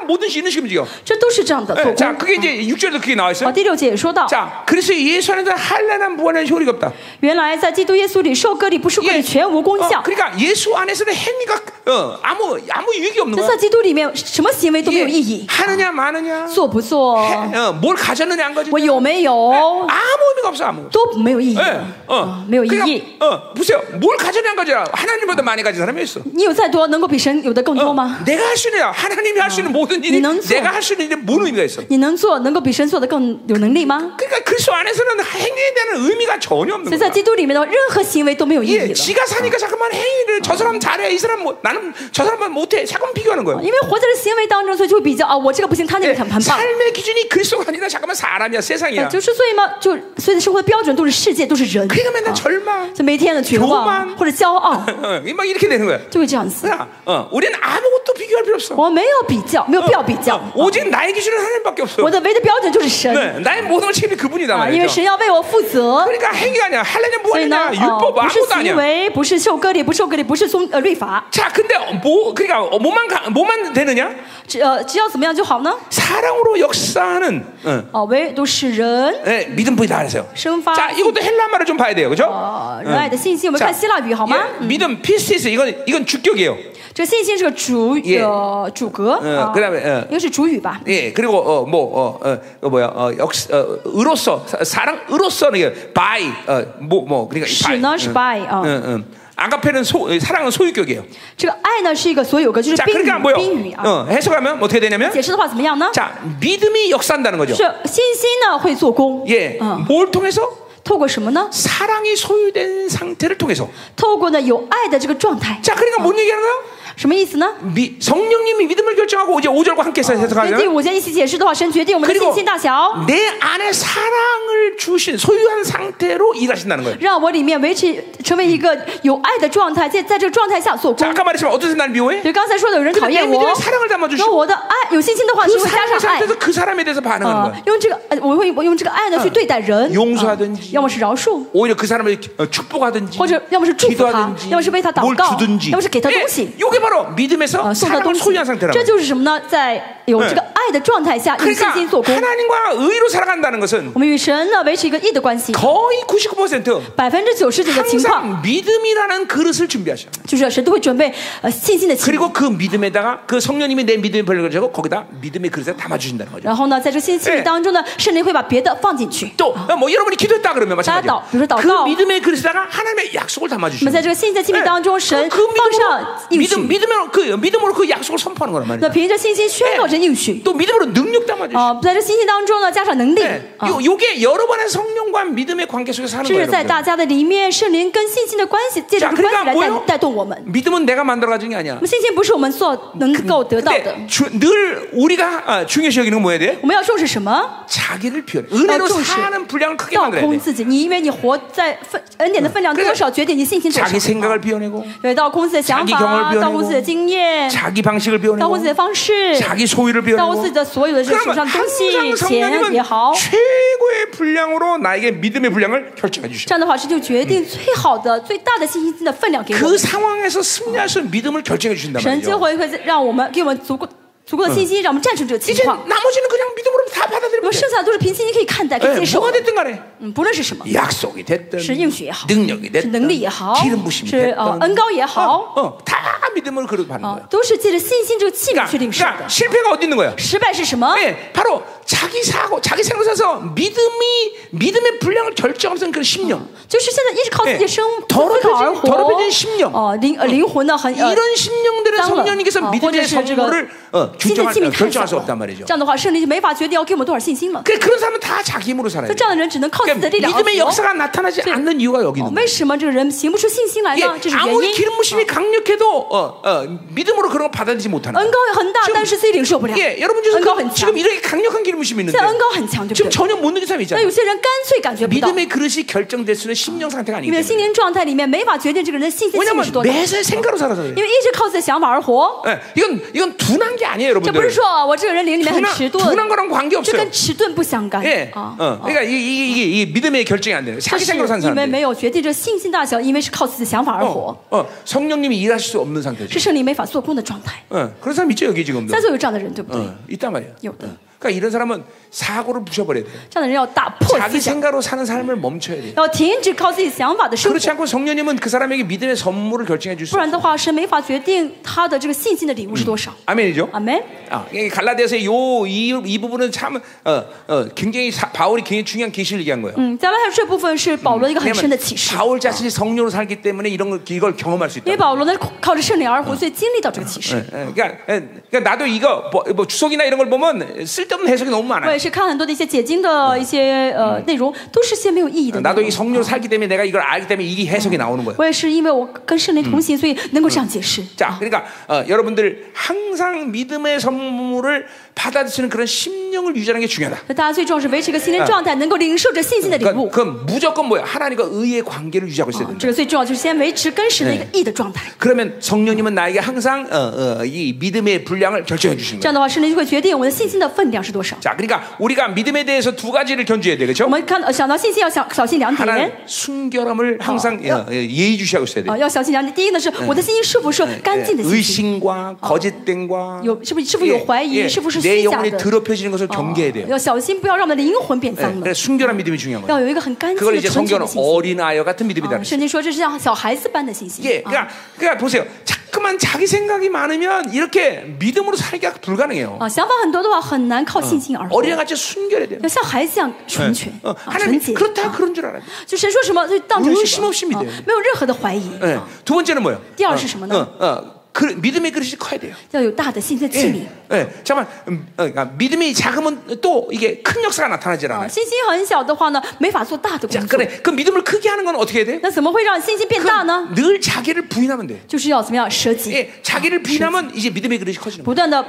Speaker 1: 모든 시- 이런 식으로 움직여
Speaker 2: 这都是这样的
Speaker 1: 예,
Speaker 2: 做
Speaker 1: 자
Speaker 2: 工。
Speaker 1: 그게 이제 6절에도 그게 나와
Speaker 2: 哦，
Speaker 1: 있어요
Speaker 2: 第六节也说到，
Speaker 1: 자 그래서 예수 안에서 한란한 무한한 효력이 없다
Speaker 2: 原来在基督耶稣里受割礼不是割
Speaker 1: 예.
Speaker 2: 礼全无功
Speaker 1: 어,
Speaker 2: 效，
Speaker 1: 그러니까 예수 안에서는 행위가 어, 아무 아무 유익이 없는
Speaker 2: 那
Speaker 1: 거야
Speaker 2: 在基督里面什么行为都没
Speaker 1: 이게 아.
Speaker 2: 有意义，
Speaker 1: 하느냐 어, 마느냐
Speaker 2: 做不做，
Speaker 1: 해- 어, 뭘 가졌느냐 안 가졌느냐
Speaker 2: 我有没有
Speaker 1: 아무 의미가 의미가 없어 아무것도.
Speaker 2: 都没有意义
Speaker 1: 예,
Speaker 2: 的，
Speaker 1: 어.
Speaker 2: 啊没有意
Speaker 1: 그냥,
Speaker 2: 义。
Speaker 1: 어, 보세요. 뭘 가져냐 안 가져냐. 하나님보다 많이 가진 사람이 있어.
Speaker 2: 你有再多，能够比神有的更
Speaker 1: 어,
Speaker 2: 多吗？
Speaker 1: 내가 할 수 있는 일, 하나님이 할 수 있는 모든 일이
Speaker 2: 넌 소.
Speaker 1: 내가 할 수 있는 일이 뭔 의미가 있어?
Speaker 2: 你能做，能够比神做的更有能力吗？
Speaker 1: 그러니까 그리스도 안에서는 행위에 대한 의미가 전혀
Speaker 2: 所以
Speaker 1: 없는
Speaker 2: 在
Speaker 1: 거야.
Speaker 2: 基督里面的任何行为都没有意
Speaker 1: 예,
Speaker 2: 义了。
Speaker 1: 지가 사니까 잠깐만 행위를 저 사람 잘해, 이 사람 뭐 나는 저 사람만 못해, 잠깐 비교하는 거예요.
Speaker 2: 因为活在这行为当中，所以就会比较啊，我这个不行，他那个
Speaker 1: 예,
Speaker 2: 很很棒。
Speaker 1: 삶의 기준이 그리스도가 아니라 잠깐만 사람이야,
Speaker 2: 哎
Speaker 1: 세상이야.
Speaker 2: 就是所以嘛，就所以生活的标准都是世界，都是人。
Speaker 1: 그러니까 맨날
Speaker 2: 啊
Speaker 1: 절망,
Speaker 2: 所以每天的绝
Speaker 1: 교만
Speaker 2: 望或者骄 傲，
Speaker 1: 어, 막 이렇게 되는 거야.
Speaker 2: 就会这样子。
Speaker 1: 그러나 어, 우리는 아무것도 비교할 필요 없어.
Speaker 2: 我没有比较，没有必要比较。
Speaker 1: 어, 오직 나의 기준은 하나님밖에 없어.
Speaker 2: 我的唯一的标准就是神
Speaker 1: 네, 나의 모든 책임이 그분이다
Speaker 2: 啊，因为
Speaker 1: 말이죠.
Speaker 2: 神要为我负责。
Speaker 1: 그러니까 행위가 아니야. 할래냐
Speaker 2: 所以呢，
Speaker 1: 뭐하냐
Speaker 2: 哦，
Speaker 1: 율법
Speaker 2: 不是
Speaker 1: 아무것도
Speaker 2: 行
Speaker 1: 아니야.
Speaker 2: 为，不是受割礼，不受割礼，不是宗呃律法，
Speaker 1: 자, 근데 어, 뭐 그러니까 어, 뭐만 가- 뭐만 되느냐?
Speaker 2: 只呃只要怎么样就好呢？
Speaker 1: 사랑으로 역사하는 어,
Speaker 2: 哦，唯独使人
Speaker 1: 예, 믿음 부이다 그랬어요.
Speaker 2: 신파. 어,
Speaker 1: 자, 이것도 헬라말을 좀 봐야 돼요. 그죠?
Speaker 2: 呃仁爱的信心。我们看希腊语好吗？
Speaker 1: 예, 믿음 피스티스 이건 이건 주격이에요.
Speaker 2: 这信心是个主
Speaker 1: 예
Speaker 2: 呃主格
Speaker 1: 嗯
Speaker 2: 啊
Speaker 1: 그다음에嗯，
Speaker 2: 应该是主语吧？
Speaker 1: 예, 그리고 어뭐어어 뭐야 어 역시 어 으로서 사- 사랑 으로서는 이게 바이 어뭐 뭐 그러니까 이
Speaker 2: 시너, by, 어.
Speaker 1: 응, 응. 아가페는 소 어, 사랑은 소유격이에요.
Speaker 2: 这个爱呢是一个所有格，就是
Speaker 1: 자,
Speaker 2: 宾
Speaker 1: 그러니까
Speaker 2: 语
Speaker 1: 뭐요?
Speaker 2: 宾语啊。
Speaker 1: 어, 해석하면 어떻게 되냐면
Speaker 2: 解释的话怎么样呢？
Speaker 1: 자, 믿음이 역사한다는 거죠.
Speaker 2: 是信心呢会做工，
Speaker 1: 예.
Speaker 2: 嗯，
Speaker 1: 뭘 통해서?
Speaker 2: 透过什么呢？
Speaker 1: 사랑이 소유된 상태를 통해서.
Speaker 2: 透过呢有爱的这个状态，
Speaker 1: 자, 그러니까 뭔 얘기하는 거야?
Speaker 2: 什么意思呢？
Speaker 1: 미, 성령님이 믿음을 결정하고 이제 5절과 함께 해서
Speaker 2: 所以第
Speaker 1: 해석하면
Speaker 2: 五节一起解释的话，神决定我们的
Speaker 1: 그리고
Speaker 2: 信心大小，
Speaker 1: 내 안에 사랑을 주신 소유한 상태로 일하신다는 거예요.
Speaker 2: 让我里面维持成为一个有爱的状态，在在这个状态下做
Speaker 1: 자,
Speaker 2: 工。
Speaker 1: 아까 말했지만 어떤 사람 나를 미워해?
Speaker 2: 对，刚才说的有人讨厌
Speaker 1: 그내
Speaker 2: 我
Speaker 1: 믿음에사랑을담아주시고 ，
Speaker 2: 那我的爱有信心的话，
Speaker 1: 그
Speaker 2: 是会加
Speaker 1: 사람
Speaker 2: 上爱。
Speaker 1: 상태에서 그 사람에 대해서 반응하는
Speaker 2: 啊
Speaker 1: 거야. ，
Speaker 2: 用这个，呃，我会我用这个爱呢去对待人，
Speaker 1: 용서하든지
Speaker 2: 啊要么是饶恕，
Speaker 1: 오히려 그 사람을 어, 뭐 축복하든지,
Speaker 2: 或者要么是祝福他，
Speaker 1: 기도하든지,
Speaker 2: 要么是为他祷
Speaker 1: 뭘
Speaker 2: 告，
Speaker 1: 주든지.
Speaker 2: 要么是给他东
Speaker 1: 예,
Speaker 2: 西，
Speaker 1: 이게 바로 믿음에서
Speaker 2: 啊，送他
Speaker 1: 사랑을
Speaker 2: 东西
Speaker 1: 소유한 。 상태라는
Speaker 2: 这
Speaker 1: 거예요.
Speaker 2: 就是什么呢？在有这个爱的状态下，用信
Speaker 1: 그러니까
Speaker 2: 心做工。
Speaker 1: 하나님과 의로 살아간다는 것은
Speaker 2: 我们与神呢维持一个义的关系，
Speaker 1: 거의 99%
Speaker 2: 百分之九十九的情况
Speaker 1: 항상 믿음이라는 그릇을 준비하셔.
Speaker 2: 就是神都会准备呃信心的情况。
Speaker 1: 그리고 그 믿음에다가 그 성령님이 내 믿음의 벌을 가지고 거기다 믿음의 그릇에 담아주신다는 거죠.
Speaker 2: 然后呢，在这信
Speaker 1: 哎
Speaker 2: 心当中呢，圣灵会把别的放进去。
Speaker 1: 또 뭐 여러분이 기도했다 그러면 마찬가지.
Speaker 2: 따도, 그래서 따도.
Speaker 1: 그 믿음의 그릇에다가 하나님의 약속을
Speaker 2: 我们
Speaker 1: 담아주시는
Speaker 2: 在这个信心的亲密当中，
Speaker 1: 예,
Speaker 2: 神
Speaker 1: 그
Speaker 2: 放
Speaker 1: 믿음으로
Speaker 2: 上应
Speaker 1: 믿음
Speaker 2: 许，
Speaker 1: 믿음으로 그 믿음으로 그 약속을 선포하는 거란
Speaker 2: 那
Speaker 1: 말이야.
Speaker 2: 凭着信心宣告这应许。
Speaker 1: 또 믿음으로 능력 담아주시고.
Speaker 2: 啊，在这信心当中呢，加上能力
Speaker 1: 예,
Speaker 2: 啊，
Speaker 1: 요, 요게 여러분의 성령과 믿음의 관계 속에서 사는
Speaker 2: 这
Speaker 1: 거예요.
Speaker 2: 是在
Speaker 1: 여러분들.
Speaker 2: 大家的里面，圣灵跟信心的关系，借着
Speaker 1: 자
Speaker 2: 这个关
Speaker 1: 그러니까
Speaker 2: 系来带
Speaker 1: 뭐요?
Speaker 2: 带动我们。
Speaker 1: 믿음은 내가 만들어 가진 게 아니야.
Speaker 2: 我们信心不是我们所能够得到的
Speaker 1: 근데 ， 주, 늘 우리가 아, 중요시 여기는 건 뭐야 돼?
Speaker 2: 我们要重视什么？
Speaker 1: 자기를 비워내. 은혜로
Speaker 2: 아, 중시.
Speaker 1: 사는 분량을 크게
Speaker 2: 倒
Speaker 1: 만들어야
Speaker 2: 空
Speaker 1: 돼.
Speaker 2: 自己，你因为你活在分恩典的分量多少，决定你信心多
Speaker 1: 자기
Speaker 2: 少。
Speaker 1: 생각을 비워내고
Speaker 2: 对，倒空自己的想
Speaker 1: 자기경험을
Speaker 2: 法，
Speaker 1: 비워내고
Speaker 2: 倒空自己的经验，
Speaker 1: 자기 방식을
Speaker 2: 倒空自
Speaker 1: 비워내고
Speaker 2: 己的方式，
Speaker 1: 자기 소유를
Speaker 2: 倒空
Speaker 1: 비워내고
Speaker 2: 自己的所有的这手
Speaker 1: 그러면
Speaker 2: 上的东西，
Speaker 1: 항상
Speaker 2: 钱
Speaker 1: 성령님은
Speaker 2: 也好。
Speaker 1: 최고의 분량으로 나에게 믿음의 분량을 결정해
Speaker 2: 这
Speaker 1: 주시고
Speaker 2: 样的话，是就决定最好的、最大的信心的分量给我
Speaker 1: 그
Speaker 2: 们。
Speaker 1: 상황에서 승리할 수 있는 믿음을 결정해 주신단
Speaker 2: 神就
Speaker 1: 말이죠
Speaker 2: 会会让我们给我们足够足够的信心，让我们战胜这个情
Speaker 1: 이제
Speaker 2: 况。
Speaker 1: 나머지는 그냥 믿음으로 다
Speaker 2: 我们
Speaker 1: 받아들이면 돼
Speaker 2: 剩下的都是凭信心可以看待、可以
Speaker 1: 예,
Speaker 2: 接受
Speaker 1: 뭐가
Speaker 2: 的。
Speaker 1: 됐든 간에
Speaker 2: 嗯，不论是什么，
Speaker 1: 약속이 됐든
Speaker 2: 是应许也好，
Speaker 1: 능력이
Speaker 2: 是能
Speaker 1: 됐든
Speaker 2: 力也好，
Speaker 1: 기름 부심이
Speaker 2: 是
Speaker 1: 됐든
Speaker 2: 呃恩高也
Speaker 1: 예, 어,
Speaker 2: 好，
Speaker 1: 어, 다 믿음으로 그릇 받는
Speaker 2: 啊
Speaker 1: 거야 ，
Speaker 2: 都是借着信心这个器皿
Speaker 1: 그러니까,
Speaker 2: 去领受的
Speaker 1: 그러니까 。 실패가 어디 있는 거야
Speaker 2: 失败是什么？
Speaker 1: 네, 바로 자기 사고, 자기 생각에서 믿음이 믿음의 분량을 결정하는 그런 심령.
Speaker 2: 就是现在一直靠自己生
Speaker 1: 哎더럽혀진
Speaker 2: 思考而活
Speaker 1: 더럽혀진심령
Speaker 2: 哦，灵呃灵魂呢很呃
Speaker 1: 이런 심령들은
Speaker 2: 脏了
Speaker 1: 성령님께서
Speaker 2: 啊或者
Speaker 1: 믿음의
Speaker 2: 是这个
Speaker 1: 성물을 어,
Speaker 2: 信心的
Speaker 1: 결정할,
Speaker 2: 器
Speaker 1: 어,
Speaker 2: 皿看上
Speaker 1: 결정할 수 없단
Speaker 2: 了，
Speaker 1: 말이죠.
Speaker 2: 这样的话圣灵就没法决定要给我们多少信心了。
Speaker 1: 그래, 그런 사람은 다 자기 힘으로 살아요. 그러니까
Speaker 2: 所以这样的人只能靠自己的力量而
Speaker 1: 믿음의
Speaker 2: 活。
Speaker 1: 역사가 나타나지 않는 이유가 여기
Speaker 2: 哦
Speaker 1: 있는
Speaker 2: 为
Speaker 1: 거예요.
Speaker 2: 什么这个人行不出信心来
Speaker 1: 예,
Speaker 2: 呢？这是原
Speaker 1: 아무리
Speaker 2: 因。嗯
Speaker 1: 기름 부심이 강력해도 어, 어, 믿음으로 그런 거 받아들이지 못하는
Speaker 2: 恩
Speaker 1: 거예요.
Speaker 2: 高也很大，但是自己领受不了。
Speaker 1: 예, 여러분 중에서
Speaker 2: 恩高
Speaker 1: 그
Speaker 2: 很强，
Speaker 1: 지금 이렇게 강력한 기름 부심이
Speaker 2: 现
Speaker 1: 있는데
Speaker 2: 在恩高很强，对
Speaker 1: 지금
Speaker 2: 不对？
Speaker 1: 전혀 못 느끼는 사람이
Speaker 2: 但
Speaker 1: 있잖아요.
Speaker 2: 有些人干脆感觉不到，
Speaker 1: 믿음의 그릇이 결정될 수 있는 심령 상태가
Speaker 2: 因
Speaker 1: 아니기
Speaker 2: 为心
Speaker 1: 때문에
Speaker 2: 灵状态里面没法决定这个人的信心性
Speaker 1: 왜냐면
Speaker 2: 是多少，因
Speaker 1: 매사에 생각으로 살아서 그래요.
Speaker 2: 为一直靠自己的想法而活，
Speaker 1: 예, 이건 이건 둔한 게 아니에요,
Speaker 2: 这不是
Speaker 1: 여러분들.
Speaker 2: 说啊我这个人灵里面很
Speaker 1: 둔한,
Speaker 2: 迟钝
Speaker 1: 둔한 ， 거랑 관계
Speaker 2: 这
Speaker 1: 없어요.
Speaker 2: 跟迟钝不相干
Speaker 1: 예,
Speaker 2: 啊
Speaker 1: 어, 。 그러니까 이, 이, 이게 이 믿음의 결정이 안 되는 거예요.
Speaker 2: 就
Speaker 1: 자기
Speaker 2: 是
Speaker 1: 생각으로 사는
Speaker 2: 因为
Speaker 1: 사람들.
Speaker 2: 没有决定这信心大小，因为是靠自己的想法而活，
Speaker 1: 어, 어, 성령님이 일하실 수 없는
Speaker 2: 是
Speaker 1: 상태죠.
Speaker 2: 圣灵没法做工的状态。
Speaker 1: 어, 그런 사람 있죠 여기 지금도.
Speaker 2: 嗯在座有这样的人，对不对？
Speaker 1: 어, 있단 말이에요.
Speaker 2: 有的。
Speaker 1: 그러니까 이런 사람은 사고를 부셔버려야 돼요.
Speaker 2: 这样的人要打破思
Speaker 1: 자기
Speaker 2: 想，
Speaker 1: 생각으로 사는 삶을 멈춰야 돼요.
Speaker 2: 要停止靠自己想法的生活，
Speaker 1: 그렇지 않고 성령님은 그 사람에게 믿음의 선물을 결정해 줄
Speaker 2: 不
Speaker 1: 수
Speaker 2: 然
Speaker 1: 없어요.
Speaker 2: 的话，神没法决定他的这个信心的礼物是多少。
Speaker 1: 아멘이죠?
Speaker 2: 阿门。
Speaker 1: 아, 이 갈라디아서의 요이 이 부분은 참 어, 어, 굉장히 사- 바울이 굉장히 중요한 계시를 얘기한 거예요.
Speaker 2: 嗯，加拉太书这部分是保罗一个很深的
Speaker 1: 왜냐면
Speaker 2: 启示，
Speaker 1: 바울 자신이 성령으로 살기 때문에 이런 걸 이걸 경험할 수
Speaker 2: 因
Speaker 1: 있다.
Speaker 2: 为保罗呢靠着圣灵而活，所以经历到这个启
Speaker 1: 예,
Speaker 2: 示。
Speaker 1: 예, 그러니까, 예, 그러니까 나도 이거 뭐, 뭐 주석이나 이런 걸 보면 쓸데없는 해석이 너무
Speaker 2: 我
Speaker 1: 많아요.
Speaker 2: 也是看很多的一些解经的一些呃内容，都是些没有意义的
Speaker 1: 나도 이
Speaker 2: 内容。
Speaker 1: 성령으로 살기 때문에 내가 이걸 알기 때문에 이 해석이 나오는 거예요.
Speaker 2: 我也是因为我跟圣灵同行，所以能够这样解释。
Speaker 1: 자, 그러니까 어, 여러분들 항상 믿음의 선물을 받아들이는 그런 심령을 유지하는 게 중요하다.
Speaker 2: 那大家最重要是维持一个心灵状态，能够领受着信心的礼
Speaker 1: 그러니까
Speaker 2: 物。
Speaker 1: 그건 무조건 뭐야? 하나님과 의의 관계를 유지하고 있어야
Speaker 2: 啊
Speaker 1: 된다.
Speaker 2: 这个最重要就是先维持跟神的一个
Speaker 1: 哎
Speaker 2: 义的状态。
Speaker 1: 그러면 성령님은 나에게 항상 어, 어, 이 믿음의 분량을 결정해 주시는 거예요.
Speaker 2: 这样的话，圣灵就会决定我们的信心的分量是多少。
Speaker 1: 자, 그러니까 우리가 믿음에 대해서 두 가지를 견주해야
Speaker 2: 我
Speaker 1: 되겠죠?
Speaker 2: 们看到呃想到信心要想小心两点
Speaker 1: 하나는 。 순결함을 항상 예, 예, 예의주시하고 있어야 돼요.
Speaker 2: 啊，要小心两点。第一呢，是我的信心是否是干净的信嗯心？
Speaker 1: 예, 의심과 거짓됨과 예,
Speaker 2: 요- 是不是-是不是有怀疑？是不是
Speaker 1: 내
Speaker 2: 虚假的？
Speaker 1: 영혼이 더럽혀지는 어, 것을
Speaker 2: 哦
Speaker 1: 경계해야 돼요.
Speaker 2: 要小心，不要让我们的灵魂变
Speaker 1: 예,
Speaker 2: 脏了
Speaker 1: 그러니까 。 순결한 믿음이 중요한
Speaker 2: 要
Speaker 1: 거예요.
Speaker 2: 嗯有一个很干净
Speaker 1: 그걸
Speaker 2: 的
Speaker 1: 이제
Speaker 2: 纯洁的
Speaker 1: 성경은
Speaker 2: 信心。
Speaker 1: 어린아이와 같은 믿음이다.
Speaker 2: 啊，
Speaker 1: 그랬어요.
Speaker 2: 圣经说这是像小孩子般的信心。
Speaker 1: 예,
Speaker 2: 啊
Speaker 1: 그러니까, 그러니까 보세요. 자꾸만 자기 생각이 많으면 이렇게 믿음으로 살기가 불가능해요.
Speaker 2: 啊，想法很多的话，很难靠信心而活。
Speaker 1: 어린아이같이 순결해야 돼요.
Speaker 2: 要像孩子一样纯全
Speaker 1: 어,
Speaker 2: 啊，纯
Speaker 1: 하나님
Speaker 2: 洁。
Speaker 1: 그렇다
Speaker 2: 啊
Speaker 1: 그런 줄 알아요.
Speaker 2: 就神说什么就当成什
Speaker 1: 의심
Speaker 2: 么
Speaker 1: 없이믿
Speaker 2: 啊
Speaker 1: 어요
Speaker 2: 没有任何的怀疑。
Speaker 1: 예, 두 번째는 뭐예요?
Speaker 2: 띠아오
Speaker 1: 어,
Speaker 2: 시시모나.
Speaker 1: 어, 어, 그, 믿음의 그릇이 커야 돼요.
Speaker 2: 要有大的信心的器皿
Speaker 1: 예, 。 예, 잠깐만, 음, 어, 그러니까 믿음이 작으면 또 이게 큰 역사가 나타나질
Speaker 2: 啊，
Speaker 1: 않아요.
Speaker 2: 信心很小的话呢，没法做大的
Speaker 1: 자,
Speaker 2: 工作。
Speaker 1: 그래, 그 믿음을 크게 하는 건 어떻게 해야 돼?
Speaker 2: 那怎么会让信心变大呢？
Speaker 1: 늘 자기를 부인하면 돼.
Speaker 2: 就是要怎么样舍己，
Speaker 1: 예, 자기를 부인하면 이제 믿음의 그릇이 커지는 거야.
Speaker 2: 不断的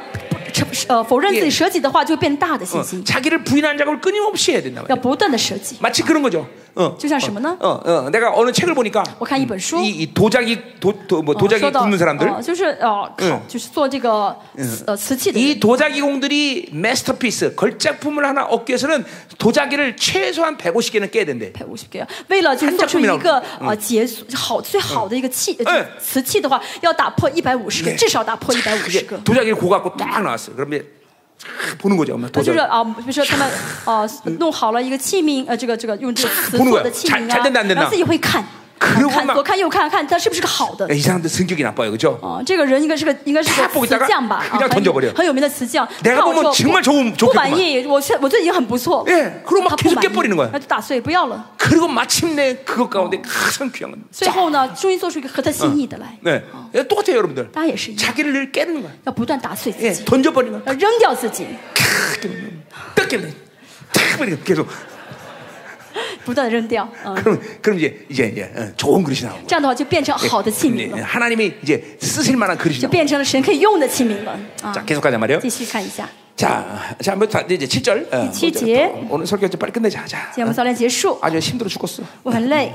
Speaker 2: 呃否认自己舍己的话，就会变大的信
Speaker 1: 어,
Speaker 2: 心。
Speaker 1: 자기를 부인하는 작업을 끊임없이 해야 된다
Speaker 2: 要
Speaker 1: 말이야.
Speaker 2: 不断的舍己，
Speaker 1: 마치 그런 거죠. 어,
Speaker 2: 就像什么呢？
Speaker 1: 어, 어, 내가 어느 책을 보니까
Speaker 2: 我看一本书，
Speaker 1: 이, 이 도자기 도, 도- 뭐
Speaker 2: 呃
Speaker 1: 도자기
Speaker 2: 说到
Speaker 1: 굽는 사람들
Speaker 2: 呃就是呃，
Speaker 1: 嗯
Speaker 2: 烤就是做这个瓷呃瓷器的人
Speaker 1: 이 도자기 공들이 마스터피스 걸작품을 하나 얻기 위해서는 도자기를 최소한 150개는 깨야 된대.
Speaker 2: 配五十个，为了就是
Speaker 1: 看
Speaker 2: 做
Speaker 1: 这
Speaker 2: 出
Speaker 1: 不
Speaker 2: 一
Speaker 1: 明
Speaker 2: 个呃结束好最好的一个器呃
Speaker 1: 哎
Speaker 2: 就瓷器的话，要打破一百五十个，至少打破一百五十
Speaker 1: 그게
Speaker 2: 个。
Speaker 1: 도자기를 고갖고 딱 나왔어. 그러면 쫙 보는 거죠. 엄마
Speaker 2: 那就
Speaker 1: 도자기.
Speaker 2: 是啊，比如说他们呃弄好了一个器皿，呃，这个这个用这个瓷
Speaker 1: 不能
Speaker 2: 做
Speaker 1: 啊
Speaker 2: 的器
Speaker 1: 拆
Speaker 2: 皿
Speaker 1: 拆得难得
Speaker 2: 啊，然
Speaker 1: 呢
Speaker 2: 后自己会看，
Speaker 1: 그러고
Speaker 2: 看左看右看看它是不是个好的
Speaker 1: 야, 。이 사람들 성격이 나빠요, 그죠?
Speaker 2: 哦，这个人应该是个应该是
Speaker 1: 다
Speaker 2: 个
Speaker 1: 보고
Speaker 2: 瓷
Speaker 1: 있다가
Speaker 2: 匠吧，
Speaker 1: 그냥
Speaker 2: 啊很
Speaker 1: 던져버려
Speaker 2: 有很有名的瓷匠。
Speaker 1: 내가
Speaker 2: 看我
Speaker 1: 보면
Speaker 2: 说
Speaker 1: 정말
Speaker 2: 不
Speaker 1: 좋은
Speaker 2: 不
Speaker 1: 좋게
Speaker 2: 满
Speaker 1: 만.
Speaker 2: 意，我现我最近很不错。
Speaker 1: 예그럼막
Speaker 2: 他不
Speaker 1: 계속
Speaker 2: 满意
Speaker 1: 깨버리는거야
Speaker 2: 那就打碎不要了。
Speaker 1: 그리고 마침내 그것 가운데 가장 귀한 건
Speaker 2: 最后呢，终于做出一个合他心意的来。
Speaker 1: 네.
Speaker 2: 어.
Speaker 1: 예, 똑같아요, 여러분들.
Speaker 2: 大家也是一样，
Speaker 1: 자기를 늘 깨는 거야.
Speaker 2: 要不断打碎自
Speaker 1: 예,
Speaker 2: 己，
Speaker 1: 던져버리는 거야.
Speaker 2: 要扔掉自己，
Speaker 1: 딱 깨는 거야. 탁 버리는 거야, 계속.
Speaker 2: 不断的扔掉。嗯，
Speaker 1: 그럼 그럼 이제 이제 이제 어, 좋은 그릇이 나오고.
Speaker 2: 这样的话就变成好的器皿
Speaker 1: 네,
Speaker 2: 了，
Speaker 1: 하나님이 이제 쓰실 만한 그릇이
Speaker 2: 就
Speaker 1: 나와.
Speaker 2: 变成了神可以用的器皿了。啊
Speaker 1: 자 ， 계속 가자 말이요.
Speaker 2: 继续看一下，
Speaker 1: 자, 자, 뭐 다, 이제 7절. 어,
Speaker 2: 칠 절.
Speaker 1: 어, 오늘 설교 이제 빨리 끝내자. 자.
Speaker 2: 今天我们早点结束，
Speaker 1: 아주 힘들어 죽었어.
Speaker 2: 我很累，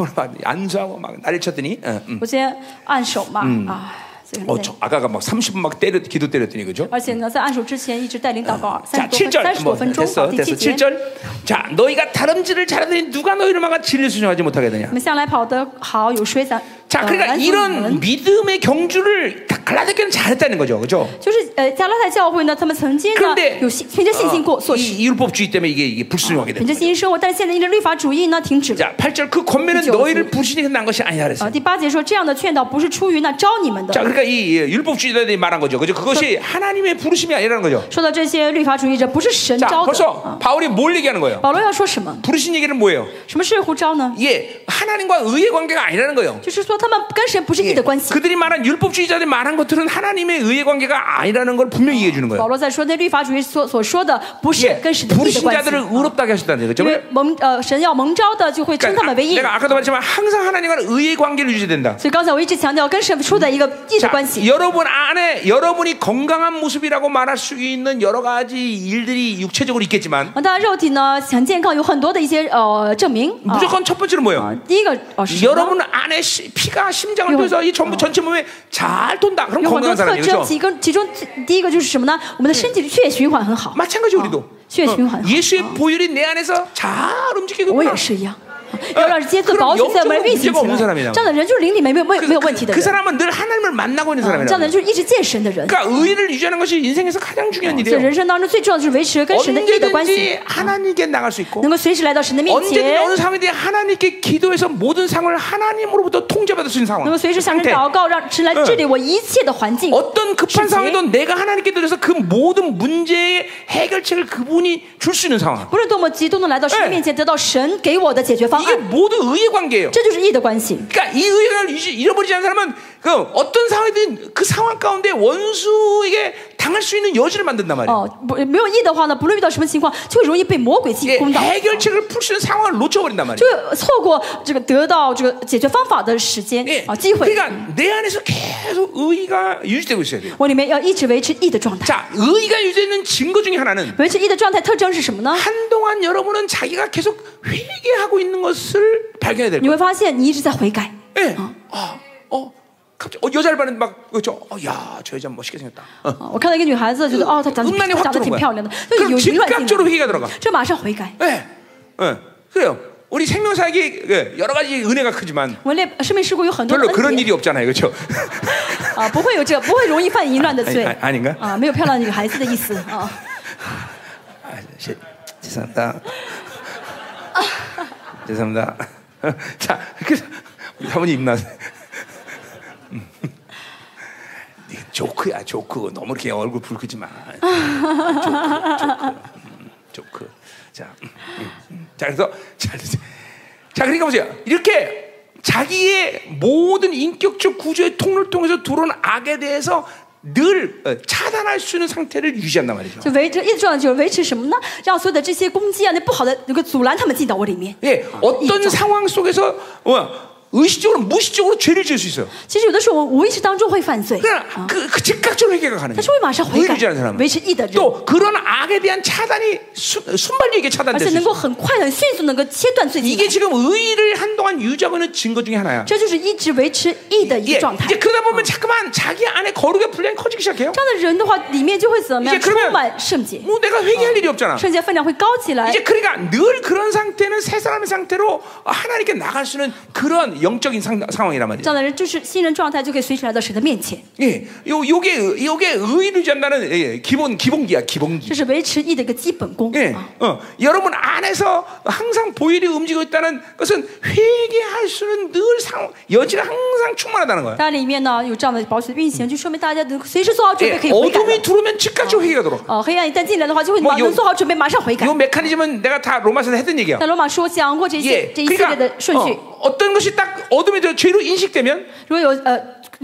Speaker 1: 오늘 막 안수하고 막 난리 쳤더니 어, 음.
Speaker 2: 我今天按手嘛，
Speaker 1: 嗯
Speaker 2: 啊，所以很
Speaker 1: 어,
Speaker 2: 累。
Speaker 1: 저 아까가 막 30분 막 때려 기도 때렸더니 그죠?
Speaker 2: 而且呢，在按手之前一直带领祷告三
Speaker 1: 자,
Speaker 2: 十多分三
Speaker 1: 7절.
Speaker 2: 十多
Speaker 1: 뭐
Speaker 2: 分钟，
Speaker 1: 됐어.
Speaker 2: 好第
Speaker 1: 됐어.
Speaker 2: 七节。
Speaker 1: 7절. 자, 너희가 다름질을 잘하더니 누가 너희를 막아 진리 순종하지 못하게 되냐?
Speaker 2: 我们向来跑得好，有谁咱
Speaker 1: 자,
Speaker 2: 呃
Speaker 1: 그러니까
Speaker 2: 拦阻你
Speaker 1: 이런
Speaker 2: 们
Speaker 1: 믿음의 경주를 다 갈라디아는 잘했다는 거죠. 그죠?
Speaker 2: 就是呃加拉太教会呢，他们曾经呢
Speaker 1: 그런데
Speaker 2: 有信凭着信心过
Speaker 1: 어,
Speaker 2: 做事，
Speaker 1: 이 율법주의 때문에 이게, 이게 불순종하게
Speaker 2: 凭
Speaker 1: 되는
Speaker 2: 着
Speaker 1: 거예요.
Speaker 2: 信心生活，但是现在因着律法主义呢停止了。
Speaker 1: 자, 8절 그 권면은
Speaker 2: 그죠,
Speaker 1: 너희를
Speaker 2: 그죠.
Speaker 1: 불신이 난 것이 아니라 그랬어요.
Speaker 2: 呃，第八节说这样的劝导不是出于那招你们
Speaker 1: 자,
Speaker 2: 的。
Speaker 1: 그러니까 이 예, 율법주의자들이 말한 거죠. 그죠? 그것이 하나님의 부르심이 아니라는 거죠.
Speaker 2: 说到这些律法主义者不是神
Speaker 1: 자,
Speaker 2: 招的。啊
Speaker 1: 벌써 바울이 뭘 얘기하는 거예요?
Speaker 2: 保罗要说什么？
Speaker 1: 부르신 얘기는 뭐예요?
Speaker 2: 什么是呼召呢？
Speaker 1: 예, 하나님과 의의 관계가 아니라는 거예요.
Speaker 2: 就是说他们跟神不是一
Speaker 1: 예,
Speaker 2: 的关系。
Speaker 1: 그들이 말한 율법주의자들이 말한 것들은 하나님의 의의 관계가 아니라는 걸 분명히 얘기해 주는
Speaker 2: 保
Speaker 1: 거예요.
Speaker 2: 罗在说那律法主义所所说的不是
Speaker 1: 예,
Speaker 2: 跟神的一的
Speaker 1: 부르신
Speaker 2: 关系
Speaker 1: 자들을 。 의롭다게 하셨다는 거죠.
Speaker 2: 因为蒙呃神要蒙召的就会称他
Speaker 1: 그러니까
Speaker 2: 们
Speaker 1: 아,
Speaker 2: 为义。
Speaker 1: 내가 아까도 말했지만 항상 하나님과 의의 관계를 유지해야 된다.
Speaker 2: 所以刚才我一直强调跟神处在一个义的
Speaker 1: 자,
Speaker 2: 关系。
Speaker 1: 여러분 안에 여러분이 건강한 모습이라고 말할 수 있는 여러 가지 일들이 육체적으로 있겠지만
Speaker 2: 啊，当然肉体呢很健康，有很多的一些呃证明啊。
Speaker 1: 무조건 첫 번째는 뭐예요?
Speaker 2: 啊第一个哦是什么呢
Speaker 1: 여러분 안에 시- 피가 심장을
Speaker 2: 이거-
Speaker 1: 통해서 이 전부 전체 몸에 잘 돈다. 어. 그럼
Speaker 2: 有很多
Speaker 1: 건강한
Speaker 2: 特
Speaker 1: 사람이죠.
Speaker 2: 征，
Speaker 1: 그렇죠?
Speaker 2: 其中其中最第一个就是什么呢？我们的身体的血循环很好，
Speaker 1: 마찬가지 우리도
Speaker 2: 呃 어, 血循环很好。
Speaker 1: 어, 예수의 보혈이 내 안에서 잘 움직이고
Speaker 2: 我也是一样。啊要让接受保险在我们运行起来。这样的人就是灵里面没有没有没有问题的
Speaker 1: 그 어,
Speaker 2: 人，啊
Speaker 1: 사람은 늘 하나님을 만나고 있는
Speaker 2: 这样的
Speaker 1: 사람이라고.
Speaker 2: 人就是一直见神的人。
Speaker 1: 그러니까 의를 유지하는 것이 인생에서 가장 중요한
Speaker 2: 所以
Speaker 1: 일이에요.
Speaker 2: 人生当中最重要的就是维持跟神的义的关系，
Speaker 1: 언제든지 하나님께 나갈 수 어. 있고
Speaker 2: 能够随时来到神的面
Speaker 1: 언제든지
Speaker 2: 前，
Speaker 1: 어느 상황에 대해 하나님께 기도해서 모든 상황을 하나님으로부터 통제받을 수 있는 상황.
Speaker 2: 能够随时向神
Speaker 1: 상태.
Speaker 2: 祷告，让神来
Speaker 1: 嗯
Speaker 2: 治理我一切的环境。
Speaker 1: 어떤 급한 상황에도 내가 하나님께 드려서 그 모든 문제의 해결책을 그분이 줄 수 있는 상황.
Speaker 2: 不论多么急，都能来到神的面前，得到神给我的解决方
Speaker 1: 이게
Speaker 2: 案。
Speaker 1: 모두 의의 관계예요.
Speaker 2: 这就是义的关系。
Speaker 1: 그러니까 이 의의를 유지- 잃어버리지 않은 사람은 그 어떤 상황이든 그 상황 가운데 원수에게 당할 수 있는 여지를 만든단 말이에요.
Speaker 2: 哦，不，没有义的话呢，不论遇到什么情况，就会容易被魔鬼进
Speaker 1: 이게
Speaker 2: 攻到，
Speaker 1: 예, 해결책을 풀 수 있는 상황을 놓쳐버린단 말이에요.
Speaker 2: 就会错过这个得到这个解决方法的时间
Speaker 1: 예.
Speaker 2: 啊机会。
Speaker 1: 그러니까 내 안에서 계속 의의가 유지되고 있어야 돼요.
Speaker 2: 我里面要一直维持义的状态，
Speaker 1: 자, 의의가 유지되는 증거 중에 하나는
Speaker 2: 维持义的状态特征是什么呢？
Speaker 1: 한동안 여러분은 자기가 계속 회개하고 있는 것을 발견해야 될
Speaker 2: 你
Speaker 1: 거예요.
Speaker 2: 会发现你一直在悔改，
Speaker 1: 예. 아, 어, 갑자기 어, 여자를 봤는데 막 그죠? 어, 야, 저 여자 멋있게 생겼다. 어.
Speaker 2: 啊我看到一个女孩子，觉得哦，她长得
Speaker 1: 嗯那你
Speaker 2: 长得挺漂亮的，就有
Speaker 1: 그럼즉
Speaker 2: 淫乱
Speaker 1: 각적으로회개가들어가
Speaker 2: 性，这马上悔改。
Speaker 1: 예. 예. 그래요. 우리 생명사역이 예, 여러 가지 은혜가 크지만
Speaker 2: 我们生命事故有很多的
Speaker 1: 별로
Speaker 2: 恩
Speaker 1: 그런
Speaker 2: 典
Speaker 1: 일이 없잖아요. 그렇죠?
Speaker 2: 啊，不会有这个，不会容易犯淫乱的罪
Speaker 1: 哎哎哎你看
Speaker 2: 啊，没有漂亮女孩子的意思啊。
Speaker 1: 아, 시- 죄송합니다. 죄송합니다. 자, 그래서 우리 사모님 입나. 음. 이게 조크야, 조크. 너무 이렇게 얼굴 붉히지 마. 조크, 조크, 음, 조크. 자, 음, 음. 자, 그래서 자, 그래서- 자, 그러니까 보세요. 이렇게 자기의 모든 인격적 구조의 통로를 통해서 들어온 악에 대해서 늘 어, 차단할 수 있는 상태를 유지한단 말이죠.
Speaker 2: 就维持一直状态就是维持什么呢？让所有的这些攻击啊，那不好的能够阻拦他们进到我里面。
Speaker 1: 예, 어떤 상황 속에서 어, 의식적으로 무의식적으로 죄를 지을 수 있어요.
Speaker 2: 其实有的时候我无意识当中会犯罪，啊
Speaker 1: 그러니까 그, 그 즉각적으로 회개가 가능해요.
Speaker 2: 但是会马上悔
Speaker 1: 의를
Speaker 2: 改
Speaker 1: 지하는 ， 사람은
Speaker 2: 维持义的人，
Speaker 1: 또 그런 악에 대한 차단이 순, 순발력에
Speaker 2: 而
Speaker 1: 차단될
Speaker 2: 且
Speaker 1: 수
Speaker 2: 能
Speaker 1: 있어요.
Speaker 2: 够很快很迅速能够切断罪行
Speaker 1: 이게 。 지금 의를 한동안 유지하고 있는 증거 중에 하나야.
Speaker 2: 这就是一直维持义的
Speaker 1: 예,
Speaker 2: 一个状态。
Speaker 1: 이제 그러다 보면 자꾸만 자기 안에 거룩의 분량이 커지기 시작해요.
Speaker 2: 这样的人的话，里面就会怎么
Speaker 1: 이제
Speaker 2: 样？
Speaker 1: 그러면
Speaker 2: 充满圣洁，
Speaker 1: 뭐 내가 회개할 일이 없잖아.
Speaker 2: 圣洁分量会高起来
Speaker 1: 이제 。 그러니까 늘 그런 상태는 새 사람의 상태로 하나님께 나갈 수 있는 그런 영적인 상, 상황이란 말이에요.
Speaker 2: 这样的人就是新人状态，就可以随时来到神的面前。
Speaker 1: 예, 요 요게 요게 의를 유지한다는 예, 기본 기본기야
Speaker 2: 这
Speaker 1: 기본기.
Speaker 2: 是维持义的一个基本功
Speaker 1: 예,
Speaker 2: 啊。
Speaker 1: 어, 여러분 안에서 항상 보일이 움직이고 있다는 것은 회개할 수는 늘 상, 여지가 항상 충만하다는 거야.
Speaker 2: 大 家里面呢有这样的保险的运行，就说明大家能随时做好准备
Speaker 1: 예,
Speaker 2: 可以悔改了
Speaker 1: 어둠이 。 들어오면 그러니까 즉각적으로 회개가 들어.
Speaker 2: 哦，黑暗一旦进来的话，就会
Speaker 1: 뭐
Speaker 2: 马
Speaker 1: 요
Speaker 2: 能做好准备，马上悔改
Speaker 1: 요 。 메커니즘은 내가 다 로마서에서 했던 얘기야.
Speaker 2: 在罗马书讲过这些
Speaker 1: 예,
Speaker 2: 这一系列的
Speaker 1: 그러니까
Speaker 2: 顺序，
Speaker 1: 어, 어떤 것이 딱 어둠이 들어 죄로 인식되면
Speaker 2: 如果有呃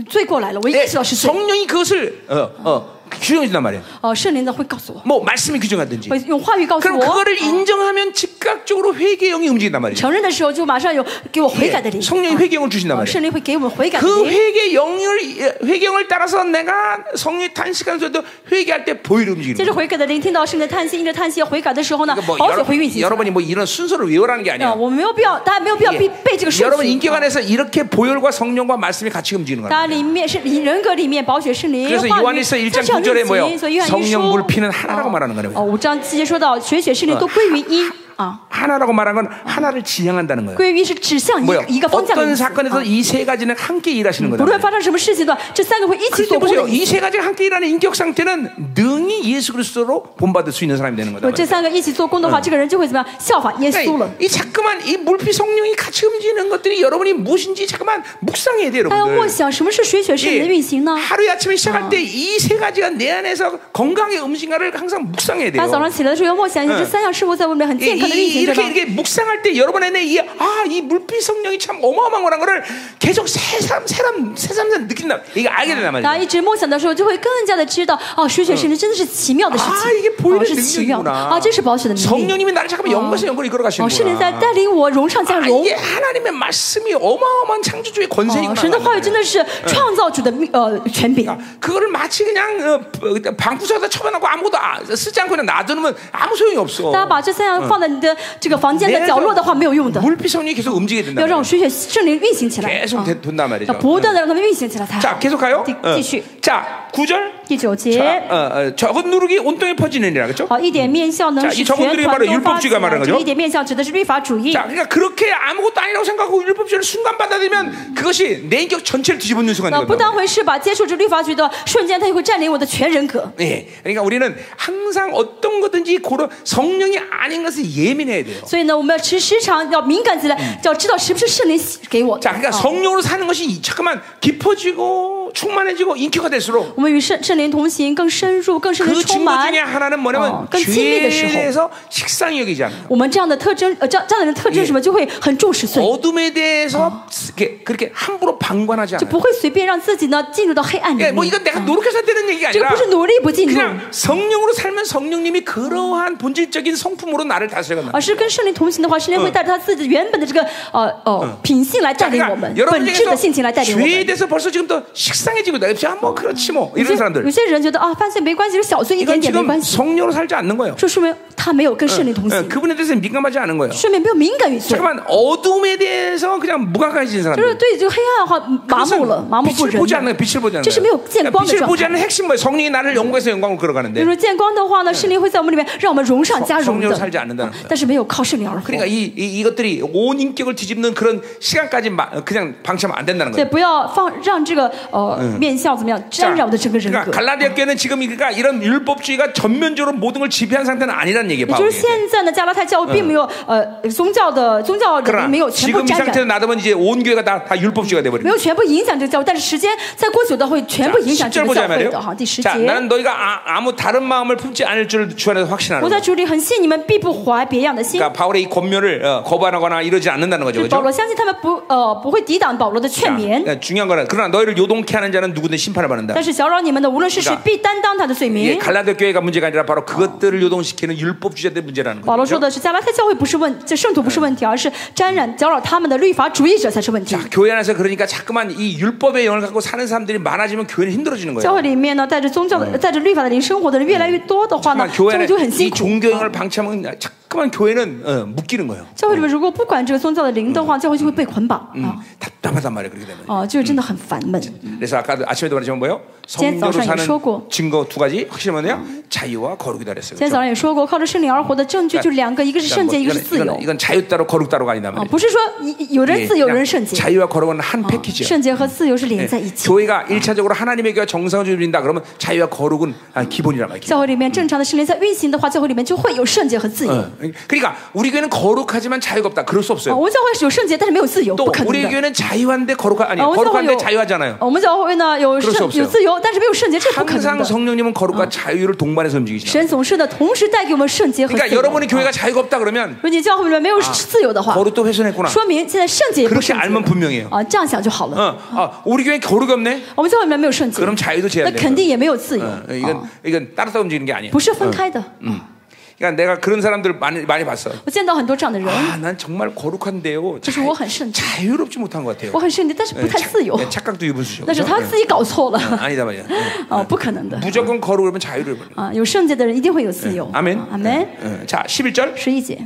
Speaker 2: 罪过来了，我意
Speaker 1: 예,
Speaker 2: 识到是罪，
Speaker 1: 성령이 그것을 어, 어, 규정해준단 말이야.
Speaker 2: 哦，圣灵呢会告诉我，
Speaker 1: 뭐 말씀이 규정하든지.
Speaker 2: 会用话语告诉
Speaker 1: 그럼
Speaker 2: 我，
Speaker 1: 그거를 인정하면 즉각적으로 회개 영이 움직인단 말이야.
Speaker 2: 承认的时候就马上有给我悔改的
Speaker 1: 예,
Speaker 2: 灵，
Speaker 1: 성령이 아,
Speaker 2: 啊
Speaker 1: 회개형을 주신단
Speaker 2: 哦
Speaker 1: 말이에요.
Speaker 2: 圣灵会给我们悔改的
Speaker 1: 그
Speaker 2: 灵。
Speaker 1: 회개 영을 회개형을 따라서 내가 성령이 탄식하는 소리도 회개할 때 보일
Speaker 2: 接着
Speaker 1: 움직이는 거예요.
Speaker 2: 悔改的灵听到圣灵的叹息，因着叹息悔改的时候呢
Speaker 1: 그러니까 ，뭐
Speaker 2: 保险会运
Speaker 1: 여러,
Speaker 2: 行起来。
Speaker 1: 여러분이 뭐 이런 순서를 외우라는 게
Speaker 2: 啊，
Speaker 1: 아니에요.
Speaker 2: 我没有必要，大家没有必要
Speaker 1: 예.
Speaker 2: 背背这个顺
Speaker 1: 여러분
Speaker 2: 序。
Speaker 1: 인격 안에서 이렇게 보혈과 성령과 말씀이 같이 움직이는 거예요.
Speaker 2: 大家里面是人格里面保血圣灵
Speaker 1: 그래서
Speaker 2: 话语，
Speaker 1: 요한일서 1장
Speaker 2: 它是要
Speaker 1: 9절에
Speaker 2: 运
Speaker 1: 뭐예요?
Speaker 2: 行所以约翰一书
Speaker 1: 성령 불 피는 하나라고 말하는 거예요.
Speaker 2: 哦，五章七节说到血血圣灵都归于一啊，
Speaker 1: 하나라고 말한 건 하나를 지향한다는 거예요.
Speaker 2: 归于一是指向一
Speaker 1: 뭐예요? 아. 음,
Speaker 2: 一个方向的意
Speaker 1: 어떤
Speaker 2: 思。
Speaker 1: 사건에서
Speaker 2: 啊
Speaker 1: 이 세 가지는 함께 일하시는
Speaker 2: 不
Speaker 1: 거죠.
Speaker 2: 论发生什么事情的话，这三个会一起
Speaker 1: 그때
Speaker 2: 做工
Speaker 1: 보세요.
Speaker 2: 的意
Speaker 1: 이
Speaker 2: 思。
Speaker 1: 세 가지를 함께 일하는 인격 상태는 능히 예수 그리스도로 본받을 수 있는 사람이 되는
Speaker 2: 如果
Speaker 1: 거다.
Speaker 2: 这三个一起做工的话，这个人就会怎么样？效法耶稣了
Speaker 1: 그러니까 。이 자꾸만 이 물피 성령이 같이 움직이는 것들이 여러분이 무엇인지 자꾸만 묵상해야 돼요,
Speaker 2: 大家要默
Speaker 1: 여러분들. 예.
Speaker 2: 想什么是血血圣灵的运行呢？
Speaker 1: 하루에 아침에 시작할 때 이 세 가지가 내 안에서 건강의 음식과를 항상 묵상해야
Speaker 2: 大家早上
Speaker 1: 돼요.
Speaker 2: 起来的时候要默想一下，
Speaker 1: 嗯
Speaker 2: 这三样是否在我们很
Speaker 1: 이,
Speaker 2: 健康
Speaker 1: 이,
Speaker 2: 的运行着
Speaker 1: 이렇게
Speaker 2: 呢？
Speaker 1: 이렇게 묵상할 때 여러분 안에 이 아, 이 물피 성령이 참 어마어마한 거란 거를 계속 새삼 새삼 새삼 새삼 느낀다. 이게 알게 된단
Speaker 2: 大家
Speaker 1: 말이에요.
Speaker 2: 一直默想的时候，就会更加的知道，哦，血血圣灵真的是奇妙的事
Speaker 1: 啊 아, 이게보 이는
Speaker 2: 情，哦，是奇妙的
Speaker 1: 능력이구나
Speaker 2: 啊，这是保险的能力。
Speaker 1: 성령님이 나를 잠깐만 연구해서 연구를 이끌어
Speaker 2: 哦，圣灵
Speaker 1: 가시는구나.
Speaker 2: 在带领我荣上加
Speaker 1: 아,
Speaker 2: 荣
Speaker 1: 이게 。 하나님의 말씀이 어마어마한 창조주의
Speaker 2: 哦，
Speaker 1: 권세이구나.
Speaker 2: 神的话语真的是创造主的命呃权柄。
Speaker 1: 아, 그거를 마치 그냥 어, 어, 방구석에다 쳐놔놓고 아무것도 아- 쓰지 않고 그냥 놔두면 아무 소용이 없어.
Speaker 2: 大家把这三样放在你的这个房间的角落的话，没有用的，
Speaker 1: 물피성이 계속 움직이게 된다.
Speaker 2: 要让血血圣灵运行起来。
Speaker 1: 계속
Speaker 2: 啊
Speaker 1: 되- 돈단
Speaker 2: 要
Speaker 1: 말이죠.
Speaker 2: 不断的让他们运行起来才
Speaker 1: 자,
Speaker 2: 好。
Speaker 1: 계속 가요.
Speaker 2: 继
Speaker 1: 어.
Speaker 2: 继续，
Speaker 1: 자, 9절.
Speaker 2: 第
Speaker 1: 자,
Speaker 2: 九节。
Speaker 1: 어, 어, 적은 누룩이 온통에 퍼지느니라 그렇죠?
Speaker 2: 好，一点面相能
Speaker 1: 자
Speaker 2: 使
Speaker 1: 이적은
Speaker 2: 全
Speaker 1: 누이바로
Speaker 2: 团都发起
Speaker 1: 율법주의가말하는거 죠
Speaker 2: 来。这个一点面相指的是律法主义
Speaker 1: 자, 。 그러니까 그렇게 아무것도 아니라고 생각하고 율법주의를 순간 받아들이면 그것이 내 인격 전체를 뒤집어놓는 순간인
Speaker 2: 那不
Speaker 1: 거예요.
Speaker 2: 当回事吧，接触这律法局的瞬间，它就会占领我的全人格。
Speaker 1: 예, 그러니까 우리는 항상 어떤 것든지 고런 성령이 아닌 것을 예민해야 돼요.
Speaker 2: 所以呢，我们要时时常要敏感起来，要知道是不是圣灵给我的。
Speaker 1: 자, 그러니까
Speaker 2: 啊
Speaker 1: 성령으로 사는 것이 이- 잠깐만 깊어지고 충만해지고 인격화 될수록
Speaker 2: 我们与圣圣灵同行，更深入，更深的
Speaker 1: 그
Speaker 2: 充
Speaker 1: 증거
Speaker 2: 满
Speaker 1: 중에 。 하나는 뭐냐면
Speaker 2: 어, 그건
Speaker 1: 죄에
Speaker 2: 친밀의 시호.
Speaker 1: 대해서 식상히 여기지 않는 거.
Speaker 2: 我们这样的特征，呃，这样这样的人特征是什么？就会很重视罪，
Speaker 1: 어둠에 대해서 이렇게- 그렇게 함부로 방관하지
Speaker 2: 就
Speaker 1: 않아요.
Speaker 2: 不会随便让自己呢进入到黑暗里
Speaker 1: 예, 뭐
Speaker 2: 面。
Speaker 1: 이건 내가 노력해서 되는 얘기가
Speaker 2: 这个
Speaker 1: 아니라
Speaker 2: 不是努力不进入，
Speaker 1: 그냥 성령으로 살면 성령님이 그러한 본질적인 성품으로 나를 다스려간다.
Speaker 2: 而是跟圣灵同行的话，圣灵会带着他自己原本的这个呃哦品性来带领我们
Speaker 1: 그러니까 ，
Speaker 2: 本质的性情来
Speaker 1: 여러분에게서
Speaker 2: 带领我
Speaker 1: 죄에
Speaker 2: 们。
Speaker 1: 대해서 벌써 지금 더 식상해지고 있다. 그냥 뭐 그렇지 뭐
Speaker 2: 有
Speaker 1: 이런
Speaker 2: 些有
Speaker 1: 사람들
Speaker 2: 些人觉得啊，犯罪没关系，就小罪一点
Speaker 1: 이건
Speaker 2: 点没
Speaker 1: 지금
Speaker 2: 关系，
Speaker 1: 성령으로 살지 않는 거예요.
Speaker 2: 这说明他没有跟圣灵同
Speaker 1: 예,
Speaker 2: 行，
Speaker 1: 그분에 대해서 민감하지 않은 거예요.
Speaker 2: 说明没有敏感于罪，
Speaker 1: 잠깐만 어둠에 대해서 그냥 무감각해진
Speaker 2: 就是
Speaker 1: 사람들.
Speaker 2: 对这个黑暗哈麻木了，
Speaker 1: 그것은
Speaker 2: 麻木不
Speaker 1: 빛을 보지
Speaker 2: 仁
Speaker 1: 않는
Speaker 2: 了。
Speaker 1: 거예요. 빛을 보지 않는
Speaker 2: 这是
Speaker 1: 거예요. 그러니까
Speaker 2: 没有见光的
Speaker 1: 빛을 보지
Speaker 2: 状态。
Speaker 1: 않는 핵심 뭐예요? 성령이 나를 영광에서 영광으로
Speaker 2: 比如
Speaker 1: 끌어가는데
Speaker 2: 说见光的话呢，圣灵会在我们里面让我们荣上加荣
Speaker 1: 성령으로
Speaker 2: 的，
Speaker 1: 살지 않는다는 거예요.
Speaker 2: 但是没有靠圣灵而活。
Speaker 1: 그러니까 이, 이 이것들이 온 인격을 뒤집는 그런 시간까지 마, 그냥 방치하면 안 된다는
Speaker 2: 对，
Speaker 1: 거예요.
Speaker 2: 不要放让这个呃面相怎么嗯样沾
Speaker 1: 자,
Speaker 2: 染我的整个人
Speaker 1: 그러니까
Speaker 2: 格。
Speaker 1: 갈라디아 교회는 지금 그러니까 이런 율법주의가 전면적으로 모든 걸 지배한 상태는 아니라는 얘기예요.
Speaker 2: 也就
Speaker 1: 바울이.
Speaker 2: 是现在呢，加拉太教并没有、呃宗教的宗教里面
Speaker 1: 그러나
Speaker 2: 没有全部
Speaker 1: 지금 이
Speaker 2: 沾染
Speaker 1: 상태로 ， 놔두면 이제 온 교회가 다, 다 율법주의가 돼버리고.
Speaker 2: 没有全部影响这个教会，但是时间再过久的会全部影响这
Speaker 1: 10절
Speaker 2: 个教
Speaker 1: 보자
Speaker 2: 会
Speaker 1: 말이에요.
Speaker 2: 的哈。第十
Speaker 1: 자,
Speaker 2: 节，
Speaker 1: 나는 너희가 아, 아무 다른 마음을 품지 않을 줄 주 안에서
Speaker 2: 我
Speaker 1: 확신하는
Speaker 2: 在
Speaker 1: 거예요.
Speaker 2: 主里很信你们，必不怀别样的心。
Speaker 1: 그러니까 바울의 이 권면을 어, 거부하거나 이러지 않는다는 거죠.
Speaker 2: 就是保
Speaker 1: 그렇죠?
Speaker 2: 罗相信他们不呃不会抵挡保罗的劝勉，
Speaker 1: 그러니까 중요한 거는 그러나 너희를 요동케 하는 자는 누구든 심판을 받는다.
Speaker 2: 但是搅扰你们的无论是谁
Speaker 1: 그러니까 ，
Speaker 2: 必担当他的罪
Speaker 1: 이게
Speaker 2: 名。
Speaker 1: 갈라디아 교회가 문제가 아니라 바로 그것들을 요동시키는 율법 주제들의 문제라는
Speaker 2: 保罗
Speaker 1: 거죠.
Speaker 2: 说的是加拉太教会不是问，这圣徒不是问题，而是沾染搅扰他们的律法主义者才是问题。
Speaker 1: 교회 안에서 그러니까 자꾸만 이 율법의 영을 갖고 사는 사람들이 많아지면 교회는 힘들어지는
Speaker 2: 教
Speaker 1: 거예요.
Speaker 2: 会啊嗯里面呢，带着宗教的、带着律法的灵生活的人越来越多的话呢，
Speaker 1: 자꾸만
Speaker 2: 教
Speaker 1: 교회
Speaker 2: 会
Speaker 1: 안에
Speaker 2: 就很辛
Speaker 1: 이
Speaker 2: 苦。
Speaker 1: 종교 영을 방치하면 자꾸만 교회는 어, 묶이는 거예요.
Speaker 2: 教会里面如果不管这个宗教的灵的话，教会就会被捆绑
Speaker 1: 음,
Speaker 2: 啊
Speaker 1: 답답하단 말이에요. 그렇게 되면.
Speaker 2: 啊，就是真的很烦闷。
Speaker 1: 그래서 아까도 아침에도 말했지만 뭐예요? 성령으로
Speaker 2: 제일
Speaker 1: 사는
Speaker 2: 쇼고.
Speaker 1: 증거 두 가지 확실히 뭐냐? 자유와 거룩이다 그랬어요. 그렇죠?
Speaker 2: 今天早上也说过，靠着圣灵而活的证据就两个，一个是
Speaker 1: 그러니까
Speaker 2: 圣洁，一个
Speaker 1: 이건,
Speaker 2: 是自由
Speaker 1: 이건, 이건 자유 따로 거룩 따로가 아니다
Speaker 2: 啊，
Speaker 1: 말이에요.
Speaker 2: 不是说一有人
Speaker 1: 예,
Speaker 2: 自由，有
Speaker 1: 그냥
Speaker 2: 人圣洁，啊
Speaker 1: 자유와 거룩은 한 패키지예요.
Speaker 2: 圣洁和自由是连在一
Speaker 1: 예,
Speaker 2: 起。
Speaker 1: 교회가 일차적으로 하나님의 교회 정상주의인다 그러면 자유와 거룩은 아, 기본이란 말이에요.
Speaker 2: 教会里面正常的圣灵在运行的话，教会里面就会有圣洁和自由。
Speaker 1: 어. 그러니까 우리 교회는 거룩하지만 자유가 없다. 그럴 수
Speaker 2: 啊，
Speaker 1: 없어요.
Speaker 2: 我们教会是有圣洁，但是没有自由，
Speaker 1: 또
Speaker 2: 不可能
Speaker 1: 우리
Speaker 2: 的。
Speaker 1: 교회는 자유한데 거룩하 아니
Speaker 2: 啊，我们教会
Speaker 1: 거룩한데
Speaker 2: 有
Speaker 1: 자유하잖아요.
Speaker 2: 我们教会呢有
Speaker 1: 그럴수없
Speaker 2: 圣
Speaker 1: 어요
Speaker 2: 有自由，但是没有圣洁，这不可能
Speaker 1: 항상
Speaker 2: 的。
Speaker 1: 성령님은 거룩과 자유를 동반해서 움직이시죠.
Speaker 2: 神总是的同时带给我们圣洁和自
Speaker 1: 그러니까
Speaker 2: 由。啊
Speaker 1: 여러분이 교회가 자유가 없다 그러면
Speaker 2: 如果你教会里面没有自由的话，
Speaker 1: 거룩도 훼손했구나.
Speaker 2: 说明现在圣洁也不
Speaker 1: 그렇게
Speaker 2: 圣洁
Speaker 1: 알면 분명해요.
Speaker 2: 啊，这样想就好了。
Speaker 1: 어, 아, 우리 교회 거룩이 없네.
Speaker 2: 我们教会里面没有圣洁，
Speaker 1: 그럼 자유도
Speaker 2: 那
Speaker 1: 제한돼.
Speaker 2: 肯定也没有自由，
Speaker 1: 어,
Speaker 2: 啊
Speaker 1: 이건 이건 따로따로 움직이는 게 아니야.
Speaker 2: 不是分开的。
Speaker 1: 그러니까 내가 그런 사람들 많이 많이 봤어.
Speaker 2: 我见到很多这样的人，
Speaker 1: 아, 난 정말 거룩한데요.
Speaker 2: 就是我很圣洁，
Speaker 1: 자유롭지 못한 것 같아요.
Speaker 2: 我很圣洁，但是不
Speaker 1: 예,
Speaker 2: 太
Speaker 1: 착-
Speaker 2: 自由，
Speaker 1: 예, 착각도 유분수죠.
Speaker 2: 那是
Speaker 1: 그죠?
Speaker 2: 他自己搞错
Speaker 1: 예,
Speaker 2: 了
Speaker 1: 아니다 말이야. 예.
Speaker 2: 啊，不可能的
Speaker 1: 무조건 거룩하면 자유를 버려.
Speaker 2: 啊！有圣洁的人一定会有自由。
Speaker 1: 아멘.
Speaker 2: 啊阿门。
Speaker 1: 예, 자, 11절.
Speaker 2: 十一节，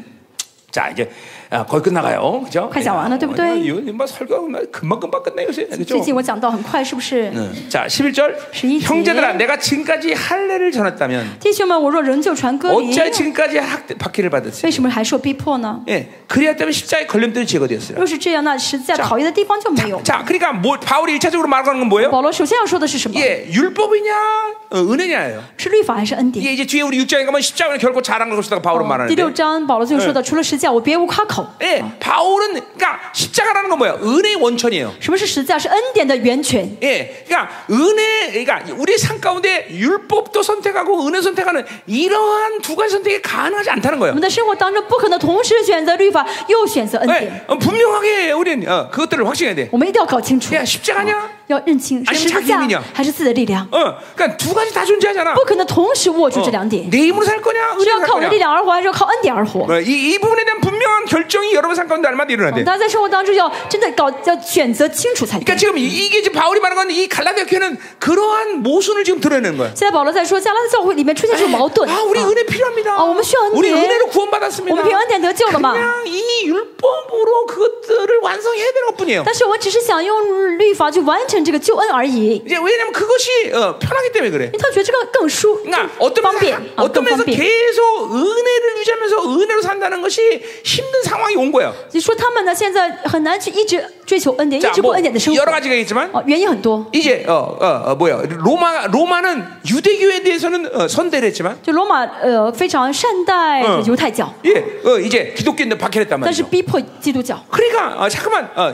Speaker 1: 자, 이제 아, 거의 끝나가요. 그죠?
Speaker 2: 가자, 와나,
Speaker 1: 어,
Speaker 2: 对不对?
Speaker 1: 이거 이거 뭐 설교 금방 금방 끝나 요새. 그죠?
Speaker 2: 最近我讲到很快，是不是？
Speaker 1: 예. 자, 11절.
Speaker 2: 11 절.
Speaker 1: 형제들아, 내가 지금까지 할례를 전했다면
Speaker 2: 弟兄们，我若仍旧传歌离，
Speaker 1: 어찌하여 지금까지 학대, 박해를 받았으니?
Speaker 2: 为什么还受逼迫呢？
Speaker 1: 예. 그리하다면 십자의 걸림 때문에 제거되었어요.
Speaker 2: 若是这样，那实在讨厌的地方就没有。
Speaker 1: 자, 그러니까 뭐 바울이 일차적으로 말하는 건 뭐예요?
Speaker 2: 保罗首先要说的是什么？
Speaker 1: 예, 율법이냐, 어, 은혜냐예요.
Speaker 2: 是律法还是恩典？
Speaker 1: 이게 이제 뒤에 우리 6장에 가면 십자가는 결코 어, 자랑할 것이다가 바울은
Speaker 2: 第六
Speaker 1: 말하는데.
Speaker 2: 章保罗就说的，除了十字架，我别无夸口。
Speaker 1: 예, 바울은 그러니까 십자가라는 건 뭐예요? 은혜의 원천이에요.
Speaker 2: 什么是十字架？是恩典的源泉。
Speaker 1: 예, 그러니까 은혜, 그러니까 우리 삶 가운데 율법도 선택하고 은혜 선택하는 이러한 두 가지 선택이 가능하지 않다는
Speaker 2: 我
Speaker 1: 거예요.
Speaker 2: 们的生活当中不可能同时选择律法又选择恩典，
Speaker 1: 예, 어, 분명하게 우리는 어, 그것들을 확신해야 돼.
Speaker 2: 我们一定要搞清楚，
Speaker 1: 야, 십자가냐?
Speaker 2: 要认清
Speaker 1: 哎
Speaker 2: 是十字
Speaker 1: 查
Speaker 2: 架
Speaker 1: 经力量
Speaker 2: 啊还是自己的力量，
Speaker 1: 어, 그러니까 두 가지 다 존재하잖아.
Speaker 2: 不可能同时握住这两
Speaker 1: 어,
Speaker 2: 点，
Speaker 1: 내 힘으로 살 거냐,
Speaker 2: 是
Speaker 1: 은혜로
Speaker 2: 要
Speaker 1: 살
Speaker 2: 靠我的哦力
Speaker 1: 거냐.
Speaker 2: 量而活，还是要靠恩典而活？
Speaker 1: 어, 이, 이 부분에 대한 분명한 결정이 여러분 삶 가운데 얼마나 일어나야 돼.
Speaker 2: 大家在生活当中要真的搞要选择清楚才
Speaker 1: 그러니까
Speaker 2: 对。
Speaker 1: 지금 이- 이게 지금 바울이 말하는 건 이 갈라디아 교회는 그러한 모순을 지금 드러내는 거야.
Speaker 2: 现在保罗在说加拉太教会里面出现这种矛盾，
Speaker 1: 아, 우리
Speaker 2: 啊
Speaker 1: 은혜 필요합니다.
Speaker 2: 어, 우리 필요한
Speaker 1: 우리
Speaker 2: 은혜.
Speaker 1: 은혜로 구원받았습니다.
Speaker 2: 우리 필요한 은혜 되었죠, 그럼?
Speaker 1: 그냥 이 율법으로 그것들을 완성해야 되는 것뿐이에요.
Speaker 2: 但是我们只是想用律法去完成这个救恩而已，因
Speaker 1: 이제 왜냐면 그것이 어, 편하기 때문에 그래.
Speaker 2: 为他觉得这个更舒
Speaker 1: 그러니까
Speaker 2: 更
Speaker 1: 어떤
Speaker 2: 方便
Speaker 1: 면에서,
Speaker 2: 啊，
Speaker 1: 어떤
Speaker 2: 更方
Speaker 1: 면에서
Speaker 2: 便。
Speaker 1: 계속 은혜를 유지하면서 은혜로 산다는 것이 힘든 상황이 온 거예요.
Speaker 2: 你说他们呢，现在很难去一直追求恩典，一
Speaker 1: 자,
Speaker 2: 直过
Speaker 1: 뭐
Speaker 2: 恩典的生
Speaker 1: 여러
Speaker 2: 活。
Speaker 1: 가지가 있지만
Speaker 2: 哦，原因很多。
Speaker 1: 이제 어, 어, 어, 뭐야 로마 로마는 유대교에 대해서는 어, 선대를 했지만
Speaker 2: 就罗马呃非常善待
Speaker 1: 嗯
Speaker 2: 犹太教，
Speaker 1: 예, 어, 이제 기독교인들 박해했단
Speaker 2: 但是
Speaker 1: 말이죠.
Speaker 2: 逼迫基督
Speaker 1: 哎
Speaker 2: 教，
Speaker 1: 그러니까 어, 잠깐만 어,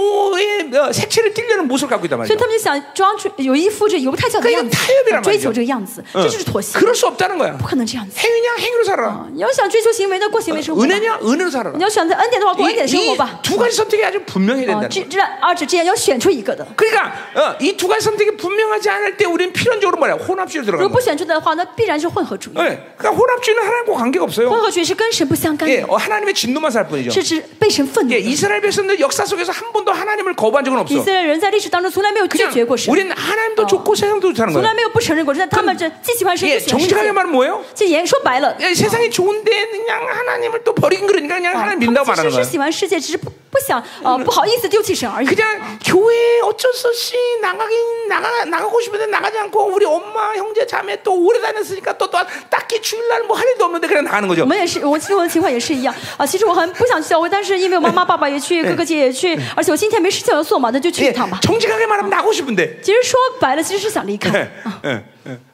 Speaker 1: 유대교의 어, 색채를 띠려는 모습을 갖고 있단
Speaker 2: 所
Speaker 1: 말이죠.
Speaker 2: 以他们就想装出有一副这犹太教的
Speaker 1: 可以
Speaker 2: 样子
Speaker 1: 太有点，儿
Speaker 2: 追
Speaker 1: 嘛嗯就
Speaker 2: 求这个样子，这
Speaker 1: 어,
Speaker 2: 就是妥协，
Speaker 1: 그럴 수 없다는 거야.
Speaker 2: 不可能这样子。
Speaker 1: 행위냐 행위로 살아라.
Speaker 2: 啊你要想追求行为，那过行为生活吧。
Speaker 1: 은혜냐 은혜로 살아라.
Speaker 2: 你要选择恩典的话，
Speaker 1: 어.
Speaker 2: 过恩典生活吧。
Speaker 1: 이두 가지 선택이 아주 분명해야
Speaker 2: 啊，
Speaker 1: 된다는
Speaker 2: 这
Speaker 1: 거야.
Speaker 2: 这二者之间要选出一个的。
Speaker 1: 그러니까 어, 이 두 가지 선택이 분명하지 않을 때 우리는 필연적으로 뭐야 혼합주의로
Speaker 2: 如
Speaker 1: 들어가는
Speaker 2: 果不
Speaker 1: 거야.
Speaker 2: 选出的话，那必然是混合主义。
Speaker 1: 예, 그러니까 혼합주의는 하나님과 관계가
Speaker 2: 混
Speaker 1: 없어요.
Speaker 2: 合主义是跟神不相干
Speaker 1: 예,
Speaker 2: 的，
Speaker 1: 어, 하나님의 진노만 살 뿐이죠.
Speaker 2: 是指被神愤怒
Speaker 1: 예,
Speaker 2: 的。
Speaker 1: 이스라엘 백성들 역사 속에서 한 번도 하나님을 거부한 적은
Speaker 2: 以
Speaker 1: 없어.
Speaker 2: 色列人在历史当中从来没有拒
Speaker 1: 그냥
Speaker 2: 绝过神，
Speaker 1: 우리는 하나님도 좋고 세상도 좋다는
Speaker 2: 从
Speaker 1: 거예요.
Speaker 2: 来没有不承认过神。但他们这既喜欢神又
Speaker 1: 예,
Speaker 2: 喜欢世
Speaker 1: 정직하게
Speaker 2: 界。
Speaker 1: 말하면 뭐예요?
Speaker 2: 这哎言说白了，
Speaker 1: 예, 세상이 좋은데 그냥 하나님을 또 버린 그러니까 그냥
Speaker 2: 啊
Speaker 1: 하나님
Speaker 2: 他
Speaker 1: 믿는다고
Speaker 2: 们其
Speaker 1: 말하는
Speaker 2: 实
Speaker 1: 거예요.
Speaker 2: 是喜欢世界，只是不不想呃不好意思丢弃神而已。
Speaker 1: 그냥 교회 어쩔 수 없이 나가긴 나가 나가고 싶은데 나가지 않고 우리 엄마 형제 자매 또 오래 다녔으니까 또, 또 딱히 주일날 뭐 할 일도 없는데 그냥 나가는 거죠.
Speaker 2: 我们也是，我其实我的情况也是一样啊。其实我很不想去教会，但是因为我妈妈、爸爸也 去，哥哥姐也去，而且我今天没事情要做嘛，那就去
Speaker 1: 예,
Speaker 2: 一趟吧。
Speaker 1: 정직하게 말하면 나고 싶은데.
Speaker 2: 其实说白了，其实是想离开
Speaker 1: 예, 。 예, 예.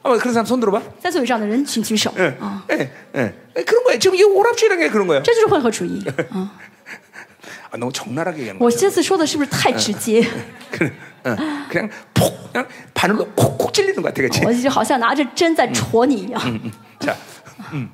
Speaker 1: 한번 그런 사람 손 들어봐.
Speaker 2: 在座有这样的人，请举手
Speaker 1: 예,
Speaker 2: 啊！
Speaker 1: 예, 예. 그런 거예요. 지금 이 오랍주의라는 게 그런 거예요.
Speaker 2: 这就是混合主 义啊！
Speaker 1: 아, 너무 적나라하게 얘기하는 거예요.
Speaker 2: 我这次说的是不是太直接？
Speaker 1: 그래, 어, 그냥 폭, 그냥 바늘로 콕콕 찔리는 것 같아, 그렇지?
Speaker 2: 我就好像拿着针在戳你一样。
Speaker 1: 자, 음.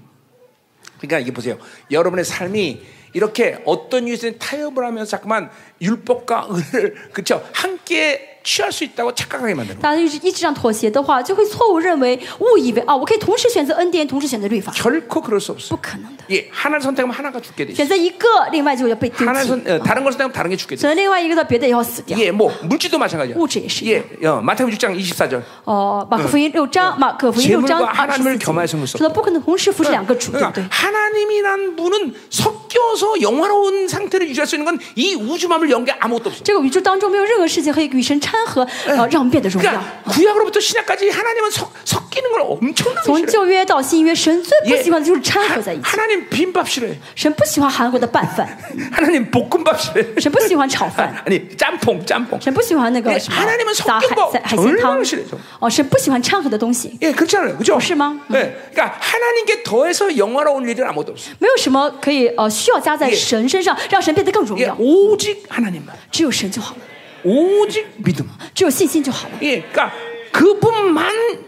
Speaker 1: 그러니까 이게 보세요. 여러분의 삶이 이렇게 어떤 이유에서 타협을 하면서 자꾸만 율법과 은혜를 그쵸 함께 취할 수 있다고 착각하게 만드는 거예요.
Speaker 2: 大家一直一直这样妥协的话，就会错误认为、误以为啊，我可以同时选择恩典，同时选择律法，
Speaker 1: 결코 그럴 수 없어.
Speaker 2: 不可能的。
Speaker 1: 예, 하나를 선택하면 하나가 죽게 돼. 있어.
Speaker 2: 选择一个，另外就要被丢弃；
Speaker 1: 하나를 선, 어, 다른 걸 선택하면 다른 게 죽게 돼.
Speaker 2: 选择另外一个的，别的也要死掉
Speaker 1: 있어. 。 예, 뭐 물질도 마찬가지야.
Speaker 2: 우주 예시.
Speaker 1: 예, 어, 마태복음 6장 24절.
Speaker 2: 哦，马可福音六章，马可福音六章
Speaker 1: 재물과하나님을
Speaker 2: 二十四
Speaker 1: 겸하여섬길
Speaker 2: 节，
Speaker 1: 수
Speaker 2: 说到不可能同时服嗯侍两个主，对不
Speaker 1: 그러니까
Speaker 2: 对？
Speaker 1: 하나님이란 분은 섞여서 영화로운 상태를 유지할 수 있는 건 이 우주만을 연계 아무것도 없어.
Speaker 2: 这个宇宙当中没有任何事情可以与神掺和，呃，让我们变得荣耀。
Speaker 1: 그러니까 구약으로부터 신약까지 하나님은 섞, 섞이는 걸 엄청나게
Speaker 2: 从
Speaker 1: 싫어해요.
Speaker 2: 旧约到新约，神最不
Speaker 1: 예.
Speaker 2: 喜欢的就是掺合在一
Speaker 1: 하-
Speaker 2: 起。
Speaker 1: 하나님 빈밥 싫어해.
Speaker 2: 神不喜欢韩国的拌饭，
Speaker 1: 하나님 볶음밥 싫어해.
Speaker 2: 神不喜欢炒饭，
Speaker 1: 아니 짬뽕 짬뽕.
Speaker 2: 神不喜哎欢那个
Speaker 1: 예
Speaker 2: 什么
Speaker 1: 하나님은섞
Speaker 2: 杂
Speaker 1: 인
Speaker 2: 海
Speaker 1: 거
Speaker 2: 海海鲜
Speaker 1: 절망
Speaker 2: 汤
Speaker 1: 싫어해서 。
Speaker 2: 哦，神不喜欢掺和的东西，
Speaker 1: 예, 그렇잖아요. 그죠?
Speaker 2: 없지만.
Speaker 1: 예. 그러니까 하나님께 더해서 영화로운 일은 아무것도 없어.
Speaker 2: 没有什么可以呃需要加在
Speaker 1: 예
Speaker 2: 神身上，让神变得更荣
Speaker 1: 예,
Speaker 2: 耀。
Speaker 1: 오직 하나님만.
Speaker 2: 只有神就好了，
Speaker 1: 오직 믿음.
Speaker 2: 只有信心就好了，
Speaker 1: 예. 그러니까 그분만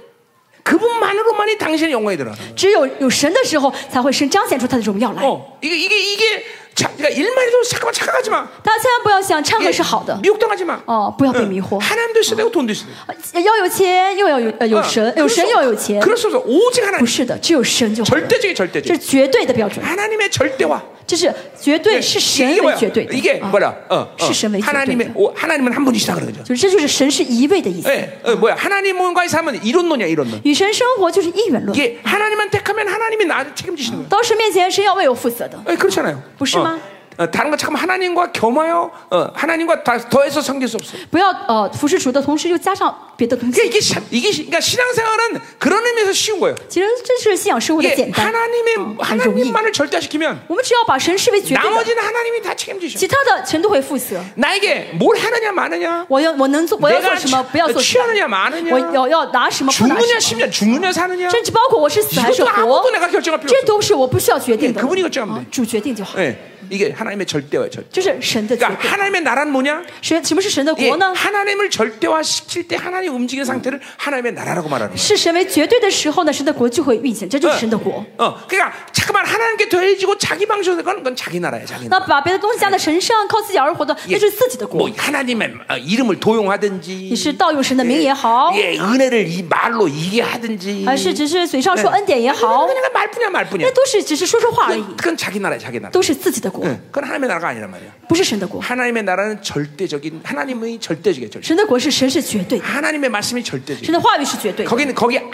Speaker 1: 그분만으로만이 당신의 영광이 들어.
Speaker 2: 只有有神的时候，才会神彰显出他的荣耀来。
Speaker 1: 어. 이게 이게 이게 자, 그러니까 일만 해도 잠깐만 착각하지 마.
Speaker 2: 大家千万不要想掺
Speaker 1: 예,
Speaker 2: 和是好的
Speaker 1: 어, 미혹당하지 마.
Speaker 2: 哦，不要被迷惑。
Speaker 1: 하나님도 있어야 되고 돈도 있어야 돼.
Speaker 2: 呃要有钱，又要有呃有
Speaker 1: 어,
Speaker 2: 神，
Speaker 1: 그럴
Speaker 2: 有
Speaker 1: 수
Speaker 2: 神又要
Speaker 1: 없-
Speaker 2: 有钱，
Speaker 1: 그럴 수 없어. 오직
Speaker 2: 不
Speaker 1: 하나님.
Speaker 2: 是的，只有神就好了。
Speaker 1: 절대적이
Speaker 2: 这
Speaker 1: 절대적.
Speaker 2: 是绝对的标准，
Speaker 1: 하나님의 절대화.
Speaker 2: 这是绝对
Speaker 1: 예,
Speaker 2: 是神
Speaker 1: 이게
Speaker 2: 为
Speaker 1: 뭐야?
Speaker 2: 绝对的。
Speaker 1: 이게
Speaker 2: 啊
Speaker 1: 뭐라? 어, 어.
Speaker 2: 是神为绝对
Speaker 1: 하나님의
Speaker 2: 的，
Speaker 1: 오, 하나님은 한 분이시다 그런 거죠.
Speaker 2: 就是这就是神是一位的意思。
Speaker 1: 예, 어, 뭐야? 하나님과의 삶은 이론론이야 이론론.
Speaker 2: 与神生活就是一元论，
Speaker 1: 이게 하나님만 택하면 하나님이 나를 책임지시는 거예요.
Speaker 2: 到神面前神要为我负责的。
Speaker 1: 예, 그렇잖아요.
Speaker 2: 보시마.
Speaker 1: 어, 어, 다른 거 잠깐 하나님과 겸하여 어, 하나님과 다, 더해서 섬길 수 없어.
Speaker 2: 不要呃服侍主的同时又加上别的东西
Speaker 1: 그러니까 ， 이게 시- 이게 시- 그러니까 신앙생활은 그런 의미에서 쉬운 거예요.
Speaker 2: 其实这是信仰生活的
Speaker 1: 어, 이게
Speaker 2: 简单，啊
Speaker 1: 하나님의
Speaker 2: 很容易。
Speaker 1: 하나님만을 절대시키면
Speaker 2: 我们只要把神视为绝对的，
Speaker 1: 나머지는 하나님이 다 책임지셔.
Speaker 2: 其他的神都会负责。
Speaker 1: 나에게 뭘 하느냐 마느냐
Speaker 2: 我要我能做，我要做
Speaker 1: 내가
Speaker 2: 什么，不要做什
Speaker 1: 취하느냐
Speaker 2: 么，
Speaker 1: 마느냐
Speaker 2: 我要要拿什么，不拿
Speaker 1: 죽느냐
Speaker 2: 什么，
Speaker 1: 심냐 죽느냐 사느냐
Speaker 2: 甚至包括我是死还是
Speaker 1: 이것도
Speaker 2: 活
Speaker 1: 아무것도 내가 결정할 필요 ，
Speaker 2: 这都是我不需要决定
Speaker 1: 예
Speaker 2: 的
Speaker 1: 그분이결정하면
Speaker 2: 啊
Speaker 1: 돼
Speaker 2: 主决定就好，
Speaker 1: 예, 이게 하나님의 절대화예요 절대.
Speaker 2: 这是神的决
Speaker 1: 그러니까
Speaker 2: 定。
Speaker 1: 하나님의 나라는 뭐냐
Speaker 2: 神什么是神的
Speaker 1: 예,
Speaker 2: 国呢？
Speaker 1: 하나님을 절대화시킬 때 하나님 움직이는 상태를 하나님의 나라라고 말하는 거예요
Speaker 2: 是神为绝对的时候呢，神的国就会运行，这就是神的国。
Speaker 1: 어, 그러니까 잠깐만 하나님께 더해지고 자기 방식으로 가는 건 자기 나라예요 자기
Speaker 2: 那
Speaker 1: 나라
Speaker 2: 把别的东西加在神上，靠自己而活的，那是自己的国
Speaker 1: 뭐 。 하나님의 어, 이름을 도용하든지
Speaker 2: 你是盗用神的名也好，
Speaker 1: 예, 은혜를 이 말로 이게 하든지
Speaker 2: 还是只是嘴上说
Speaker 1: 예.
Speaker 2: 恩典也好， 네,
Speaker 1: 그냥 말뿐이야 말뿐이야 아,
Speaker 2: 那都是只是说说话而已，
Speaker 1: 그건, 그건 자기 나라야 자기 나라
Speaker 2: 都是自己的国，
Speaker 1: 예, 그건 하나님의 나라가 아니란 말이야
Speaker 2: 不是神的国。
Speaker 1: 하나님의 나라는 절대적인 하나님의 절대적이에요 절대.
Speaker 2: 神的国是神是绝对的，
Speaker 1: 하나님의 말씀이
Speaker 2: 神
Speaker 1: 절대적이에요
Speaker 2: 的话语是绝对的，
Speaker 1: 거기는 거기 아무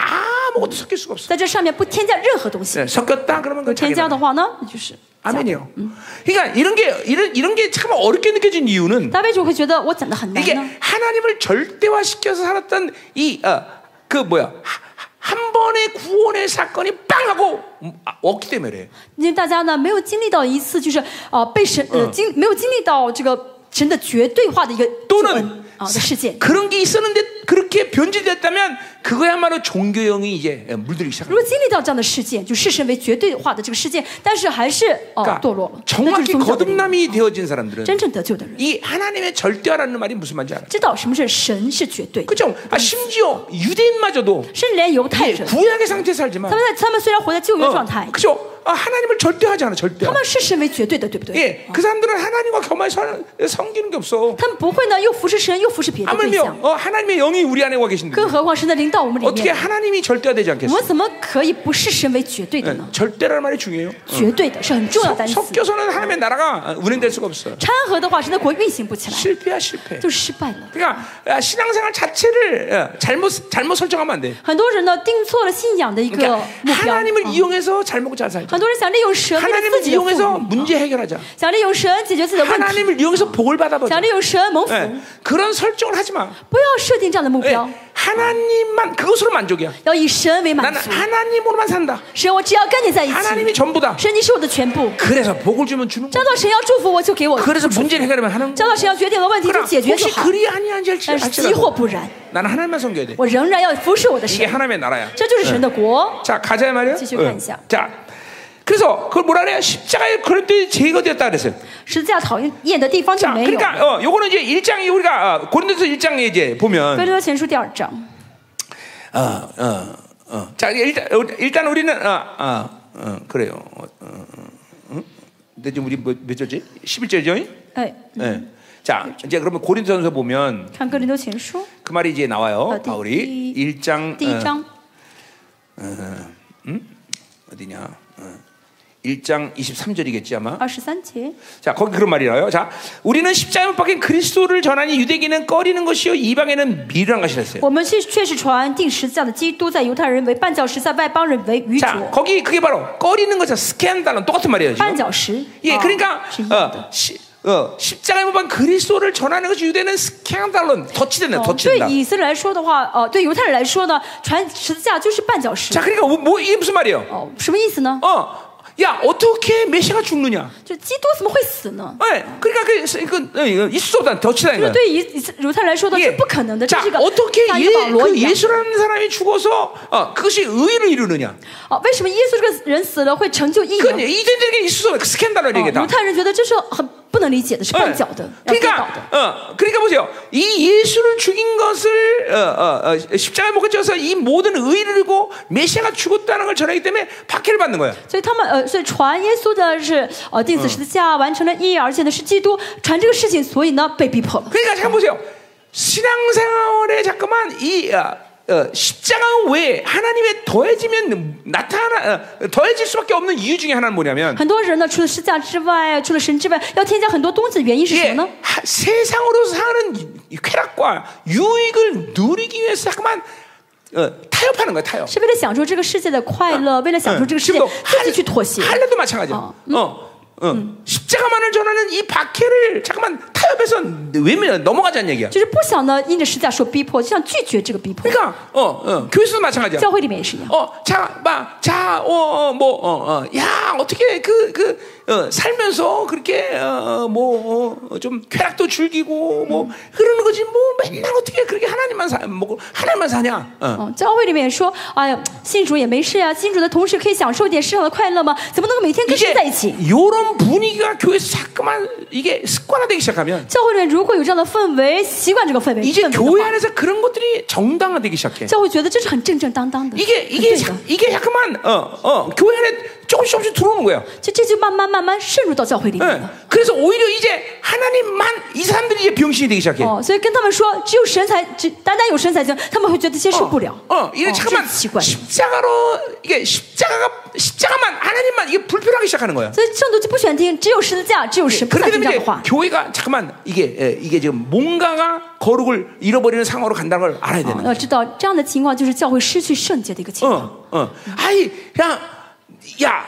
Speaker 1: 아무것도 섞일 수가 없어.
Speaker 2: 在这上面不添加任何东西。
Speaker 1: 네, 섞였다 그러면 그
Speaker 2: 添
Speaker 1: 자기
Speaker 2: 加
Speaker 1: 말이야.
Speaker 2: 的话呢，那就是。
Speaker 1: 嗯 아멘이요. 그러니까 이런 게 이런 이런 게 참 어렵게 느껴진 이유는
Speaker 2: 大卫就会觉得我讲的很难
Speaker 1: 이게
Speaker 2: 呢。
Speaker 1: 하나님을 절대화 시켜서 살았던 이 어 그 뭐야 하- 한 번의 구원의 사건이 빵 하고 음, 아, 없기 때문에 그래.
Speaker 2: 因为大家呢没有经历到一次就是呃被神呃经没有经历到这个神的绝对化的一个救恩
Speaker 1: 또는
Speaker 2: 啊的事件。
Speaker 1: 어, 네, 그런 게 있었는데 그렇게 변질됐다면 그거야말로 종교형이 이제 물들기
Speaker 2: 如
Speaker 1: 시작합니다.
Speaker 2: 果经历到这样的事件，就视神为绝对化的这个事件，但是还是哦、呃
Speaker 1: 그러니까
Speaker 2: 堕落了，那就
Speaker 1: 정확히
Speaker 2: 是宗教的人
Speaker 1: 거듭남이 되어진 사람들은
Speaker 2: 真正得救的人
Speaker 1: 이 하나님의 절대화라는 말이 무슨 말인지 알아요.
Speaker 2: 知道什么是神是绝对的，
Speaker 1: 그죠? 아, 심지어 유대인마저도
Speaker 2: 甚至连犹太
Speaker 1: 이게
Speaker 2: 人，他
Speaker 1: 구약의 상태에서 살지만
Speaker 2: 们在他们虽然活在旧约状态
Speaker 1: 어, ， 그죠? 아, 하나님을 절대하지 않아, 절대.
Speaker 2: 他们视神为绝对的，对不对？
Speaker 1: 예, 그 사람들은 하나님과 겸하여 살- 섬기는 게 없어.
Speaker 2: 他们不会呢，又服侍神，又服侍别的对
Speaker 1: 아무며
Speaker 2: 象，
Speaker 1: 어, 그 네. 하나님의 영이 우리 안에 와 계신데
Speaker 2: 更何况神的领导我们里
Speaker 1: 어떻게
Speaker 2: 面，
Speaker 1: 하나님이 절대화되지
Speaker 2: 我
Speaker 1: 않겠어?
Speaker 2: 们怎么可以不视神为绝对
Speaker 1: 예,
Speaker 2: 的呢？
Speaker 1: 절대라는 말이 중요해요.
Speaker 2: 绝对的是很重要的单
Speaker 1: 섞-
Speaker 2: 词。
Speaker 1: 섞여서는 하나님의 나라가 운행될 수가 없어.
Speaker 2: 掺和的话，神的国运行不起来，
Speaker 1: 실패야 실패.
Speaker 2: 就失败了。
Speaker 1: 그러니까 아, 신앙생활 자체를 어, 잘못 잘못 설정하면 안 돼.
Speaker 2: 很多人呢定错了信仰的一个
Speaker 1: 그러니까 아,
Speaker 2: 目标，
Speaker 1: 하나님을
Speaker 2: 啊
Speaker 1: 이용해서 잘 먹고 잘 살자.
Speaker 2: 很多人想利用神为了自
Speaker 1: 하나님을
Speaker 2: 己的富裕
Speaker 1: 이용해서 문제 해결하자.
Speaker 2: 想利用神解决自己的问题，
Speaker 1: 하나님을 이용해서 복을 받아보자.
Speaker 2: 想利用神蒙福，
Speaker 1: 예, 그런 설정을 하지 마.
Speaker 2: 不要设定这样的目
Speaker 1: 예,
Speaker 2: 标，
Speaker 1: 하나님만 그것으로 만족이야.
Speaker 2: 要以神为满
Speaker 1: 나는
Speaker 2: 足。
Speaker 1: 하나님으로만 산다.
Speaker 2: 神，我只要跟你在一起，
Speaker 1: 하나님이 전부다.
Speaker 2: 神，你是我的全部。
Speaker 1: 그래서 복을 주면 주는
Speaker 2: 找
Speaker 1: 거야.
Speaker 2: 到神要祝福我就给我，
Speaker 1: 그래서 문제를 해결하면 하는
Speaker 2: 找
Speaker 1: 거야.
Speaker 2: 到神要决定我的问题就
Speaker 1: 그러나
Speaker 2: 解决就
Speaker 1: 혹시
Speaker 2: 好。
Speaker 1: 그리 아니한지 알지 뭐?
Speaker 2: 但是即或
Speaker 1: 알지라도
Speaker 2: 不然，
Speaker 1: 나는 하나님만 섬겨야 돼.
Speaker 2: 我仍然要服侍我的
Speaker 1: 이게
Speaker 2: 神，
Speaker 1: 하나님의 나라야.
Speaker 2: 这就是神的国。
Speaker 1: 자 가자 말이야.
Speaker 2: 지시로
Speaker 1: 예.
Speaker 2: 간사.
Speaker 1: 자 그래서 그걸 뭐라 그래요? 십자가에 그럴 때 제거 되었다 그랬어요.
Speaker 2: 十字架讨厌的地方就
Speaker 1: 자,
Speaker 2: 没有。
Speaker 1: 그러니까 어, 요거는 이제 1장이 우리가 어, 고린도서 1장에 이제
Speaker 2: 哥
Speaker 1: 보면
Speaker 2: 林多前书第二章，
Speaker 1: 어, 어, 어. 자 일단 어, 일단 우리는 어, 어, 어, 그래요. 어, 어, 어, 응? 근데 지금 우리 몇, 몇 절지? 11절이죠?
Speaker 2: 哎，
Speaker 1: 예. 자, 이제 그러면 고린도전서 보면
Speaker 2: 看哥林多前书
Speaker 1: 그 말이 이제 나와요.
Speaker 2: 어디?
Speaker 1: 바울이 1장
Speaker 2: 第一
Speaker 1: 어,
Speaker 2: 章
Speaker 1: 어디냐? 어. 1장 23절이겠지 아마.
Speaker 2: 二十三节，
Speaker 1: 자, 거기 그런 말이 나와요. 자, 우리는 십자가에 못 박힌 그리스도를 전하니 유대인은 꺼리는 것이요 이방인은 미련한 것이라 했어요.
Speaker 2: 我们是确实传定十字架的基督，在犹太人为绊脚石，在外邦人为愚
Speaker 1: 자,
Speaker 2: 拙。
Speaker 1: 거기 그게 바로 꺼리는 것이 스캔달은 똑같은 말이에요,
Speaker 2: 绊
Speaker 1: 지금.
Speaker 2: 脚石，
Speaker 1: 예,
Speaker 2: 啊
Speaker 1: 그러니까
Speaker 2: 是一样的。
Speaker 1: 어, 시, 어, 십자가에 못 박힌 그리스도를 전하는 것이 유대는 스캔달론 덧치된다,
Speaker 2: 哦对
Speaker 1: 덧치된다.
Speaker 2: 以色列来说的话，呃，对犹太人来说呢，传十字架就是绊脚石
Speaker 1: 자, 。 그러니까 뭐, 뭐 이게 무슨 말이에요?
Speaker 2: 哦，什么意思呢？
Speaker 1: 어, 야, 어떻게 메시가 죽느냐?
Speaker 2: 就基督怎么会死呢？
Speaker 1: 예, 그러니까 그, 그, 어, 있을 수 없다, 덧치다는
Speaker 2: 就是
Speaker 1: 거야.
Speaker 2: 对以以色犹太人来说的是
Speaker 1: 예.
Speaker 2: 不可能的，这
Speaker 1: 자,
Speaker 2: 是一个
Speaker 1: 어떻게
Speaker 2: 像一个保
Speaker 1: 예,
Speaker 2: 罗
Speaker 1: 그
Speaker 2: 一样。
Speaker 1: 예수라는 사람이 죽어서 어, 그것이 의를 이루느냐?
Speaker 2: 哦，为什么耶稣这个人死了会成就义呢？
Speaker 1: 그건 이전적인 있어서 스캔들을
Speaker 2: 哦
Speaker 1: 얘기다. 예.
Speaker 2: 犹太人觉得这是很不能理解的，是绊脚的，要跌倒的。
Speaker 1: 그러니까, 어, 그러니까 보세요. 이 예수를 죽인 것을 어, 어, 어, 십자가에 못 쳐서 이 모든 의를 이고 메시아가 죽었다는 걸 전하기 때문에 박해를 받는 거야.
Speaker 2: 所以他们呃，所以传耶稣的是呃钉死十字架完成了意义，而且呢是基督传这个事情，所以呢被逼迫了。
Speaker 1: 그러니까 잠깐 보세요. 신앙생활에 잠깐만 이 어, 어, 십자가 외에 하나님의 더해지면 나타나 어, 더해질 수밖에 없는 이유 중에 하나는 뭐냐면
Speaker 2: 很多人呢，除了十字架之外，除了神之外，要添加很多东西的原因是什
Speaker 1: 예,
Speaker 2: 么呢？
Speaker 1: 하- 세상으로 사는 이- 이 쾌락과 유익을 누리기 위해서 잠깐만 어, 타협하는 거야 타협.
Speaker 2: 是为了享受这个世界的快乐，为了享受嗯这个世界，
Speaker 1: 지금도
Speaker 2: 自己去妥协。
Speaker 1: 할례도 마찬가지야.
Speaker 2: 어,
Speaker 1: 어, 어. 십자가만을 전하는 이 박해를 잠깐만 타협해서 외면 넘어가자는 얘기야.
Speaker 2: 就是不想呢，因着十字架受逼迫，就想拒绝这个逼迫。
Speaker 1: 그러니까 어, 어, 교회에서도 마찬가지야.
Speaker 2: 教会里面也是一样，
Speaker 1: 어, 자, 막, 자, 어, 어, 뭐, 어, 어, 야, 어떻게 그, 그, 어, 살면서 그렇게, 어, 어, 뭐, 어, 좀 쾌락도 즐기고, 뭐, 흐르는 거지, 뭐, 맨날 어떻게 그렇게 하나님만 사, 먹고, 하나님만 사냐. 어.
Speaker 2: 嗯，教会里面也说，哎呀，信主也没事啊，信主的同时可以享受点世上的快乐吗？怎么能够每天跟神
Speaker 1: 이제
Speaker 2: 在一起？
Speaker 1: 이런 분위기가 교회에서 자꾸만 이게 습관화되기 시작하면
Speaker 2: 教会里面如果有这样的氛围，习惯这个氛围，
Speaker 1: 이제
Speaker 2: 氛围的话
Speaker 1: 교회 안에서 그런 것들이 정당화되기 시작해.
Speaker 2: 教会觉得这是很正正当当的。
Speaker 1: 이게
Speaker 2: 很
Speaker 1: 이게
Speaker 2: 对的
Speaker 1: 자- 이게 약간 어, 어, 교회 안에 조금씩 조금씩 들어오는 거예요.
Speaker 2: 就这就慢慢慢慢渗入到教会里面
Speaker 1: 예.
Speaker 2: 了。
Speaker 1: 그래서 오히려 이제 하나님만 이 사람들이 이제 병신이 되기 시작해.
Speaker 2: 哦，所以跟他们说，只有神才，只单单有神才行，他们会觉得接受不了。
Speaker 1: 어, 이게
Speaker 2: 哦这
Speaker 1: 잠깐만
Speaker 2: 是奇怪的。
Speaker 1: 십자가로 이게 십자가가 십자가만 하나님만 이게 불편하기 시작하는 거야.
Speaker 2: 所以圣徒就不喜欢听，只有十字架，只有神不
Speaker 1: 그렇게
Speaker 2: 想听这
Speaker 1: 되면
Speaker 2: 样
Speaker 1: 이제
Speaker 2: 的话。
Speaker 1: 교회가 잠깐만 이게 예, 이게 지금 뭔가가 거룩을 잃어버리는 상황으로 간다는 걸 알아야 되는 거야.
Speaker 2: 要哦知道，这样的情况就是教会失去圣洁的一个情况。
Speaker 1: 어, 어. 아이, 야, 야,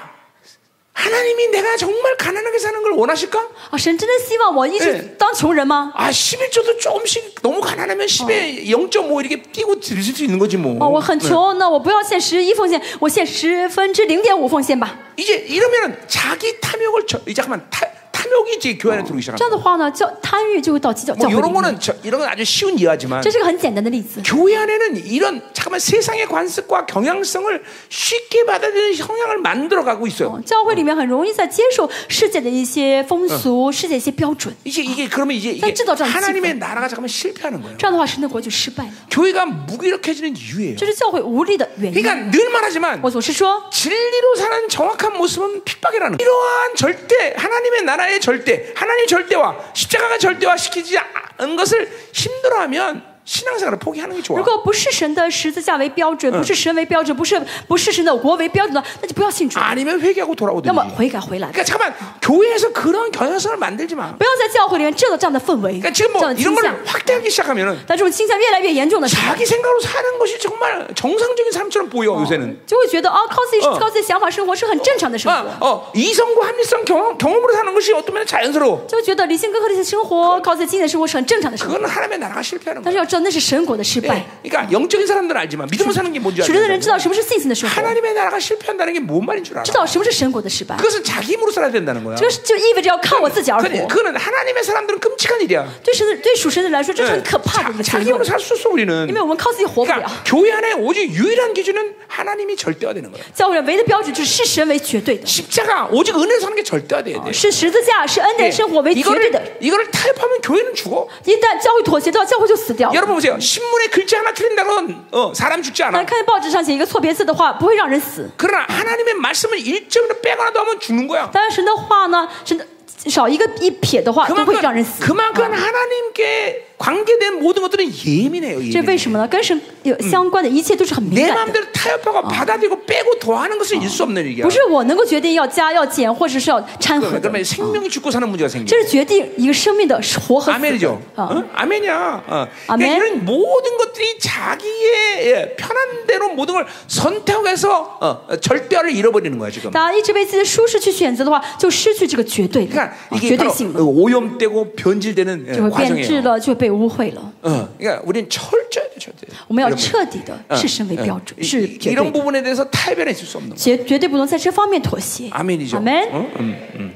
Speaker 1: 하나님이 내가 정말 가난하게 사는 걸 원하실까?
Speaker 2: 啊，神真的希望我一直
Speaker 1: 嗯
Speaker 2: 当穷人吗？
Speaker 1: 아, 11조도 조금씩 너무 가난하면 10에 0.5 이렇게 띄고 드릴 수 있는 거지 뭐.
Speaker 2: 哦，我很穷，那我不要献十一奉献，我献十分之零点五奉献吧。
Speaker 1: 네. 이제 이러면은 자기 탐욕을 저, 이제 잠깐만 타, 탐욕이 이제 교회 안에 들어오기
Speaker 2: 这
Speaker 1: 시작합니다.
Speaker 2: 样的话呢，教贪欲就会到教
Speaker 1: 뭐
Speaker 2: 教会里
Speaker 1: 이런
Speaker 2: 面。
Speaker 1: 거는 저, 이런 건 아주 쉬운 이해하지만
Speaker 2: 这是个很简单的例子。
Speaker 1: 교회 안에는 이런 잠깐만 세상의 관습과 경향성을 쉽게 받아들이는 성향을 만들어 가고 있어요.
Speaker 2: 哦教会里面很容易在接受世界的一些风俗、世界一些标准，
Speaker 1: 이제 이게 그러면 이제 이게
Speaker 2: 난 진짜 어쩌면
Speaker 1: 하나님의
Speaker 2: 슬퍼.
Speaker 1: 나라가 잠깐만 실패하는 거예요.
Speaker 2: 这样的话，神的国就失败了。
Speaker 1: 교회가 무기력해지는 이유예요.
Speaker 2: 这是教会无力的原因。
Speaker 1: 그러니까 늘 말하지만
Speaker 2: 我总是说，
Speaker 1: 진리로 사는 정확한 모습은 핍박이라는 거예요. 이러한 절대 하나님의 나라의 절대 하나님 절대와 십자가가 절대화 시키지 않은 것을 힘들어하면 신앙생활을 포기하는 게 좋아.
Speaker 2: 如果不是神的十字架为标准，不是神为标准，不是不是神的国为标准的，那就不要信主，
Speaker 1: 아니면 회개하고
Speaker 2: 要么
Speaker 1: 돌아오든지.
Speaker 2: 悔改回来。
Speaker 1: 그러니까 잠깐만 교회에서 그런 경향성을 만들지 마.
Speaker 2: 不要在教会里面制造这样的氛围，
Speaker 1: 그러니까
Speaker 2: 哎这
Speaker 1: 지금
Speaker 2: 样
Speaker 1: 뭐
Speaker 2: 的倾
Speaker 1: 이런
Speaker 2: 向
Speaker 1: 걸 。 확대하기 시작하면은
Speaker 2: 但这种倾向越来越严重的时候，
Speaker 1: 자기 생각으로 사는 것이 정말 정상적인 사람처럼 보여 요새는.
Speaker 2: 就会觉得哦，靠自己
Speaker 1: 嗯
Speaker 2: 靠自己的想法生活是很正常的生
Speaker 1: 아,
Speaker 2: 活，
Speaker 1: 어, 이성과 합리성 경험, 경험으로 사는 것이 어떤 면에 자연스러워.
Speaker 2: 就会觉得理性跟合理的生活，靠自己经验的生活是很正常的生活。
Speaker 1: 그건 하나님의 나라가 실패하는
Speaker 2: 但
Speaker 1: 거야.
Speaker 2: 是要知道，那是神国的失
Speaker 1: 예,
Speaker 2: 败。
Speaker 1: 그러니까 영적인 사람들은 알지만 믿음으로 사는 게 뭔지
Speaker 2: 属灵的人知
Speaker 1: 알아.
Speaker 2: 道什么是信心的生活，
Speaker 1: 하나님의 나라가 실패한다는 게 뭔 말인 줄 알아.
Speaker 2: 知道什么是神国的失败。
Speaker 1: 그것은 자기 힘으로 살아야 된다는 거야.
Speaker 2: 这个是就意味着要靠我自己而
Speaker 1: 그건,
Speaker 2: 活。
Speaker 1: 그거는 하나님의 사람들은 끔찍한 일이야.
Speaker 2: 对神的对属神的人来说，这是很
Speaker 1: 예,
Speaker 2: 可怕的一
Speaker 1: 자,
Speaker 2: 个结
Speaker 1: 자기 힘으로
Speaker 2: 论，
Speaker 1: 살 수 없어 우리는.
Speaker 2: 因为我们靠自己活不了。
Speaker 1: 그러니까 교회 안에 오직 유일한 기준은 하나님이 절대화되는 거야.
Speaker 2: 教会人唯一的标准就是视神为绝对的，
Speaker 1: 십자가 오직 은혜로 사는 게 절대화돼야 돼.
Speaker 2: 是十字架，是恩
Speaker 1: 예.
Speaker 2: 典生活为绝对的。
Speaker 1: 이거를 이거를 타협하면 교회는 죽어.
Speaker 2: 一旦教会妥协的话，教会就死掉。
Speaker 1: 여러분 보세요. 신문에 글자 하나 틀린다고 어, 사람 죽지
Speaker 2: 那
Speaker 1: 않아.
Speaker 2: 看见报纸上写一个错别字的话，不会让人死。
Speaker 1: 그러나 하나님의 말씀을 일점으로 빼거나 더 하면 죽는 거야.
Speaker 2: 但是神的话呢，神的少一个一撇的话，
Speaker 1: 아,
Speaker 2: 都会让人
Speaker 1: 그만큼
Speaker 2: 死。啊
Speaker 1: 그만큼 하나님께 관계된 모든 것들은 예민해요.
Speaker 2: 这
Speaker 1: 예민해.
Speaker 2: 为什么呢？跟神有相关的一切都是很敏
Speaker 1: 내
Speaker 2: 感的，
Speaker 1: 마음대로 타협하고 받아들이고 빼고 더하는 것은 일수 없는 일이야.
Speaker 2: 不是我能够决定要加要减或者是要掺和
Speaker 1: 그러면,
Speaker 2: 的。
Speaker 1: 그러면 생명이 죽고 사는 문제가 생겨.
Speaker 2: 这是决定一个生命的活和死的
Speaker 1: 아멘이죠.
Speaker 2: 啊。
Speaker 1: 응? 어. 아멘이야. 어. 그러니까
Speaker 2: 아멘.
Speaker 1: 이런 모든 것들이 자기의 예, 편한 대로 모든 걸 선택해서 어, 어, 절대화를 잃어버리는 거야 지금.
Speaker 2: 大家一直为自己的舒适去选择的话，就失去这个绝对的、
Speaker 1: 그러니까
Speaker 2: 啊
Speaker 1: 이게
Speaker 2: 绝对
Speaker 1: 바로
Speaker 2: 性
Speaker 1: 어,
Speaker 2: 了，
Speaker 1: 오염되고 변질되는 예,
Speaker 2: 就会变质
Speaker 1: 과정이에요.
Speaker 2: 了，就会被污秽了。
Speaker 1: 어, 그러니까 우리는 철저해야 돼, 철저해.
Speaker 2: 我们要
Speaker 1: 여러분.
Speaker 2: 彻底的
Speaker 1: 어,
Speaker 2: 视神为
Speaker 1: 어.
Speaker 2: 标准，
Speaker 1: 이-
Speaker 2: 是
Speaker 1: 이-
Speaker 2: 绝对
Speaker 1: 이런
Speaker 2: 的，
Speaker 1: 부분에 대해서 타협에 있을 수 없는 거야.
Speaker 2: 绝绝对不能在这方面妥协。
Speaker 1: 아멘이죠.
Speaker 2: 阿门。
Speaker 1: 어? 음, 음.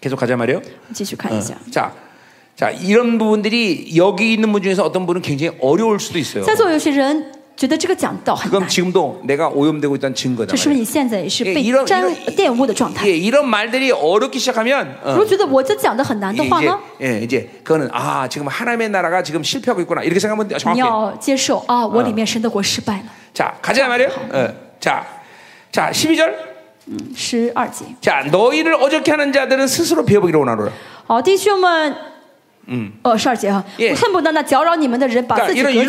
Speaker 1: 계속 가자 말이요.
Speaker 2: 继续看一下。
Speaker 1: 자, 자 이런 부분들이 여기 있는 분 중에서 어떤 분은 굉장히 어려울 수도 있어요.
Speaker 2: 在座有些人觉得这个讲道很
Speaker 1: 그럼
Speaker 2: 难，
Speaker 1: 지금도 내가 오염되고 있다는 증거다.
Speaker 2: 这说明
Speaker 1: 말이야.
Speaker 2: 你现在也是
Speaker 1: 예,
Speaker 2: 被
Speaker 1: 이런
Speaker 2: 沾
Speaker 1: 이런
Speaker 2: 玷污的状态。
Speaker 1: 예, 이런 말들이 어렵기 시작하면
Speaker 2: 如
Speaker 1: 어,
Speaker 2: 果觉得我这讲的很难
Speaker 1: 이게
Speaker 2: 的话呢，
Speaker 1: 이제 예, 이제 그거는 아 지금 하나님의 나라가 지금 실패하고 있구나 이렇게 생각하면
Speaker 2: 你
Speaker 1: 정확해.
Speaker 2: 要接受啊，我里面神的国失败了。
Speaker 1: 자 가자 말이요. 어, 자, 자 12절.
Speaker 2: 十二节，
Speaker 1: 자 너희를 어저께 하는 자들은 스스로 배워보기로 원하노라. 그러니까
Speaker 2: 好，弟兄们，嗯，呃，十二节哈，
Speaker 1: Yeah.
Speaker 2: 我恨不得那搅扰你们的人把自
Speaker 1: 그러니까
Speaker 2: 己
Speaker 1: 이런
Speaker 2: 隔绝了。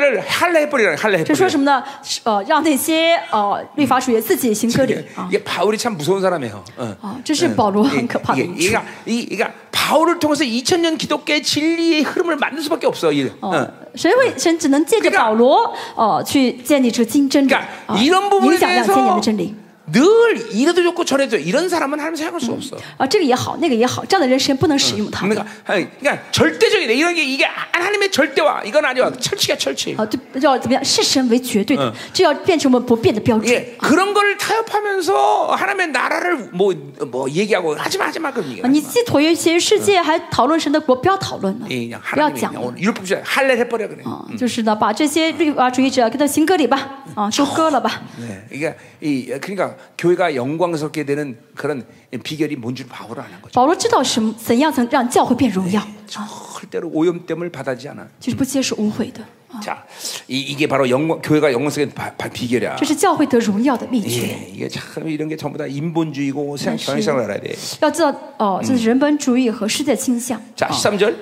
Speaker 1: 율법주의자를 할래 해버리라 할래
Speaker 2: 这说
Speaker 1: 해버리라.
Speaker 2: 什么呢？是呃，让那些呃律法属于自己行割礼
Speaker 1: 이게,
Speaker 2: 啊
Speaker 1: 이게 바울이 참 무서운 사람이에요. 어.
Speaker 2: 啊，这是保罗
Speaker 1: 이-
Speaker 2: 很可怕的
Speaker 1: 이게,
Speaker 2: 一处
Speaker 1: 이가, 이, 이가 바울을 통해서 2000년 기독교의 진리의 흐름을 만들 수밖에 없어. 이,
Speaker 2: 哦
Speaker 1: 어. ，
Speaker 2: 神会神只能借着
Speaker 1: 그러니까
Speaker 2: 保罗哦、呃去建立出金真理
Speaker 1: 그러니까
Speaker 2: 啊，
Speaker 1: 이런
Speaker 2: 影
Speaker 1: 부분에
Speaker 2: 响两千年
Speaker 1: 대해서
Speaker 2: 的真理
Speaker 1: 늘 이래도 좋고 저래도 이런 사람은 하나님 사용할 수 없어.
Speaker 2: 啊，这个也好，那个也好，这样的人神不能使用他们
Speaker 1: 그러니까, 아니, 그러니까 절대적인 이런 게 이게 하나님의 절대와 이건 아니야. 철칙이야 철칙.
Speaker 2: 啊，对，要怎么样？是神为绝对的
Speaker 1: 嗯，
Speaker 2: 这要变成我们不变的标准。
Speaker 1: 예, 그런 걸 타협하면서 하나님의 나라를 뭐, 뭐 얘기하고 하지 마, 하지 마. 그런 얘기.
Speaker 2: 啊，你既妥协于世界，还讨论神的国，不要讨论了
Speaker 1: 예, ， 그냥
Speaker 2: 不要
Speaker 1: 하나님이
Speaker 2: 讲
Speaker 1: 그냥
Speaker 2: 了
Speaker 1: 오늘 율법주의 할래 해버려 그래.
Speaker 2: 啊，就是呢，把这些律法主义者给他行割礼吧，啊，收割了吧。
Speaker 1: 네, 이게 이 그러니까 교회가 영광스럽게 되는 그런 비결이 뭔지 바울을 아는 거죠.
Speaker 2: 保罗知道什么怎样才能让教会变荣耀，
Speaker 1: 절대로 오염됨을 받아지 않아.
Speaker 2: 就是不接受污秽的啊。
Speaker 1: 자, 이, 게 바로 영광, 교회가 영광 속에 바, 바, 비결이야.
Speaker 2: 这是教会得荣耀的秘诀。
Speaker 1: 예, 이게 참 이런 게 전부 다 인본주의고 세상 경향성을 알아야 돼.
Speaker 2: 要知道哦，这是人本主义和世界倾向。
Speaker 1: 자, 13절.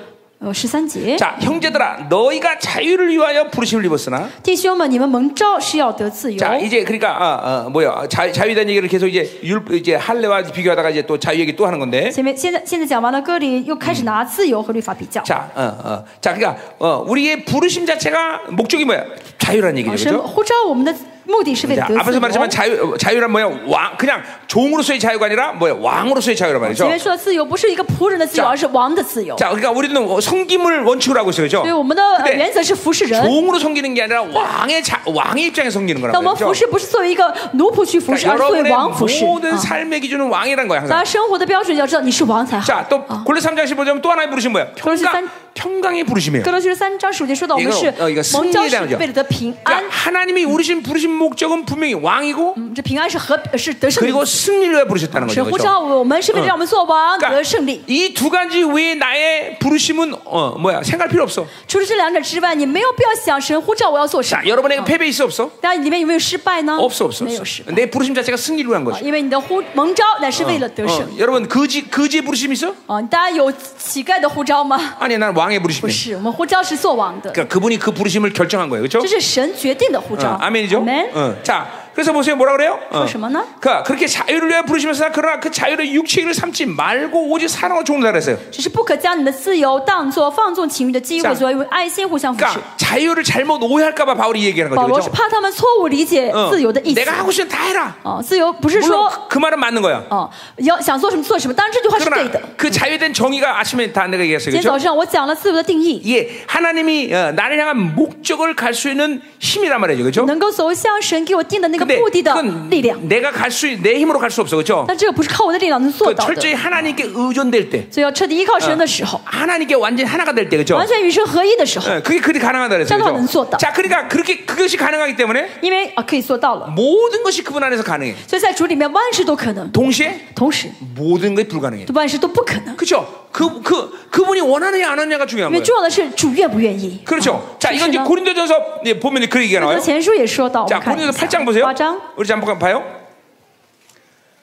Speaker 2: 呃，十三节，
Speaker 1: 자, 형제들아, 너희가 자유를 위하여 부르심을 입었으나.
Speaker 2: 弟兄们，你们蒙召是要得自由。
Speaker 1: 자, 이제 그러니까 아, 아, 뭐야? 자, 자유에 대한 얘기를 계속 이제 율 이제 할례와 비교하다가 이제 또 자유 얘기 또 하는 건데.
Speaker 2: 前面现在现在讲完了，歌里又开始拿自由和律法比较。
Speaker 1: 자, 어, 어. 자, 그러니까 어, 우리의 부르심 자체가 목적이 뭐야? 자유라는
Speaker 2: 老
Speaker 1: 얘기죠.
Speaker 2: 神
Speaker 1: 그렇죠?
Speaker 2: 呼召我们的目啊的是为了
Speaker 1: 자,
Speaker 2: 得
Speaker 1: 앞에서
Speaker 2: 自
Speaker 1: 말했지만
Speaker 2: 由。
Speaker 1: 자유, 어, 자유란 뭐야? 왕, 그냥 종으로서의 자유가 아니라 뭐야? 왕으로서의 자유란
Speaker 2: 前
Speaker 1: 말이죠.
Speaker 2: 面说的自由不是一个仆人的自由，
Speaker 1: 자
Speaker 2: 而是王的自由。
Speaker 1: 자, 그러니까 우리는 성김을 원칙으로 하고 있어요, 그렇죠?
Speaker 2: 所以我们的呃
Speaker 1: 근데
Speaker 2: 原则是服侍人，
Speaker 1: 종으로 섬기는 게 아니라 왕의 자, 왕의 입장에 섬기는
Speaker 2: 但
Speaker 1: 거란
Speaker 2: 我们
Speaker 1: 말이죠.
Speaker 2: 服侍不是作为一个奴仆去服侍，
Speaker 1: 그러니까 아.
Speaker 2: 而是作为
Speaker 1: 여러분의
Speaker 2: 王服侍。
Speaker 1: 모든
Speaker 2: 啊，
Speaker 1: 삶의 기준은 왕이란 거야
Speaker 2: 大
Speaker 1: 항상.
Speaker 2: 家生活的标准要知道你是王才好。
Speaker 1: 자, 또 골로 3장 15절 또 하나의 부르심 뭐야?
Speaker 2: 골로새
Speaker 1: 평강,
Speaker 2: 산-
Speaker 1: 평강의 부르심이에요.
Speaker 2: 哥罗西书三章十五节说到，我们
Speaker 1: 이거
Speaker 2: 是
Speaker 1: 어이거승리에
Speaker 2: 蒙召
Speaker 1: 대한거죠
Speaker 2: 是为了得平安
Speaker 1: 그러니까 ， 하나님이 우리신 부르신 목적은 분명히 왕이고
Speaker 2: 嗯这平安是和是得胜的意
Speaker 1: 그리고
Speaker 2: 思。
Speaker 1: 승리를 위해 부르셨다는
Speaker 2: 神
Speaker 1: 거죠.
Speaker 2: 呼
Speaker 1: 그렇죠?
Speaker 2: 召我们是为了让我们做王得
Speaker 1: 그러니까
Speaker 2: 胜利。
Speaker 1: 이 두 가지 외에 나의 부르심은 어 뭐야 생각할 필요 없어.
Speaker 2: 除了这两者之外，你没有必要想神呼召我要做什么啊
Speaker 1: 자, 。 여러분에게 패배 있어 없어?
Speaker 2: 但里面有没有失败呢？
Speaker 1: 없어 없어
Speaker 2: 没有失
Speaker 1: 없어.
Speaker 2: 败，
Speaker 1: 내 부르심 자체가 승리를 위한
Speaker 2: 啊
Speaker 1: 거죠.
Speaker 2: 因为你的呼蒙召乃是为了得
Speaker 1: 어,
Speaker 2: 胜。
Speaker 1: 여러분 거지 그 거지의 부르심 있어?
Speaker 2: 啊，大家有乞丐的呼召吗？
Speaker 1: 아니 난 왕의
Speaker 2: 不
Speaker 1: 부르심이야.
Speaker 2: 是，我们呼召是做王的，
Speaker 1: 그러니까 그분이 그 부르심을 결정한 거예요, 그렇죠?
Speaker 2: 这是神决定的呼召。
Speaker 1: 아멘이죠.
Speaker 2: 嗯阿门
Speaker 1: 어. 자, 그래서 보세요, 뭐라 그래요?
Speaker 2: 嗯
Speaker 1: 어.
Speaker 2: 说什么呢?
Speaker 1: 그러니까 그렇게 자유를 위해 부르시면서 그러나 그 자유를 육체를 삼지 말고 오직 사랑으로 종다 그랬어요.
Speaker 2: 只是不可将你的自由当作放纵情欲的机
Speaker 1: 这
Speaker 2: 会，
Speaker 1: 样
Speaker 2: 所以用爱心互相扶持。
Speaker 1: 그러니까 자유를 잘못 오해할까봐 바울이 얘기하는
Speaker 2: 保
Speaker 1: 거죠,
Speaker 2: 罗是
Speaker 1: 그렇죠?
Speaker 2: 怕他们错误理解
Speaker 1: 어.
Speaker 2: 自由的意思。
Speaker 1: 내가 하고 싶은 다 해라.
Speaker 2: 啊，自由不是
Speaker 1: 물론
Speaker 2: 说
Speaker 1: 그, 그 말은 맞는 거야.
Speaker 2: 哦，要想做什么做什么，当然这句话是对
Speaker 1: 그러나
Speaker 2: 的。
Speaker 1: 그 자유에 대한 정의가 아침에 다 내가 얘기했어요,
Speaker 2: 今天早
Speaker 1: 그렇죠?
Speaker 2: 上我讲了自由的定义，
Speaker 1: 예, 하나님이 어, 나를 향한 목적을 갈 수 있는 힘이란 말이죠, 그렇죠?
Speaker 2: 能够走向神给我定的那个
Speaker 1: 근데
Speaker 2: 目的的力量。
Speaker 1: 그건 내가 갈 수 내 힘으로 갈 수 없어, 그렇죠?
Speaker 2: 但这个不是靠我的力量能做
Speaker 1: 그
Speaker 2: 到的，
Speaker 1: 철저히
Speaker 2: 所
Speaker 1: 하나님께 의존될 때,
Speaker 2: 以要彻底依靠神的时候，
Speaker 1: 하나님께 완전 히 하나가 될 때, 그렇죠?
Speaker 2: 完全与神合一的时候，
Speaker 1: 예, 그게 그리 가능하다 그랬어요.
Speaker 2: 짜도
Speaker 1: 그죠?
Speaker 2: 안 쏟다.
Speaker 1: 자, 그러니까 그렇게 그것이 가능하기 때문에
Speaker 2: 因为啊可以做到了，
Speaker 1: 모든 것이 그분 안에서 가능해.
Speaker 2: 所以在主里面万事都可能，
Speaker 1: 동시에
Speaker 2: 同时
Speaker 1: 모든 것이 불가능해.
Speaker 2: 万事都不可能。
Speaker 1: 그렇죠? 그, 그, 그분이 원하느냐 안 하느냐가
Speaker 2: 因
Speaker 1: 중요한
Speaker 2: 为
Speaker 1: 거예요.
Speaker 2: 重要的是主愿不愿意。
Speaker 1: 그렇죠? 자,
Speaker 2: 是
Speaker 1: 이건
Speaker 2: 不是
Speaker 1: 이제
Speaker 2: 呢？
Speaker 1: 고린도전서 예, 보면 그 얘기가
Speaker 2: 那
Speaker 1: 나와요.
Speaker 2: 前书也说到，我
Speaker 1: 자,
Speaker 2: 们看一
Speaker 1: 고린도전서
Speaker 2: 下
Speaker 1: 8장 보세요.
Speaker 2: 八章，
Speaker 1: 우리 잠깐 한번 봐요.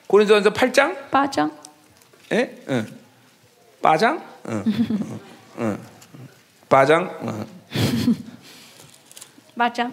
Speaker 1: 고린도전서 8장.
Speaker 2: 八章，
Speaker 1: 예? 응. 빠장? 응. 응. 응. 빠장? 응.
Speaker 2: 八章，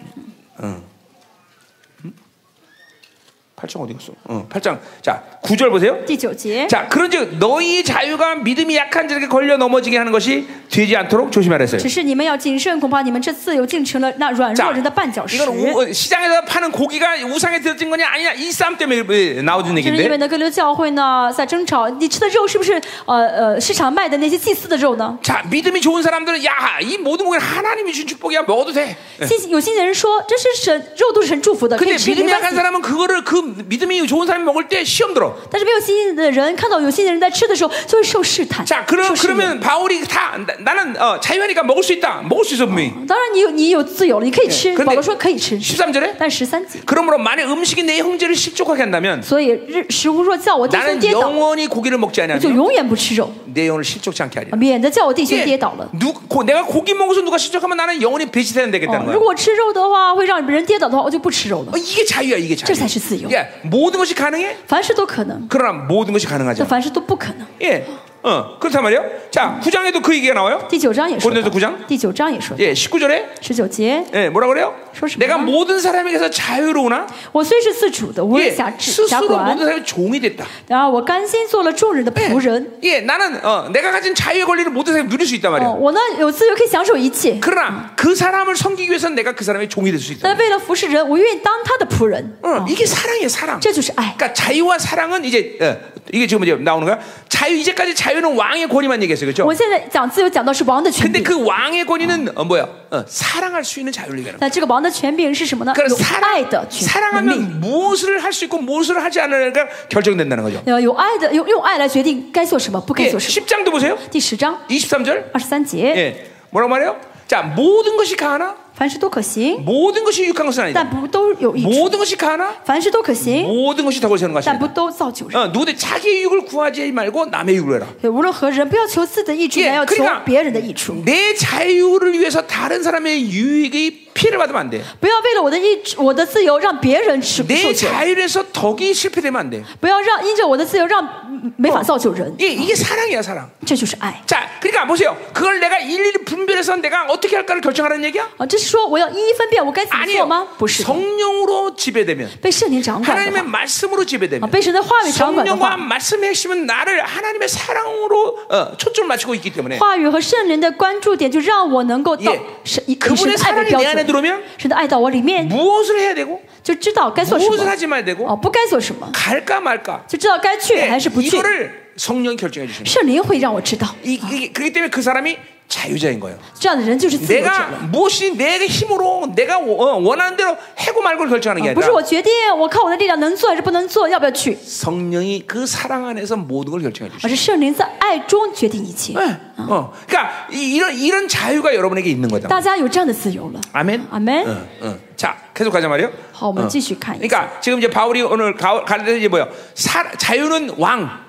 Speaker 1: 8장 어디 갔어? 응. 8장. 자, 9절 보세요.
Speaker 2: 第九节。
Speaker 1: 자, 그런즉 너희 자유가 믿음이 약한 자에게 걸려 넘어지게 하는 것이 되지 않도록 조심하랬어요.
Speaker 2: 只是你们要谨慎，恐怕你们这自由竟成了那软
Speaker 1: 자,
Speaker 2: 弱人的绊脚石。
Speaker 1: 이건 우- 어, 시장에서 파는 고기가 우상에 들어진 거냐 아니냐 이 싸움 때문에 나오는
Speaker 2: 就是因为
Speaker 1: 얘기인데
Speaker 2: 呢，哥林多教会呢在争吵，你吃的肉是不是呃呃市场卖的那些祭司的肉呢？
Speaker 1: 자, 믿음이 좋은 사람들은 야 이 모든 고기는 하나님이 주신 축복이야 먹어도 돼.
Speaker 2: 信有信的人说，这是神肉都是神祝福的，可
Speaker 1: 근데
Speaker 2: 以吃没
Speaker 1: 믿음이
Speaker 2: 关
Speaker 1: 약한
Speaker 2: 系。
Speaker 1: 사람은 그거를 그 믿음이 좋은 사람이 먹을 때 시험 들어.
Speaker 2: 但是没有信心的人看到有信的人在吃的时候，就会受试探，
Speaker 1: 자, 그러,
Speaker 2: 受试验。
Speaker 1: 그러면 바울이 다 나, 나는 어, 자유하니까 먹을 수 있다. 먹을 수 있어 분명히.
Speaker 2: 当然，你有你有自由了，你可以吃。
Speaker 1: 可是那
Speaker 2: 保罗说可以吃，
Speaker 1: 13절에
Speaker 2: 但十三节，
Speaker 1: 그러므로 만일 음식이 내 형제를 실족하게 한다면
Speaker 2: 所以日食物若叫我弟兄
Speaker 1: 나는
Speaker 2: 跌倒，
Speaker 1: 영원히 고기를 먹지
Speaker 2: 我就
Speaker 1: 않으면
Speaker 2: 永远不吃肉，
Speaker 1: 내 영혼을 실족치 않게 하리라.
Speaker 2: 免得叫我弟兄
Speaker 1: 이게
Speaker 2: 跌倒了。
Speaker 1: 누, 고, 내가 고기 먹어서 누가 실족하면 나는 영원히 배신되는
Speaker 2: 哦
Speaker 1: 되겠다는 ， 거야.
Speaker 2: 如果吃肉的话，会让别人跌倒的话，我就不吃肉了
Speaker 1: 어, 。 이게 자유야, 이게 자유.
Speaker 2: 저 사실 쓰요.
Speaker 1: 예, 모든 것이 가능해?
Speaker 2: 凡事都可能，
Speaker 1: 그러나 모든 것이
Speaker 2: 这
Speaker 1: 가능하죠.
Speaker 2: 凡事都不可能。
Speaker 1: 예, 어, 그렇단 말이에요. 자, 9장에도 그 얘기가 나와요.
Speaker 2: 第九章也说
Speaker 1: 고린도전서구
Speaker 2: 到，第九章也说到，
Speaker 1: 예, 19절에
Speaker 2: 十九节，
Speaker 1: 예, 뭐라 그래요?
Speaker 2: 소식
Speaker 1: 내가
Speaker 2: 뭐야?
Speaker 1: 모든 사람에게서 자유로우나
Speaker 2: 我虽是自主的，无
Speaker 1: 예,
Speaker 2: 人辖制、辖
Speaker 1: 스스로
Speaker 2: 管
Speaker 1: 모든 ， 사람의 종이 됐다.
Speaker 2: 然而我甘心做了众人的
Speaker 1: 예,
Speaker 2: 仆人。
Speaker 1: 예, 나는 어, 내가 가진 자유의 권리를 모든 사람이 누릴 수 있단
Speaker 2: 哦，
Speaker 1: 말이야.
Speaker 2: 我呢有自由可以享受一切，
Speaker 1: 그러나 그 사람을 섬기기 위해서는 내가 그 사람의 종이 될 수 있다.
Speaker 2: 但为了服侍人，我愿意当他的仆人。啊
Speaker 1: 어, 이게 사랑이에요, 사랑.
Speaker 2: 这就是爱。
Speaker 1: 그러니까 자유와 사랑은 이제 어, 이게 지금 이제 나오는 거야. 자유 이제까지 자유는 왕의 권위만 얘기했어요, 그렇죠?
Speaker 2: 我现在讲自由，讲到是王的权
Speaker 1: 근데
Speaker 2: 柄。
Speaker 1: 그 왕의 권위는 어, 뭐야? 어, 사랑할 수 있는 자유를 얘기하는 거야.
Speaker 2: 那这个王的权柄是什么呢？
Speaker 1: 그러니까
Speaker 2: 有
Speaker 1: 사랑,
Speaker 2: 爱的权能力。
Speaker 1: 사랑하면 무엇을 할 수 있고 무엇을 하지 않을까 결정된다는 거죠.
Speaker 2: 呃，有爱的，用用爱来决定该做什么，不该
Speaker 1: 예,
Speaker 2: 做什么。
Speaker 1: 10장도 보세요.
Speaker 2: 第十章
Speaker 1: 23절.
Speaker 2: 二十三节，
Speaker 1: 예. 뭐라고 말해요? 자 모든 것이 가나
Speaker 2: 凡事都可行，
Speaker 1: 모든 것이 육한 것은 아니다.
Speaker 2: 但不都有益处；
Speaker 1: 모든 것이 예? 가나
Speaker 2: 凡事都可行，
Speaker 1: 모든 것이 덕을 세우는 것이
Speaker 2: 但不
Speaker 1: 다
Speaker 2: 都造就人。
Speaker 1: 어, 누구든 자기의 육을 구하지 말고 남의 육을 해라.
Speaker 2: 对，无论何人，不要求自己的益处，
Speaker 1: 예
Speaker 2: 乃要求
Speaker 1: 그러니까
Speaker 2: 别人的益处。
Speaker 1: 내 자유를 위해서 다른 사람의 유익의 피해를 받으면 안 돼.
Speaker 2: 不要为了我的益处、我的自由让别人吃
Speaker 1: 내
Speaker 2: 受罪，
Speaker 1: 자유에서 덕이 실패되면 안 돼.
Speaker 2: 不要让因着我的自由让嗯没法造就人，
Speaker 1: 이게, 이게 사랑이야 사랑.
Speaker 2: 这就是爱
Speaker 1: 자, 그러니까 보세요. 그걸 내가 일일이 분별해서 내가 어떻게 할까를 결정하라는 얘기야?
Speaker 2: 啊！这是说我要一一分辨我该怎么做
Speaker 1: 아니에요.
Speaker 2: 吗？不是的，
Speaker 1: 성령으로 지배되면
Speaker 2: 被圣灵掌管的
Speaker 1: 하나님의
Speaker 2: 话，
Speaker 1: 말씀으로
Speaker 2: 啊，
Speaker 1: 지배되면 뭐.
Speaker 2: 被神的话语掌管的
Speaker 1: 성령과
Speaker 2: 话，
Speaker 1: 말씀의 핵심은 나를 하나님의 사랑으로 어, 초점을 맞추고 있기 때문에
Speaker 2: 话语和圣灵的关注点就让我能够到
Speaker 1: 예
Speaker 2: 神以
Speaker 1: 그분의
Speaker 2: 神的
Speaker 1: 사랑이내
Speaker 2: 爱的标
Speaker 1: 안에들어오면
Speaker 2: 准，神的爱到我里面
Speaker 1: 무엇을 해야 되고
Speaker 2: 就知道该做什
Speaker 1: 무엇을
Speaker 2: 么，
Speaker 1: 하지 말아야 되고
Speaker 2: 哦，不该做什么，
Speaker 1: 갈까 말까
Speaker 2: 就知道该去
Speaker 1: 예,
Speaker 2: 还是不去。
Speaker 1: 이거를 성령이 결정해 주시는 거예요.
Speaker 2: 圣灵会让我知道，
Speaker 1: 이, 이, 그렇기 때문에 그 사람이 자유자인 거예요.
Speaker 2: 这样的人就是自由者
Speaker 1: 내가
Speaker 2: 了。
Speaker 1: 무엇이 내 힘으로 내가 원- 어, 원하는 대로 해고 말고를 결정하는 게
Speaker 2: 啊不是
Speaker 1: 아니라
Speaker 2: 我决定，我靠我的力量能做还是不能做，要不要去，
Speaker 1: 성령이 그 사랑 안에서 모든 걸 결정해 주시는
Speaker 2: 而是圣灵在爱中决定一切。
Speaker 1: 거예요. 예, 어, 그러니까 이, 런 이런 자유가 여러분에게 있는 거다.
Speaker 2: 大家有这样的自由了。
Speaker 1: 아멘.
Speaker 2: 아멘.
Speaker 1: 어, 어. 자, 계속 가자 말이요.
Speaker 2: 好，我们继续看一下。
Speaker 1: 그러니까 지금 이제 바울이 오늘 가- 가르쳐 이제 뭐요? 사- 자유는 왕.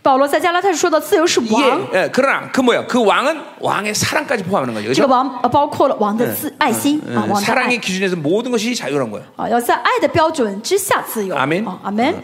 Speaker 2: 保罗在加拉太书说到，自由是
Speaker 1: 예,
Speaker 2: 王，
Speaker 1: 예, 그러나 그 뭐요? 그 왕은 왕의 사랑까지 포함하는 거죠.
Speaker 2: 这个
Speaker 1: 그렇죠?
Speaker 2: 王呃包括了王
Speaker 1: 嗯
Speaker 2: 的自爱心啊，
Speaker 1: 음,
Speaker 2: 王的
Speaker 1: 사랑의
Speaker 2: 爱
Speaker 1: 기준에서 모든 것이 자유란 거예요.
Speaker 2: 啊，要在爱的标准之下自由。
Speaker 1: 阿门嗯
Speaker 2: 啊阿门。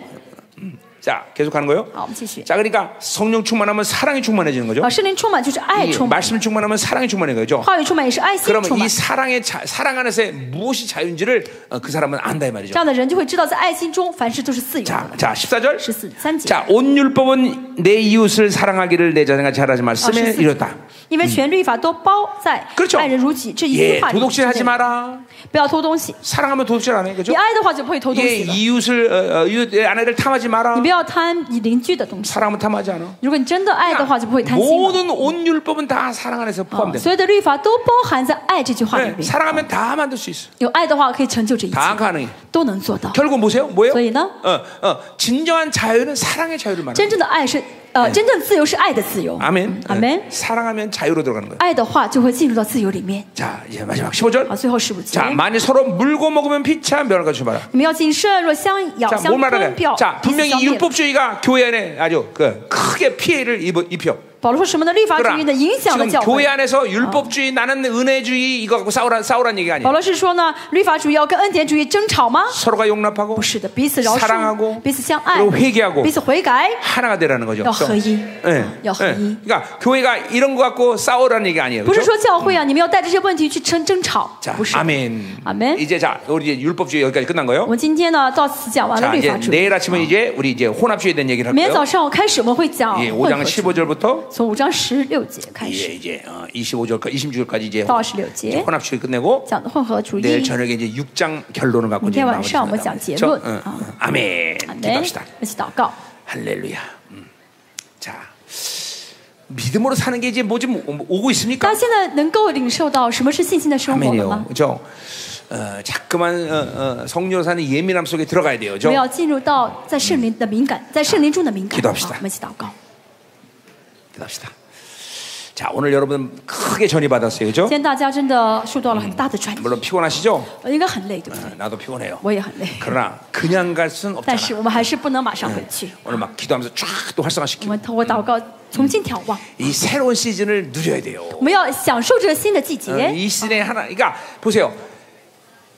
Speaker 1: 자, 계속 하는 거예요.
Speaker 2: 好，我们继续。
Speaker 1: 자, 그러니까 성령 충만하면 사랑이 충만해지는 거죠.
Speaker 2: 啊，圣灵充满就是爱
Speaker 1: 이
Speaker 2: 充满，
Speaker 1: 말씀 아, 충만하면 사랑이 충만한 거죠.
Speaker 2: 话语充满也是爱心
Speaker 1: 그러면
Speaker 2: 充
Speaker 1: 이
Speaker 2: 满。
Speaker 1: 사랑의 자, 사랑 안에서 무엇이 자유인지를 어, 그 사람은 안다 이
Speaker 2: 这
Speaker 1: 말이죠.
Speaker 2: 样的人就会知道，在爱心中凡事都是自由的
Speaker 1: 자, 。자, 14절.
Speaker 2: 14 13节
Speaker 1: 자, 온 율법은 내 이웃을 사랑하기를 내 자녀가 잘하지
Speaker 2: 啊14
Speaker 1: 말씀에
Speaker 2: 节
Speaker 1: 이뤘다.
Speaker 2: 因为全律法都包在
Speaker 1: 그렇죠.
Speaker 2: 爱人如己这一句
Speaker 1: 예,
Speaker 2: 话里面之
Speaker 1: 도둑질
Speaker 2: 内
Speaker 1: 하지 마라.
Speaker 2: 不要偷东西，
Speaker 1: 사랑하면 도둑질 안 해.
Speaker 2: 你
Speaker 1: 그죠?
Speaker 2: 爱的话就不会偷东
Speaker 1: 예,
Speaker 2: 西了。
Speaker 1: 이웃을 어, 어, 이웃 내 아내를 탐하지
Speaker 2: 你
Speaker 1: 마라.
Speaker 2: 不要贪你邻居的东西。
Speaker 1: 사랑은 탐하지 않아.
Speaker 2: 如果你真的爱的话，就不会贪心了。
Speaker 1: 모든 온 율법은 다 사랑 안에서
Speaker 2: 啊
Speaker 1: 포함돼.
Speaker 2: 所有的律法都包含在“爱”这句话里
Speaker 1: 네,
Speaker 2: 面。
Speaker 1: 사랑하면 다 만들 수 있어.
Speaker 2: 有爱的话，可以成就这一切，
Speaker 1: 다 가능해.
Speaker 2: 都能做到。
Speaker 1: 결국 뭐세요? 뭐예요?
Speaker 2: 저희는?
Speaker 1: 어, 어, 진정한 자유는 사랑의 자유를 말하는
Speaker 2: 真正的爱是，呃，真正自由是爱的自由。
Speaker 1: 거예요. 아멘.
Speaker 2: 아멘.
Speaker 1: 네, 사랑하면 자유로 들어가는 거예요.
Speaker 2: 爱的话就会进入到自由里面。
Speaker 1: 자, 이제 마지막
Speaker 2: 啊，
Speaker 1: 15절.
Speaker 2: 最后十五节，
Speaker 1: 자, 만일 서로 물고 먹으면 피차 멸을 갖추지 마라.
Speaker 2: 你们要谨慎，若相咬
Speaker 1: 자,
Speaker 2: 相
Speaker 1: 뭘
Speaker 2: 吞
Speaker 1: 말하냐?
Speaker 2: 掉，
Speaker 1: 자,
Speaker 2: 彼此
Speaker 1: 분명히
Speaker 2: 相
Speaker 1: 이
Speaker 2: 灭。
Speaker 1: 율법주의가 교회 안에 아주 그 크게 피해를 입어, 입혀.
Speaker 2: 保罗说什么呢？律法主义
Speaker 1: 그러나
Speaker 2: 的影响了
Speaker 1: 아, 지금 어.
Speaker 2: 教
Speaker 1: 교회
Speaker 2: 会。
Speaker 1: 안에서 율법주의 나는 은혜주의 이거 갖고 싸우라 싸우란 얘기가
Speaker 2: 保
Speaker 1: 아니에요.
Speaker 2: 罗是说呢，律法主义要跟恩典主义争吵吗？
Speaker 1: 서로가 용납하고
Speaker 2: 不是的，彼此饶
Speaker 1: 사랑하고
Speaker 2: 恕，彼此相爱
Speaker 1: 그리고회개하고 ，
Speaker 2: 彼此悔改，
Speaker 1: 하나가 되라는 거죠.
Speaker 2: 要合一
Speaker 1: 예, ，
Speaker 2: 要合
Speaker 1: 예.
Speaker 2: 一。
Speaker 1: 그러니까 교회가 이런 거 갖고 싸우라는 얘기 아니에요.
Speaker 2: 不是
Speaker 1: 그렇죠?
Speaker 2: 说教会啊，你们要带这些问题去争争吵
Speaker 1: 자, ，
Speaker 2: 不是。
Speaker 1: 아멘.
Speaker 2: 아멘.
Speaker 1: 이제 자, 우리 이제 율법주의 여기까지 끝난
Speaker 2: 我
Speaker 1: 거예요.
Speaker 2: 们今天呢，到此讲完了
Speaker 1: 자,
Speaker 2: 律
Speaker 1: 이제
Speaker 2: 法主义。
Speaker 1: 내일 아침에 이제 우리 이제 혼합주의에 대한 얘기를
Speaker 2: 明天
Speaker 1: 할게요.
Speaker 2: 早上开始我们会讲
Speaker 1: 예,
Speaker 2: 混
Speaker 1: 5장
Speaker 2: 合主义，
Speaker 1: 15절부터
Speaker 2: 从五章十六节开
Speaker 1: 예,
Speaker 2: 始
Speaker 1: 이제 어, 25절까지 26절까지 이제
Speaker 2: 到二十六节，
Speaker 1: 혼합주의 끝내고
Speaker 2: 讲的混合主义
Speaker 1: 내일 。 저녁에 이제 6장 결론을 갖고 이제
Speaker 2: 明天
Speaker 1: 마무리
Speaker 2: 晚上
Speaker 1: 짓는다
Speaker 2: 我们讲
Speaker 1: 말이죠.
Speaker 2: 结论。
Speaker 1: 응,
Speaker 2: 啊。
Speaker 1: 응. 아멘.
Speaker 2: 阿门。
Speaker 1: 기도합시다.
Speaker 2: 一起祷告。
Speaker 1: 할렐루야. 음. 자, 믿음으로 사는 게 이제 뭐 좀 오고
Speaker 2: 大
Speaker 1: 있습니까?
Speaker 2: 家现在能够领受到什么是信心的生活了
Speaker 1: 아멘이요.
Speaker 2: 吗？
Speaker 1: 그죠? 어, 자꾸만 어, 어, 성령 사는 예민함 속에 들어가야 돼요.
Speaker 2: 我们
Speaker 1: 그죠?
Speaker 2: 要进入到在圣灵的敏感，在圣灵中的敏感。
Speaker 1: 기도합시다
Speaker 2: 好我们一起嗯啊祷告。
Speaker 1: 기도합시다. 자, 오늘 여러분 크게 전이 받았어요. 그죠?
Speaker 2: 今天大家真的受到了很大的传递，
Speaker 1: 물론 피곤하시죠?
Speaker 2: 呃应该很累，对不对
Speaker 1: 어, ？ 나도 피곤해요.
Speaker 2: 我也很累，
Speaker 1: 그러나 그냥 갈 수는
Speaker 2: 但是
Speaker 1: 없잖아.
Speaker 2: 我们还是不能马上回去。
Speaker 1: 오늘 막 기도하면서 쫙 또
Speaker 2: 我
Speaker 1: 활성화시키고
Speaker 2: 们通过祷告重新眺望，
Speaker 1: 이 새로운 시즌을 누려야 돼요.
Speaker 2: 我们要享受这个新的季
Speaker 1: 어,
Speaker 2: 节。
Speaker 1: 이 시즌에 하나, 그러니까 보세요.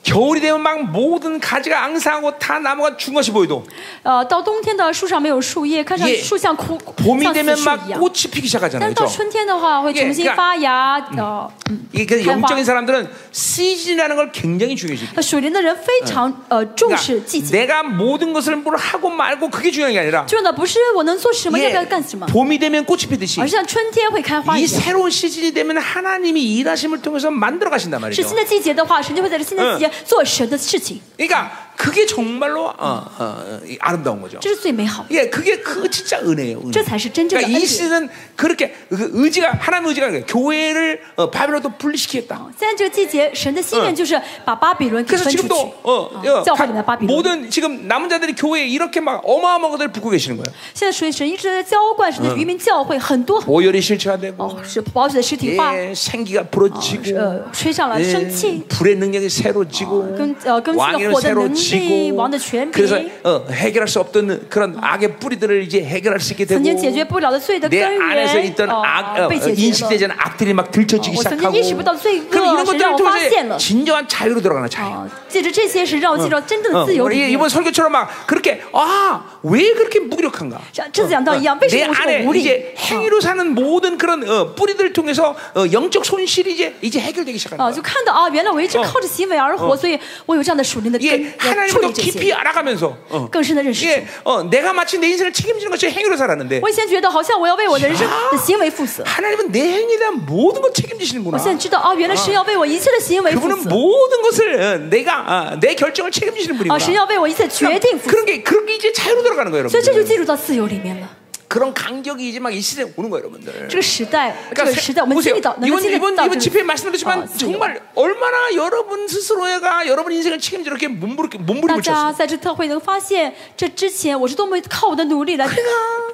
Speaker 1: 겨울이 되면 막 모든 가지가 앙상하고 다 나무가 죽은 것이 보여도
Speaker 2: 呃，到冬天的树上没有树叶，看上
Speaker 1: 예
Speaker 2: 去树像枯，
Speaker 1: 봄이
Speaker 2: 像死
Speaker 1: 되면
Speaker 2: 树
Speaker 1: 막
Speaker 2: 一样。
Speaker 1: 꽃이 피기
Speaker 2: 但
Speaker 1: 시작하잖아요.
Speaker 2: 是到
Speaker 1: 그렇죠?
Speaker 2: 春天的话，会
Speaker 1: 예
Speaker 2: 重
Speaker 1: 그러니까
Speaker 2: 新发芽。呃，
Speaker 1: 이게 그래서
Speaker 2: 대박.
Speaker 1: 영적인 사람들은 시즌이라는 걸 굉장히 중요시.
Speaker 2: 那水呃灵的人非常呃重视季
Speaker 1: 그러니까
Speaker 2: 节，
Speaker 1: 내가 모든 것을 뭘 하고 말고 그게 중요한 게 아니라
Speaker 2: 重要的不是我能做什么，要
Speaker 1: 예,
Speaker 2: 不要干什么，
Speaker 1: 봄이 되면 아, 꽃이 피듯이
Speaker 2: 而是像春天会开花一
Speaker 1: 이
Speaker 2: 样。
Speaker 1: 새로운 시즌이 되면 하나님이 일하심을 통해서 만들어 가신단
Speaker 2: 是
Speaker 1: 말이죠.
Speaker 2: 新的季节的话，神就会在这新的季节做神的事情。
Speaker 1: 그러니까 그게 정말로 어, 어, 이 아름다운 거죠.
Speaker 2: 这是最美好的。
Speaker 1: 예, 그게 그 진짜 은혜예요. 은혜.
Speaker 2: 这才是真正的
Speaker 1: 그러니까 이
Speaker 2: 恩典。
Speaker 1: 시즌은 그렇게 그 의지가 하나님 의지가 그래요. 교회를 어, 바벨론도 분리시키겠다.
Speaker 2: 现在这个季节，神的心愿就是把巴比伦给
Speaker 1: 그래서
Speaker 2: 分出
Speaker 1: 지금도
Speaker 2: 去，
Speaker 1: 어, 어,
Speaker 2: 啊教
Speaker 1: 각-
Speaker 2: 会里面的巴比伦。
Speaker 1: 모든 지금 남은 자들이 교회에 이렇게 막 어마어마한 것들을 붓고 계시는 거예요.
Speaker 2: 现在所以神一直在浇灌神的渔民教会，很多
Speaker 1: 오열이 실체화되고
Speaker 2: 哦，是保血的实体化，
Speaker 1: 예, 생기가 부러지고
Speaker 2: 呃，吹上了
Speaker 1: 예,
Speaker 2: 生气，呃
Speaker 1: 불의 능력이 새로지고
Speaker 2: 어, 끈- 어, 끈질기는
Speaker 1: 왕의
Speaker 2: 火的
Speaker 1: 새로지고
Speaker 2: 能力, 왕의 권위.
Speaker 1: 그래서 어, 해결할 아. 수 없던 그런 악의 뿌리들을 이제 해결할 수 있게
Speaker 2: 曾经解决
Speaker 1: 되고
Speaker 2: 不了的罪的根
Speaker 1: 내 안에서
Speaker 2: 源
Speaker 1: 있던 ，악
Speaker 2: 哦，
Speaker 1: 어,
Speaker 2: 被解决了。
Speaker 1: 인식되지 않은 악들이 막 들춰지기
Speaker 2: 어,
Speaker 1: 시작하고
Speaker 2: 我曾经意识不到罪恶，
Speaker 1: 그럼 이런 것들을
Speaker 2: 神让我
Speaker 1: 통해서
Speaker 2: 发现了。
Speaker 1: 진정한 자유로 들어가는 자유
Speaker 2: 啊，借着这些是让我进入到真正
Speaker 1: 어,
Speaker 2: 的自由
Speaker 1: 우리
Speaker 2: 里面。
Speaker 1: 이번 설교처럼 막 그렇게 아 왜 그렇게 무기력한가
Speaker 2: 像这次
Speaker 1: 어,
Speaker 2: 讲到一样，为什
Speaker 1: 내
Speaker 2: 么我这么
Speaker 1: 안에
Speaker 2: 无力？
Speaker 1: 이제
Speaker 2: 啊
Speaker 1: 행위로 사는 모든 그런 어, 뿌리들 통해서 어, 영적 손실이 이제 이제 해결되기 시작한다.
Speaker 2: 啊，就看到啊，原来我一直
Speaker 1: 哦
Speaker 2: 靠着行为而活，所以我有这样的属灵的根
Speaker 1: 예, ，
Speaker 2: 要处
Speaker 1: 하나님을 더
Speaker 2: 理这
Speaker 1: 깊이
Speaker 2: 些，嗯
Speaker 1: 알아가면서 어.
Speaker 2: 更深的认识主。
Speaker 1: 예, 어, 내가 마치 내 인생을 책임지는 것처럼 행위로 살았는데
Speaker 2: 我以前觉得好像我要为我人生的行为负责，
Speaker 1: 하나님은 내 행위에 대한 모든 걸 책임지시는구나.
Speaker 2: 我现在知道啊，原来神要为我一切的行为负
Speaker 1: 그분은
Speaker 2: 责，
Speaker 1: 모든 것을 어, 내가 아, 내 결정을 책임지시는
Speaker 2: 啊，
Speaker 1: 분이구나.
Speaker 2: 神要为我一切决定
Speaker 1: 그럼
Speaker 2: 负责，
Speaker 1: 그런 게 그런 게 이제 자유로 들어가는 거예요,
Speaker 2: 所以这就
Speaker 1: 여러분.
Speaker 2: 进入到自由里面了。
Speaker 1: 그런 강격이 이제 막 이 시대에 오는 거예요, 여러분들.
Speaker 2: 这个时代，这
Speaker 1: 그러니까
Speaker 2: 个时代，我们
Speaker 1: 보세요.
Speaker 2: 经历到，能够
Speaker 1: 이번
Speaker 2: 经历
Speaker 1: 이번
Speaker 2: 到
Speaker 1: 이번
Speaker 2: 这
Speaker 1: 집회에
Speaker 2: 个啊
Speaker 1: 말씀드렸지만
Speaker 2: 自由
Speaker 1: 정말 얼마나 여러분 스스로가 여러분 인생을 책임져 이렇게 몸부림 몸부림을
Speaker 2: 大家
Speaker 1: 쳤어요.
Speaker 2: 在这特会能发现，这之前我是多么靠我的努力来
Speaker 1: 그러니까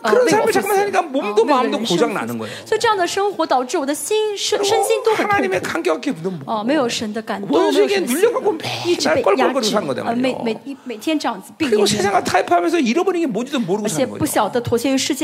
Speaker 2: 呃
Speaker 1: 그런
Speaker 2: 为我
Speaker 1: 삶을
Speaker 2: 负责
Speaker 1: 잠깐만 ， 하니까
Speaker 2: 啊
Speaker 1: 몸도
Speaker 2: 为我哦的
Speaker 1: 마음도
Speaker 2: 人生
Speaker 1: 고장
Speaker 2: 负
Speaker 1: 나는
Speaker 2: 责
Speaker 1: 거예요.
Speaker 2: 所以这样的生活导致我的心身身心都很痛
Speaker 1: 하나님의
Speaker 2: 苦。
Speaker 1: 감격하기는 뭐.
Speaker 2: 哦，没有神的感动，没有
Speaker 1: 원수에게
Speaker 2: 神的喜
Speaker 1: 눌려갖고
Speaker 2: 乐一直被
Speaker 1: 맨날
Speaker 2: 压
Speaker 1: 껄껄거리고
Speaker 2: 制，
Speaker 1: 사는 거다
Speaker 2: 呃，每每
Speaker 1: 말이에요.
Speaker 2: 一每天这样子病恹
Speaker 1: 그리고
Speaker 2: 恹的，
Speaker 1: 세상과 타협하면서 잃어버린 게 뭔지도 모르고
Speaker 2: 而且
Speaker 1: 사는
Speaker 2: 不
Speaker 1: 거죠.
Speaker 2: 晓得妥协于世界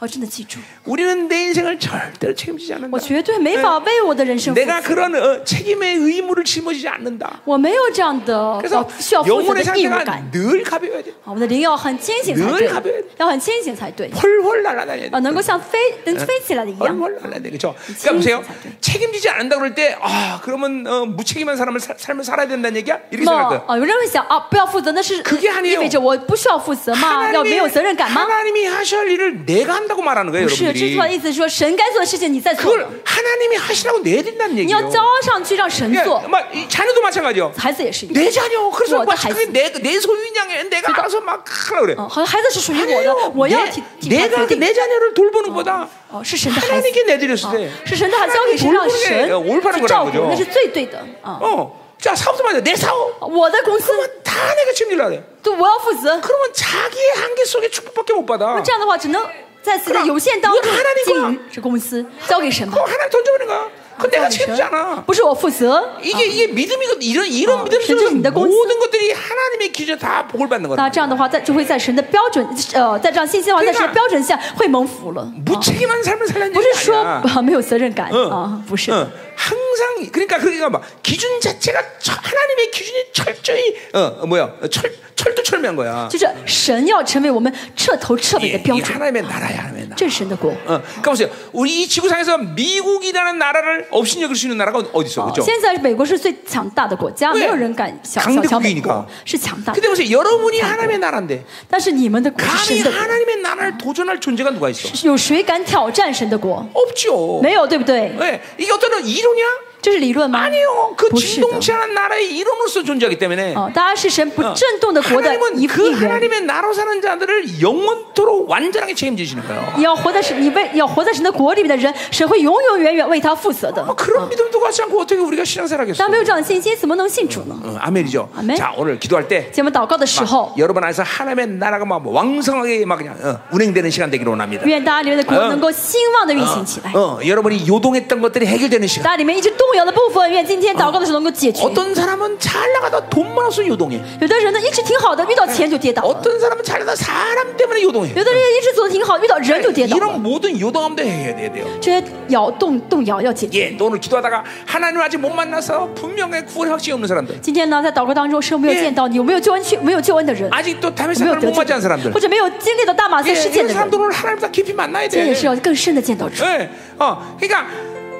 Speaker 2: 哦真的记住，
Speaker 1: 우리는 내 인생을 절대로 책임지지 않는다.
Speaker 2: 我绝对没法为我的人生负
Speaker 1: 내가
Speaker 2: 责，
Speaker 1: 그런 어, 책임의 의무를 짊어지지 않는다.
Speaker 2: 我没有这样的
Speaker 1: 그래서
Speaker 2: 要需要负责
Speaker 1: 영혼의
Speaker 2: 的义务
Speaker 1: 상태가
Speaker 2: 感。
Speaker 1: 늘 가벼워야 돼.
Speaker 2: 啊我们的灵要很清醒才
Speaker 1: 늘
Speaker 2: 对
Speaker 1: 가벼워야 돼 ，
Speaker 2: 要很清醒才对，
Speaker 1: 훨훨 날아다녀야 돼.
Speaker 2: 啊，能够像飞能飞起来的一样。
Speaker 1: 훨훨 날아다녀야 돼. 그렇죠? 그러니까 보세요. 책임지지 않는다 그럴 때 아, 그러면 어, 무책임한 사람을 살- 삶을 살아야 된다는 얘기야? 이렇게
Speaker 2: 那
Speaker 1: 생각해요.
Speaker 2: 啊，有人会想啊，不要负责，那是
Speaker 1: 그게아니에요
Speaker 2: 意味着我不需要负
Speaker 1: 뭐,
Speaker 2: 责吗？要
Speaker 1: 하나님이,
Speaker 2: 没有责任感吗？
Speaker 1: 하나님이 하셔야 할 일을 내가 한다고 말하는 거예요,
Speaker 2: 不是，这句话的
Speaker 1: 여러분들이.
Speaker 2: 意思是说，神该做的事情你在做，
Speaker 1: 그걸 하나님이 하시라고 내린다는
Speaker 2: 你要
Speaker 1: 얘기예요.
Speaker 2: 交上去让神做
Speaker 1: 그러니까 。막 이 자녀도 마찬가지요.
Speaker 2: 孩子也是一样，
Speaker 1: 내 자녀, 그래서
Speaker 2: 뭐,
Speaker 1: 막
Speaker 2: 다
Speaker 1: 그게 내, 내 소유인양에 내가 알아서 막 하라 그래.
Speaker 2: 嗯，好像孩子是属于我
Speaker 1: 아니에요.
Speaker 2: 的，我要替替
Speaker 1: 내,
Speaker 2: 他决
Speaker 1: 내가
Speaker 2: 定。
Speaker 1: 내 자녀를 돌보는 것보다
Speaker 2: 哦，是神的孩子，
Speaker 1: 하나님께 내드렸을
Speaker 2: 啊
Speaker 1: 때 ，
Speaker 2: 是神的孩子交给谁让神
Speaker 1: 하나님이돌보는게올바른거라는
Speaker 2: 去照顾
Speaker 1: 거죠 ，
Speaker 2: 哎那是最对的啊。
Speaker 1: 어, 자 사업도 맞아. 내 사업
Speaker 2: 我的公司
Speaker 1: 다 내가 책임질라 그래.
Speaker 2: 对我要负责，
Speaker 1: 그러면 자기의 한계 속에 축복밖에 못 받아.
Speaker 2: 这样的话只能在自己的有限当中
Speaker 1: 그럼이건하나님이야
Speaker 2: 经营这公司，交给神吧
Speaker 1: 그거 ， 어, 하나님 던져버린 거야. 그건
Speaker 2: 交
Speaker 1: 내가
Speaker 2: 给神
Speaker 1: 책임지지 않아. ，
Speaker 2: 不是我负责。
Speaker 1: 이게 이게 믿음이고 이런 이런
Speaker 2: 어,
Speaker 1: 믿음 속에서
Speaker 2: 진짜 믿고
Speaker 1: 모든 것들이 하나님의 기준 다 복을 받는
Speaker 2: 那
Speaker 1: 거야.
Speaker 2: 这样的话，在就会在神的标准，呃，在这样信心的话，在神的
Speaker 1: 그러니까
Speaker 2: 标准下会蒙福了。啊
Speaker 1: 무책임한 삶을 살라는
Speaker 2: 不是
Speaker 1: 얘기
Speaker 2: 说
Speaker 1: 아니야.
Speaker 2: 啊没有责任感
Speaker 1: 응.
Speaker 2: 啊，不是。
Speaker 1: 응. 어. 항상 그러니까 그러니까 막 기준 자체가 철- 하나님의 기준이 철저히 어, 어 뭐야 어, 철 철두철미한 거야.
Speaker 2: 就是神要成为我们彻头彻
Speaker 1: 이,
Speaker 2: 尾的标
Speaker 1: 이
Speaker 2: 准，
Speaker 1: 하나님의 나라야 하나님의 나라.
Speaker 2: 这是神的国。
Speaker 1: 어, 그러니까 보세요. 우리 이 지구상에서 미국이라는 나라를 없인 여길 수 있는 나라가 어디 있어,
Speaker 2: 哦
Speaker 1: 그렇죠?
Speaker 2: 现在美国是最强大的国家，
Speaker 1: 对
Speaker 2: 没有人敢小
Speaker 1: 강대 국이니까
Speaker 2: 小小美国是强大的
Speaker 1: 근데 ， 보세요, 여러분이 하나님의 나라인데
Speaker 2: 但是你们的国是
Speaker 1: 감히
Speaker 2: 神的国，
Speaker 1: 하나님의 나라를 도전할 존재가 누가 있어?
Speaker 2: 有谁敢挑战神的国？
Speaker 1: 없죠.
Speaker 2: 没有，对不对？
Speaker 1: 네, 이게 어떤 이론이야?
Speaker 2: 这是理论吗？
Speaker 1: 아니요, 그
Speaker 2: 不是的。
Speaker 1: 진동치하는 나라의 이론으로서 존재하기 때문에
Speaker 2: 哦，大家是神不
Speaker 1: 어,
Speaker 2: 震动的国的一一
Speaker 1: 하나님은 그
Speaker 2: 员。
Speaker 1: 하나님의 나로 사는 자들을 영원토록 완전하게 책임지시는 거예요.
Speaker 2: 你要活在神，你为你要活在神的国里面的人，神会永永远远为他负责的。
Speaker 1: 어, 그런 믿음도 갖지 않고 어떻게 우리가 신앙생활하겠어?
Speaker 2: 但没有这样的信心，怎么能信主呢？
Speaker 1: 어, 아멘이죠.
Speaker 2: 아멘.
Speaker 1: 자, 오늘 기도할 때
Speaker 2: 节目祷告的时候
Speaker 1: 막, ， 여러분 안에서 하나님의 나라가 막 왕성하게 막 그냥 어, 운행되는 시간 되기를 원합니다.
Speaker 2: 愿大家里面的国
Speaker 1: 嗯
Speaker 2: 能够兴旺的运行起来。
Speaker 1: 어, 여러분이 요동했던 것들이 해결되는
Speaker 2: 大
Speaker 1: 시간.
Speaker 2: 家里面一直动摇的部分，愿今天祷告的时候能够解决。
Speaker 1: 어떤 사람은 잘 나가다 돈만 없어 요동해.
Speaker 2: 有的人呢一直挺好的，遇到钱就跌倒了；
Speaker 1: 어떤 사람은 잘 나가다 사람 때문에 요동해. 뭐.
Speaker 2: 有的人一直走的挺好，遇到人就跌倒了。
Speaker 1: 이런 모든 요동함도 해결돼야 돼요.
Speaker 2: 这些摇动动摇要解决。
Speaker 1: 예, 또 오늘 기도하다가 하나님 아직 못 만나서 분명히 구원의 확신이 없는 사람들.
Speaker 2: 今天呢，在祷告当中，是没有见到你有没有救恩去没有救恩的人，
Speaker 1: 아직도 다윗
Speaker 2: 没有
Speaker 1: 사람을 못
Speaker 2: 得救的
Speaker 1: 맞이한 사람들.
Speaker 2: 或者没有经历到大马
Speaker 1: 예,
Speaker 2: 赛事件
Speaker 1: 이런
Speaker 2: 的人，
Speaker 1: 사람들을 하나님 다 깊이 만나야
Speaker 2: 今天
Speaker 1: 돼.
Speaker 2: 也是要更深的见到主。
Speaker 1: 예, 어, 그러니까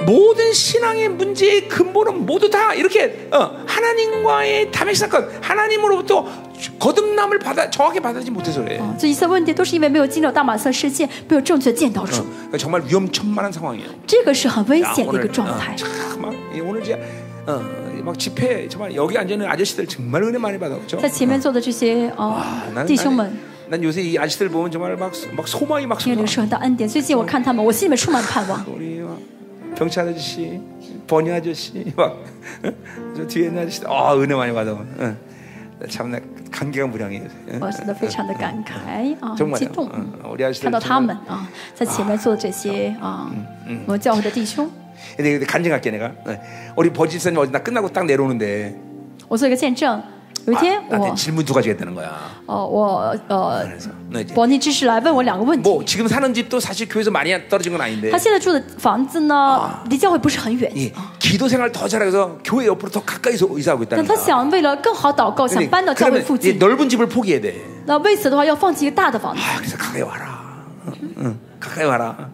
Speaker 1: 모든 신앙의 문제의 근본은 모두 다 이렇게 어, 하나님과의 담의 사건, 하나님으로부터 거듭남을 받아 정확히 받아들이지 못해서 그래. 어,
Speaker 2: 这哦一切问题都是因为没有进入到马色世界，没有正确见到
Speaker 1: 어,
Speaker 2: 主，
Speaker 1: 그러니까 정말 위험천만한 상황이에요.
Speaker 2: 这个是很危
Speaker 1: 야,
Speaker 2: 险的一
Speaker 1: 오늘 어,
Speaker 2: 个그状态。
Speaker 1: 참막 오늘 이제 어, 막 집회 정말 여기 앉아 있는 아저씨들 정말 은혜 많이 받았죠.
Speaker 2: 在前面坐的这些
Speaker 1: 아
Speaker 2: 啊
Speaker 1: 나는-
Speaker 2: 弟兄们
Speaker 1: 나는 ，난 요새 이 아저씨들 보면 정말 막, 소- 막 소망이 막
Speaker 2: 因为
Speaker 1: 솟아.
Speaker 2: 领受很大恩典，最近我看他们，我心里面充满盼望。
Speaker 1: 우리 막 경찰 아저씨, 버니 아저씨, 막 저 뒤에 있는 아저씨, 아 은혜 많이 받아. 응. 참나 감개가 무량해. 요새. 응.
Speaker 2: 我真哦的非常的感慨 啊，很
Speaker 1: 정말요.
Speaker 2: 激动，
Speaker 1: 응.
Speaker 2: 嗯
Speaker 1: 우리
Speaker 2: 看
Speaker 1: 아저씨들
Speaker 2: 到他
Speaker 1: 정말.
Speaker 2: 们啊，在前面坐的这些啊，我们教会的弟兄，
Speaker 1: 근데 근데 간증할게 내가. 응. 우리 버지사님 어제 나 끝나고 딱 내려오는데
Speaker 2: 我做一个见证。有一
Speaker 1: 아,
Speaker 2: 啊天我
Speaker 1: 나한테 질문 두 가지가 있다는 거야.
Speaker 2: 哦，我呃
Speaker 1: 그래서 너 이제
Speaker 2: 伯尼知识来问我两个问题。
Speaker 1: 뭐 지금 사는 집도 사실 교회에서 많이 떨어진 건 아닌데
Speaker 2: 他现在住的房子呢，离教会不是很远，
Speaker 1: 예, 기도 생활 더 잘해서 교회 옆으로 더 가까이서 이사하고
Speaker 2: 但啊
Speaker 1: 있다는
Speaker 2: 他
Speaker 1: 거야.
Speaker 2: 想为了更好祷告，想
Speaker 1: 근데
Speaker 2: 搬到教会
Speaker 1: 그러면
Speaker 2: 附
Speaker 1: 이
Speaker 2: 近。
Speaker 1: 넓은 집을 포기해야 돼.
Speaker 2: 那为此的话，要放弃一个大的房子
Speaker 1: 아, 그래서 가까이 와라. 응, 응, 가까이 와라.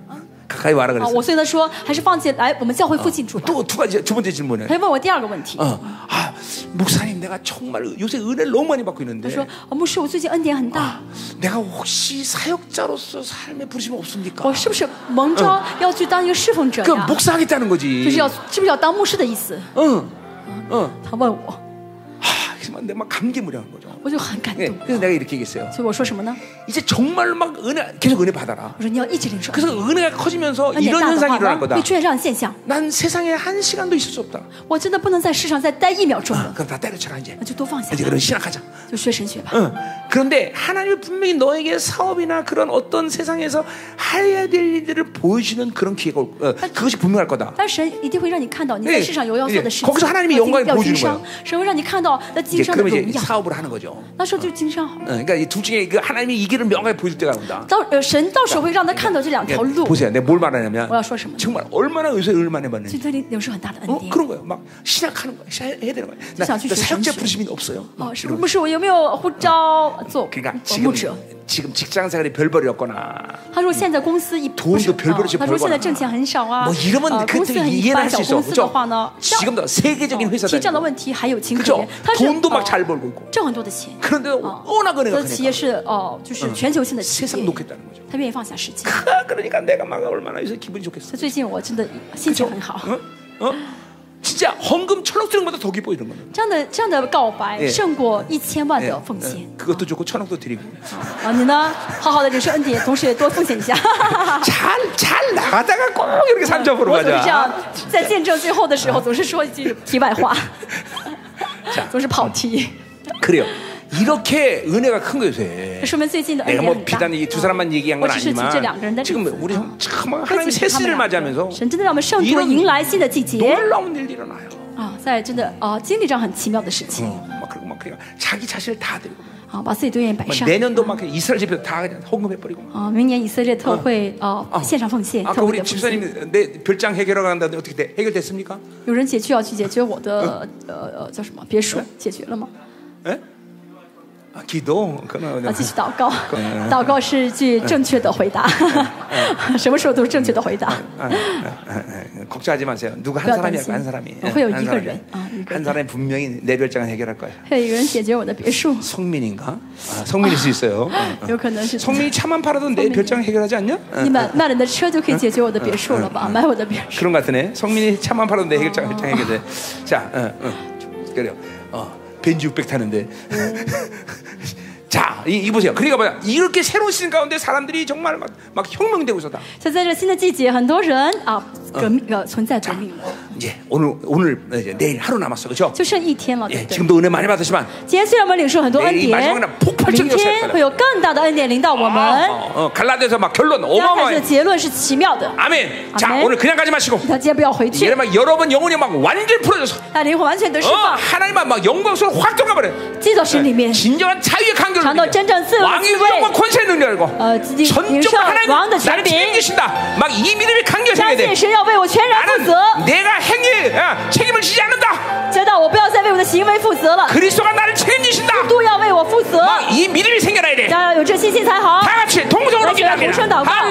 Speaker 1: 가까이 와라
Speaker 2: 啊。
Speaker 1: 그랬어.
Speaker 2: 我所以呢说，还是放弃来我们教会附近住吧。
Speaker 1: 또 두 가지 두 번째 질문은
Speaker 2: 他又问我第二个问题
Speaker 1: 어, ，아 목사님 내가 정말 요새 은혜를 너무 많이 받고
Speaker 2: 他
Speaker 1: 있는데
Speaker 2: 说：“啊牧师，我最近恩典很大，
Speaker 1: 내가 혹시 사역자로서 삶의 부르심 없습니까?
Speaker 2: 我是不是蒙召要去当一个侍奉者
Speaker 1: 그
Speaker 2: 呀？
Speaker 1: 목사하겠다는
Speaker 2: 就是要
Speaker 1: 거지.
Speaker 2: 是不是要当牧师的意思
Speaker 1: 응, 응. ？”
Speaker 2: 他问我，
Speaker 1: 하, 그래서 내가 막 감개무량한 거죠.
Speaker 2: 我就很感
Speaker 1: 예,
Speaker 2: 动。
Speaker 1: 그래서 내가 이렇게 얘기했어요.
Speaker 2: 所以我说什么呢？
Speaker 1: 이제 정말로 막 은혜 계속 은혜 받아라.
Speaker 2: 我说你要一直领受
Speaker 1: 그래서 은혜가 커지면서
Speaker 2: 恩典
Speaker 1: 이런
Speaker 2: 大的啊
Speaker 1: 현상이
Speaker 2: 话
Speaker 1: 일어날
Speaker 2: 呢，
Speaker 1: 거다.
Speaker 2: 会出现这样的现象。
Speaker 1: 난 세상에 한 시간도 있을 수 없다.
Speaker 2: 我真的不能在世上再待一秒钟
Speaker 1: 아,
Speaker 2: 了，
Speaker 1: 그럼 다 때려쳐라 이제.
Speaker 2: 那就多放下
Speaker 1: 이제
Speaker 2: 吧，
Speaker 1: 그런 신학하자.
Speaker 2: 就学神学吧。
Speaker 1: 응. 그런데 하나님이 분명히 너에게 사업이나 그런 어떤 세상에서 해야 될 일들을 보여주는 그런 기회가 올, 어, 그것이 분명할 거다.
Speaker 2: 但神一定会让你看到你在世上有要做的事
Speaker 1: 네
Speaker 2: 情，
Speaker 1: 거기서하나님의영광을보여주는거예요
Speaker 2: 要经商，神会让你看到那经
Speaker 1: 이제
Speaker 2: 商的
Speaker 1: 그러면
Speaker 2: 荣
Speaker 1: 이제
Speaker 2: 耀。
Speaker 1: 사업을 하는 거죠.
Speaker 2: 那时候就经商好
Speaker 1: 어, ， 그러니까 이 둘 중에 그 하나님이 이 길을 명확히 보여줄 때가 온다.
Speaker 2: 到呃神到时候会让他看到这两条
Speaker 1: 그러니까
Speaker 2: 路。
Speaker 1: 보세요. 내가 뭘 말하냐면
Speaker 2: 我要说什么呢？
Speaker 1: 정말 얼마나 요새 은혜를 많이 받는지.
Speaker 2: 所以他领受很大的恩
Speaker 1: 어?
Speaker 2: 典。
Speaker 1: 그런 거예요. 막 신학하는 거야. 해야 되는 거야. 나, 나
Speaker 2: 진짜 아주
Speaker 1: 사역자
Speaker 2: 중심.
Speaker 1: 부르심이 없어요.
Speaker 2: 哦，是牧师，我有没有护照做
Speaker 1: 그러니까
Speaker 2: 呃牧
Speaker 1: 지금
Speaker 2: 者？
Speaker 1: 지금 직장 생활이 별벌이었거나
Speaker 2: 他说现在公司一
Speaker 1: 돈도
Speaker 2: 不是
Speaker 1: 별별로지벌
Speaker 2: 哦他说现在
Speaker 1: 벌거나
Speaker 2: 挣钱很少啊
Speaker 1: 뭐 ， 이러면
Speaker 2: 呃公
Speaker 1: 그때
Speaker 2: 司很一
Speaker 1: 이해는
Speaker 2: 般，
Speaker 1: 할
Speaker 2: 小
Speaker 1: 수 있어.
Speaker 2: 公司的话呢
Speaker 1: 그죠? ，
Speaker 2: 这样
Speaker 1: 지금도 세계적인
Speaker 2: 哦提这样
Speaker 1: 회사다.
Speaker 2: 的问题还有情可
Speaker 1: 그죠
Speaker 2: 原，他是
Speaker 1: 돈도막
Speaker 2: 어
Speaker 1: 잘벌고 있고
Speaker 2: 挣很多的钱，
Speaker 1: 어. 그런데
Speaker 2: 哦
Speaker 1: 워낙
Speaker 2: 这
Speaker 1: 은혜가
Speaker 2: 个企业
Speaker 1: 크니까
Speaker 2: 是哦，就是全球性的企
Speaker 1: 세상
Speaker 2: 业，
Speaker 1: 놓겠다는 거죠.
Speaker 2: 他愿意放下世 界。
Speaker 1: 아, 그러니까 내가 막 얼마나 요새 기분이 좋겠어.
Speaker 2: 他最近我真的心情很好，
Speaker 1: 어? 어? 진짜 헌금 천억 드는 것보다 더 기뻐 이런 거는.
Speaker 2: 这样的这样的告白
Speaker 1: 예
Speaker 2: 胜过一千万
Speaker 1: 예,
Speaker 2: 的奉献
Speaker 1: 예, 그것도 좋고 천억도 드리고
Speaker 2: 啊！你呢，好好的领受恩典，同时也多奉献一 下。
Speaker 1: 잘 잘 나가다가 꼭 이렇게 산적으로
Speaker 2: 我总是这样
Speaker 1: 가자. ，
Speaker 2: 在见证最后的时候，总是说一句题外 话
Speaker 1: 자 ，
Speaker 2: 总是跑题，
Speaker 1: 그래요. 이렇게 은혜가 큰 거예요. 요새.
Speaker 2: 说明最近的恩
Speaker 1: 내가
Speaker 2: 典
Speaker 1: 뭐
Speaker 2: 很
Speaker 1: 비단
Speaker 2: 大。
Speaker 1: 이두 사람만 얘기한 건
Speaker 2: 我只是举这两个人的
Speaker 1: 아니지만
Speaker 2: 例
Speaker 1: 지금 。
Speaker 2: 子
Speaker 1: 어. 우리
Speaker 2: 啊
Speaker 1: 참
Speaker 2: 不
Speaker 1: 하나님
Speaker 2: 仅
Speaker 1: 새
Speaker 2: 是他们
Speaker 1: 씨를
Speaker 2: 两个
Speaker 1: 맞이하면서
Speaker 2: 神真的让我们圣徒
Speaker 1: 이런
Speaker 2: 迎来新的季节
Speaker 1: 놀라운 일이 일어나요.
Speaker 2: 啊，在真的啊经历这样很奇妙的事情
Speaker 1: 어, 막 그리고 막 그냥 자기 자신을 다 들고
Speaker 2: 啊，把自己都愿意摆
Speaker 1: 막
Speaker 2: 上
Speaker 1: 내년도 막 그냥 이스라엘 집에서 다 그냥 헌금해 버리고 막.
Speaker 2: 啊。明年以色列特会啊
Speaker 1: 啊
Speaker 2: 线上奉献，特
Speaker 1: 아까 그
Speaker 2: 会
Speaker 1: 우리
Speaker 2: 的奉献。
Speaker 1: 집사님 내 별장 해결하고 한다는데 어떻게 돼? 해결됐습니까?
Speaker 2: 有人解决要去解决我的呃呃叫什么别墅解决了吗？
Speaker 1: 예? 아, 기도 그나
Speaker 2: 啊，继续祷告， 祷告是句正确的回答， 什么时候都是正确的回答。
Speaker 1: 아,
Speaker 2: 嗯
Speaker 1: 아, 아, 아, 걱정하지 마세요. 누가 한
Speaker 2: 그거
Speaker 1: 사람이야,
Speaker 2: 당신.
Speaker 1: 한 사람이. 예,
Speaker 2: 어, 회원
Speaker 1: 한
Speaker 2: 이거를.
Speaker 1: 사람이.
Speaker 2: 아, 이거를.
Speaker 1: 한 사람이 분명히 내 별장을 해결할 거야.
Speaker 2: 还有一个人解决我的别墅，
Speaker 1: 성민인가? 아, 성민일 수 있어요. 어, 어.
Speaker 2: 有可能是
Speaker 1: 성민이 차만 팔아도 내 별장 해결하지 않냐? 어,
Speaker 2: 你买卖了你的车就可以解决我的别墅了吧？买我的别墅，
Speaker 1: 그런 것 같으네. 성민이 차만 팔아도 내 해결장 해결장 해결돼. 자, 어, 어. 그래요. 어, 벤지 600 타는데. 자, 이, 이 보세요. 그러니까 봐요. 이렇게 새로운 시즌 가운데 사람들이 정말 막, 막 혁명되고 있었다.
Speaker 2: 所以在这新的季节，很多人啊，革命呃存在革命了，
Speaker 1: 이제 예, 오늘 오늘 이제 내일 하루 남았어, 그렇죠?
Speaker 2: 就剩一天了，对
Speaker 1: 예,
Speaker 2: 不对？
Speaker 1: 지금도 은혜 많이 받으시만
Speaker 2: 今天虽然我们领受很多恩
Speaker 1: 내일이마지막날
Speaker 2: 典
Speaker 1: 폭발적인，
Speaker 2: 明
Speaker 1: 역사일거야
Speaker 2: 天会有更大的恩典领到我
Speaker 1: 어,
Speaker 2: 们。
Speaker 1: 어, 갈라디아서 막 결론
Speaker 2: 加泰这的
Speaker 1: 어마어마해.
Speaker 2: 结论是奇妙
Speaker 1: 啊
Speaker 2: 的，
Speaker 1: 아멘. 자,
Speaker 2: 아멘.
Speaker 1: 오늘 그냥 가지 마시고
Speaker 2: 他今天不要回去，
Speaker 1: 얘는 막 여러분 영혼이 막 완전히 풀어져서
Speaker 2: 那灵魂完全得释
Speaker 1: 어,
Speaker 2: 放，
Speaker 1: 하나님만 막 영광스러워 확 들어가버려.
Speaker 2: 进到神里面。
Speaker 1: 진정한 자유의 강결을
Speaker 2: 전도
Speaker 1: 느껴.
Speaker 2: 진정自由的
Speaker 1: 왕의 영광 권세의 능력 알고
Speaker 2: 呃，自己领受
Speaker 1: 전적
Speaker 2: 王的
Speaker 1: 하나님
Speaker 2: 权
Speaker 1: 나를
Speaker 2: 柄，
Speaker 1: 책임지신다. 막 이 믿음이 강결
Speaker 2: 相
Speaker 1: 생겨야
Speaker 2: 信
Speaker 1: 돼.
Speaker 2: 神要为我全然负
Speaker 1: 나는
Speaker 2: 责，
Speaker 1: 내가 행위 어, 책임을 지지 않는다.
Speaker 2: 知道我不要再为我的行为负责了，
Speaker 1: 그리스도가 나를 책임지신다. 어,
Speaker 2: 都要为我负责，
Speaker 1: 이 믿음이 생겨나야 돼.
Speaker 2: 要有这信心才好。
Speaker 1: 다 같이 동성으로
Speaker 2: 다시
Speaker 1: 기도합니다.
Speaker 2: 동성으로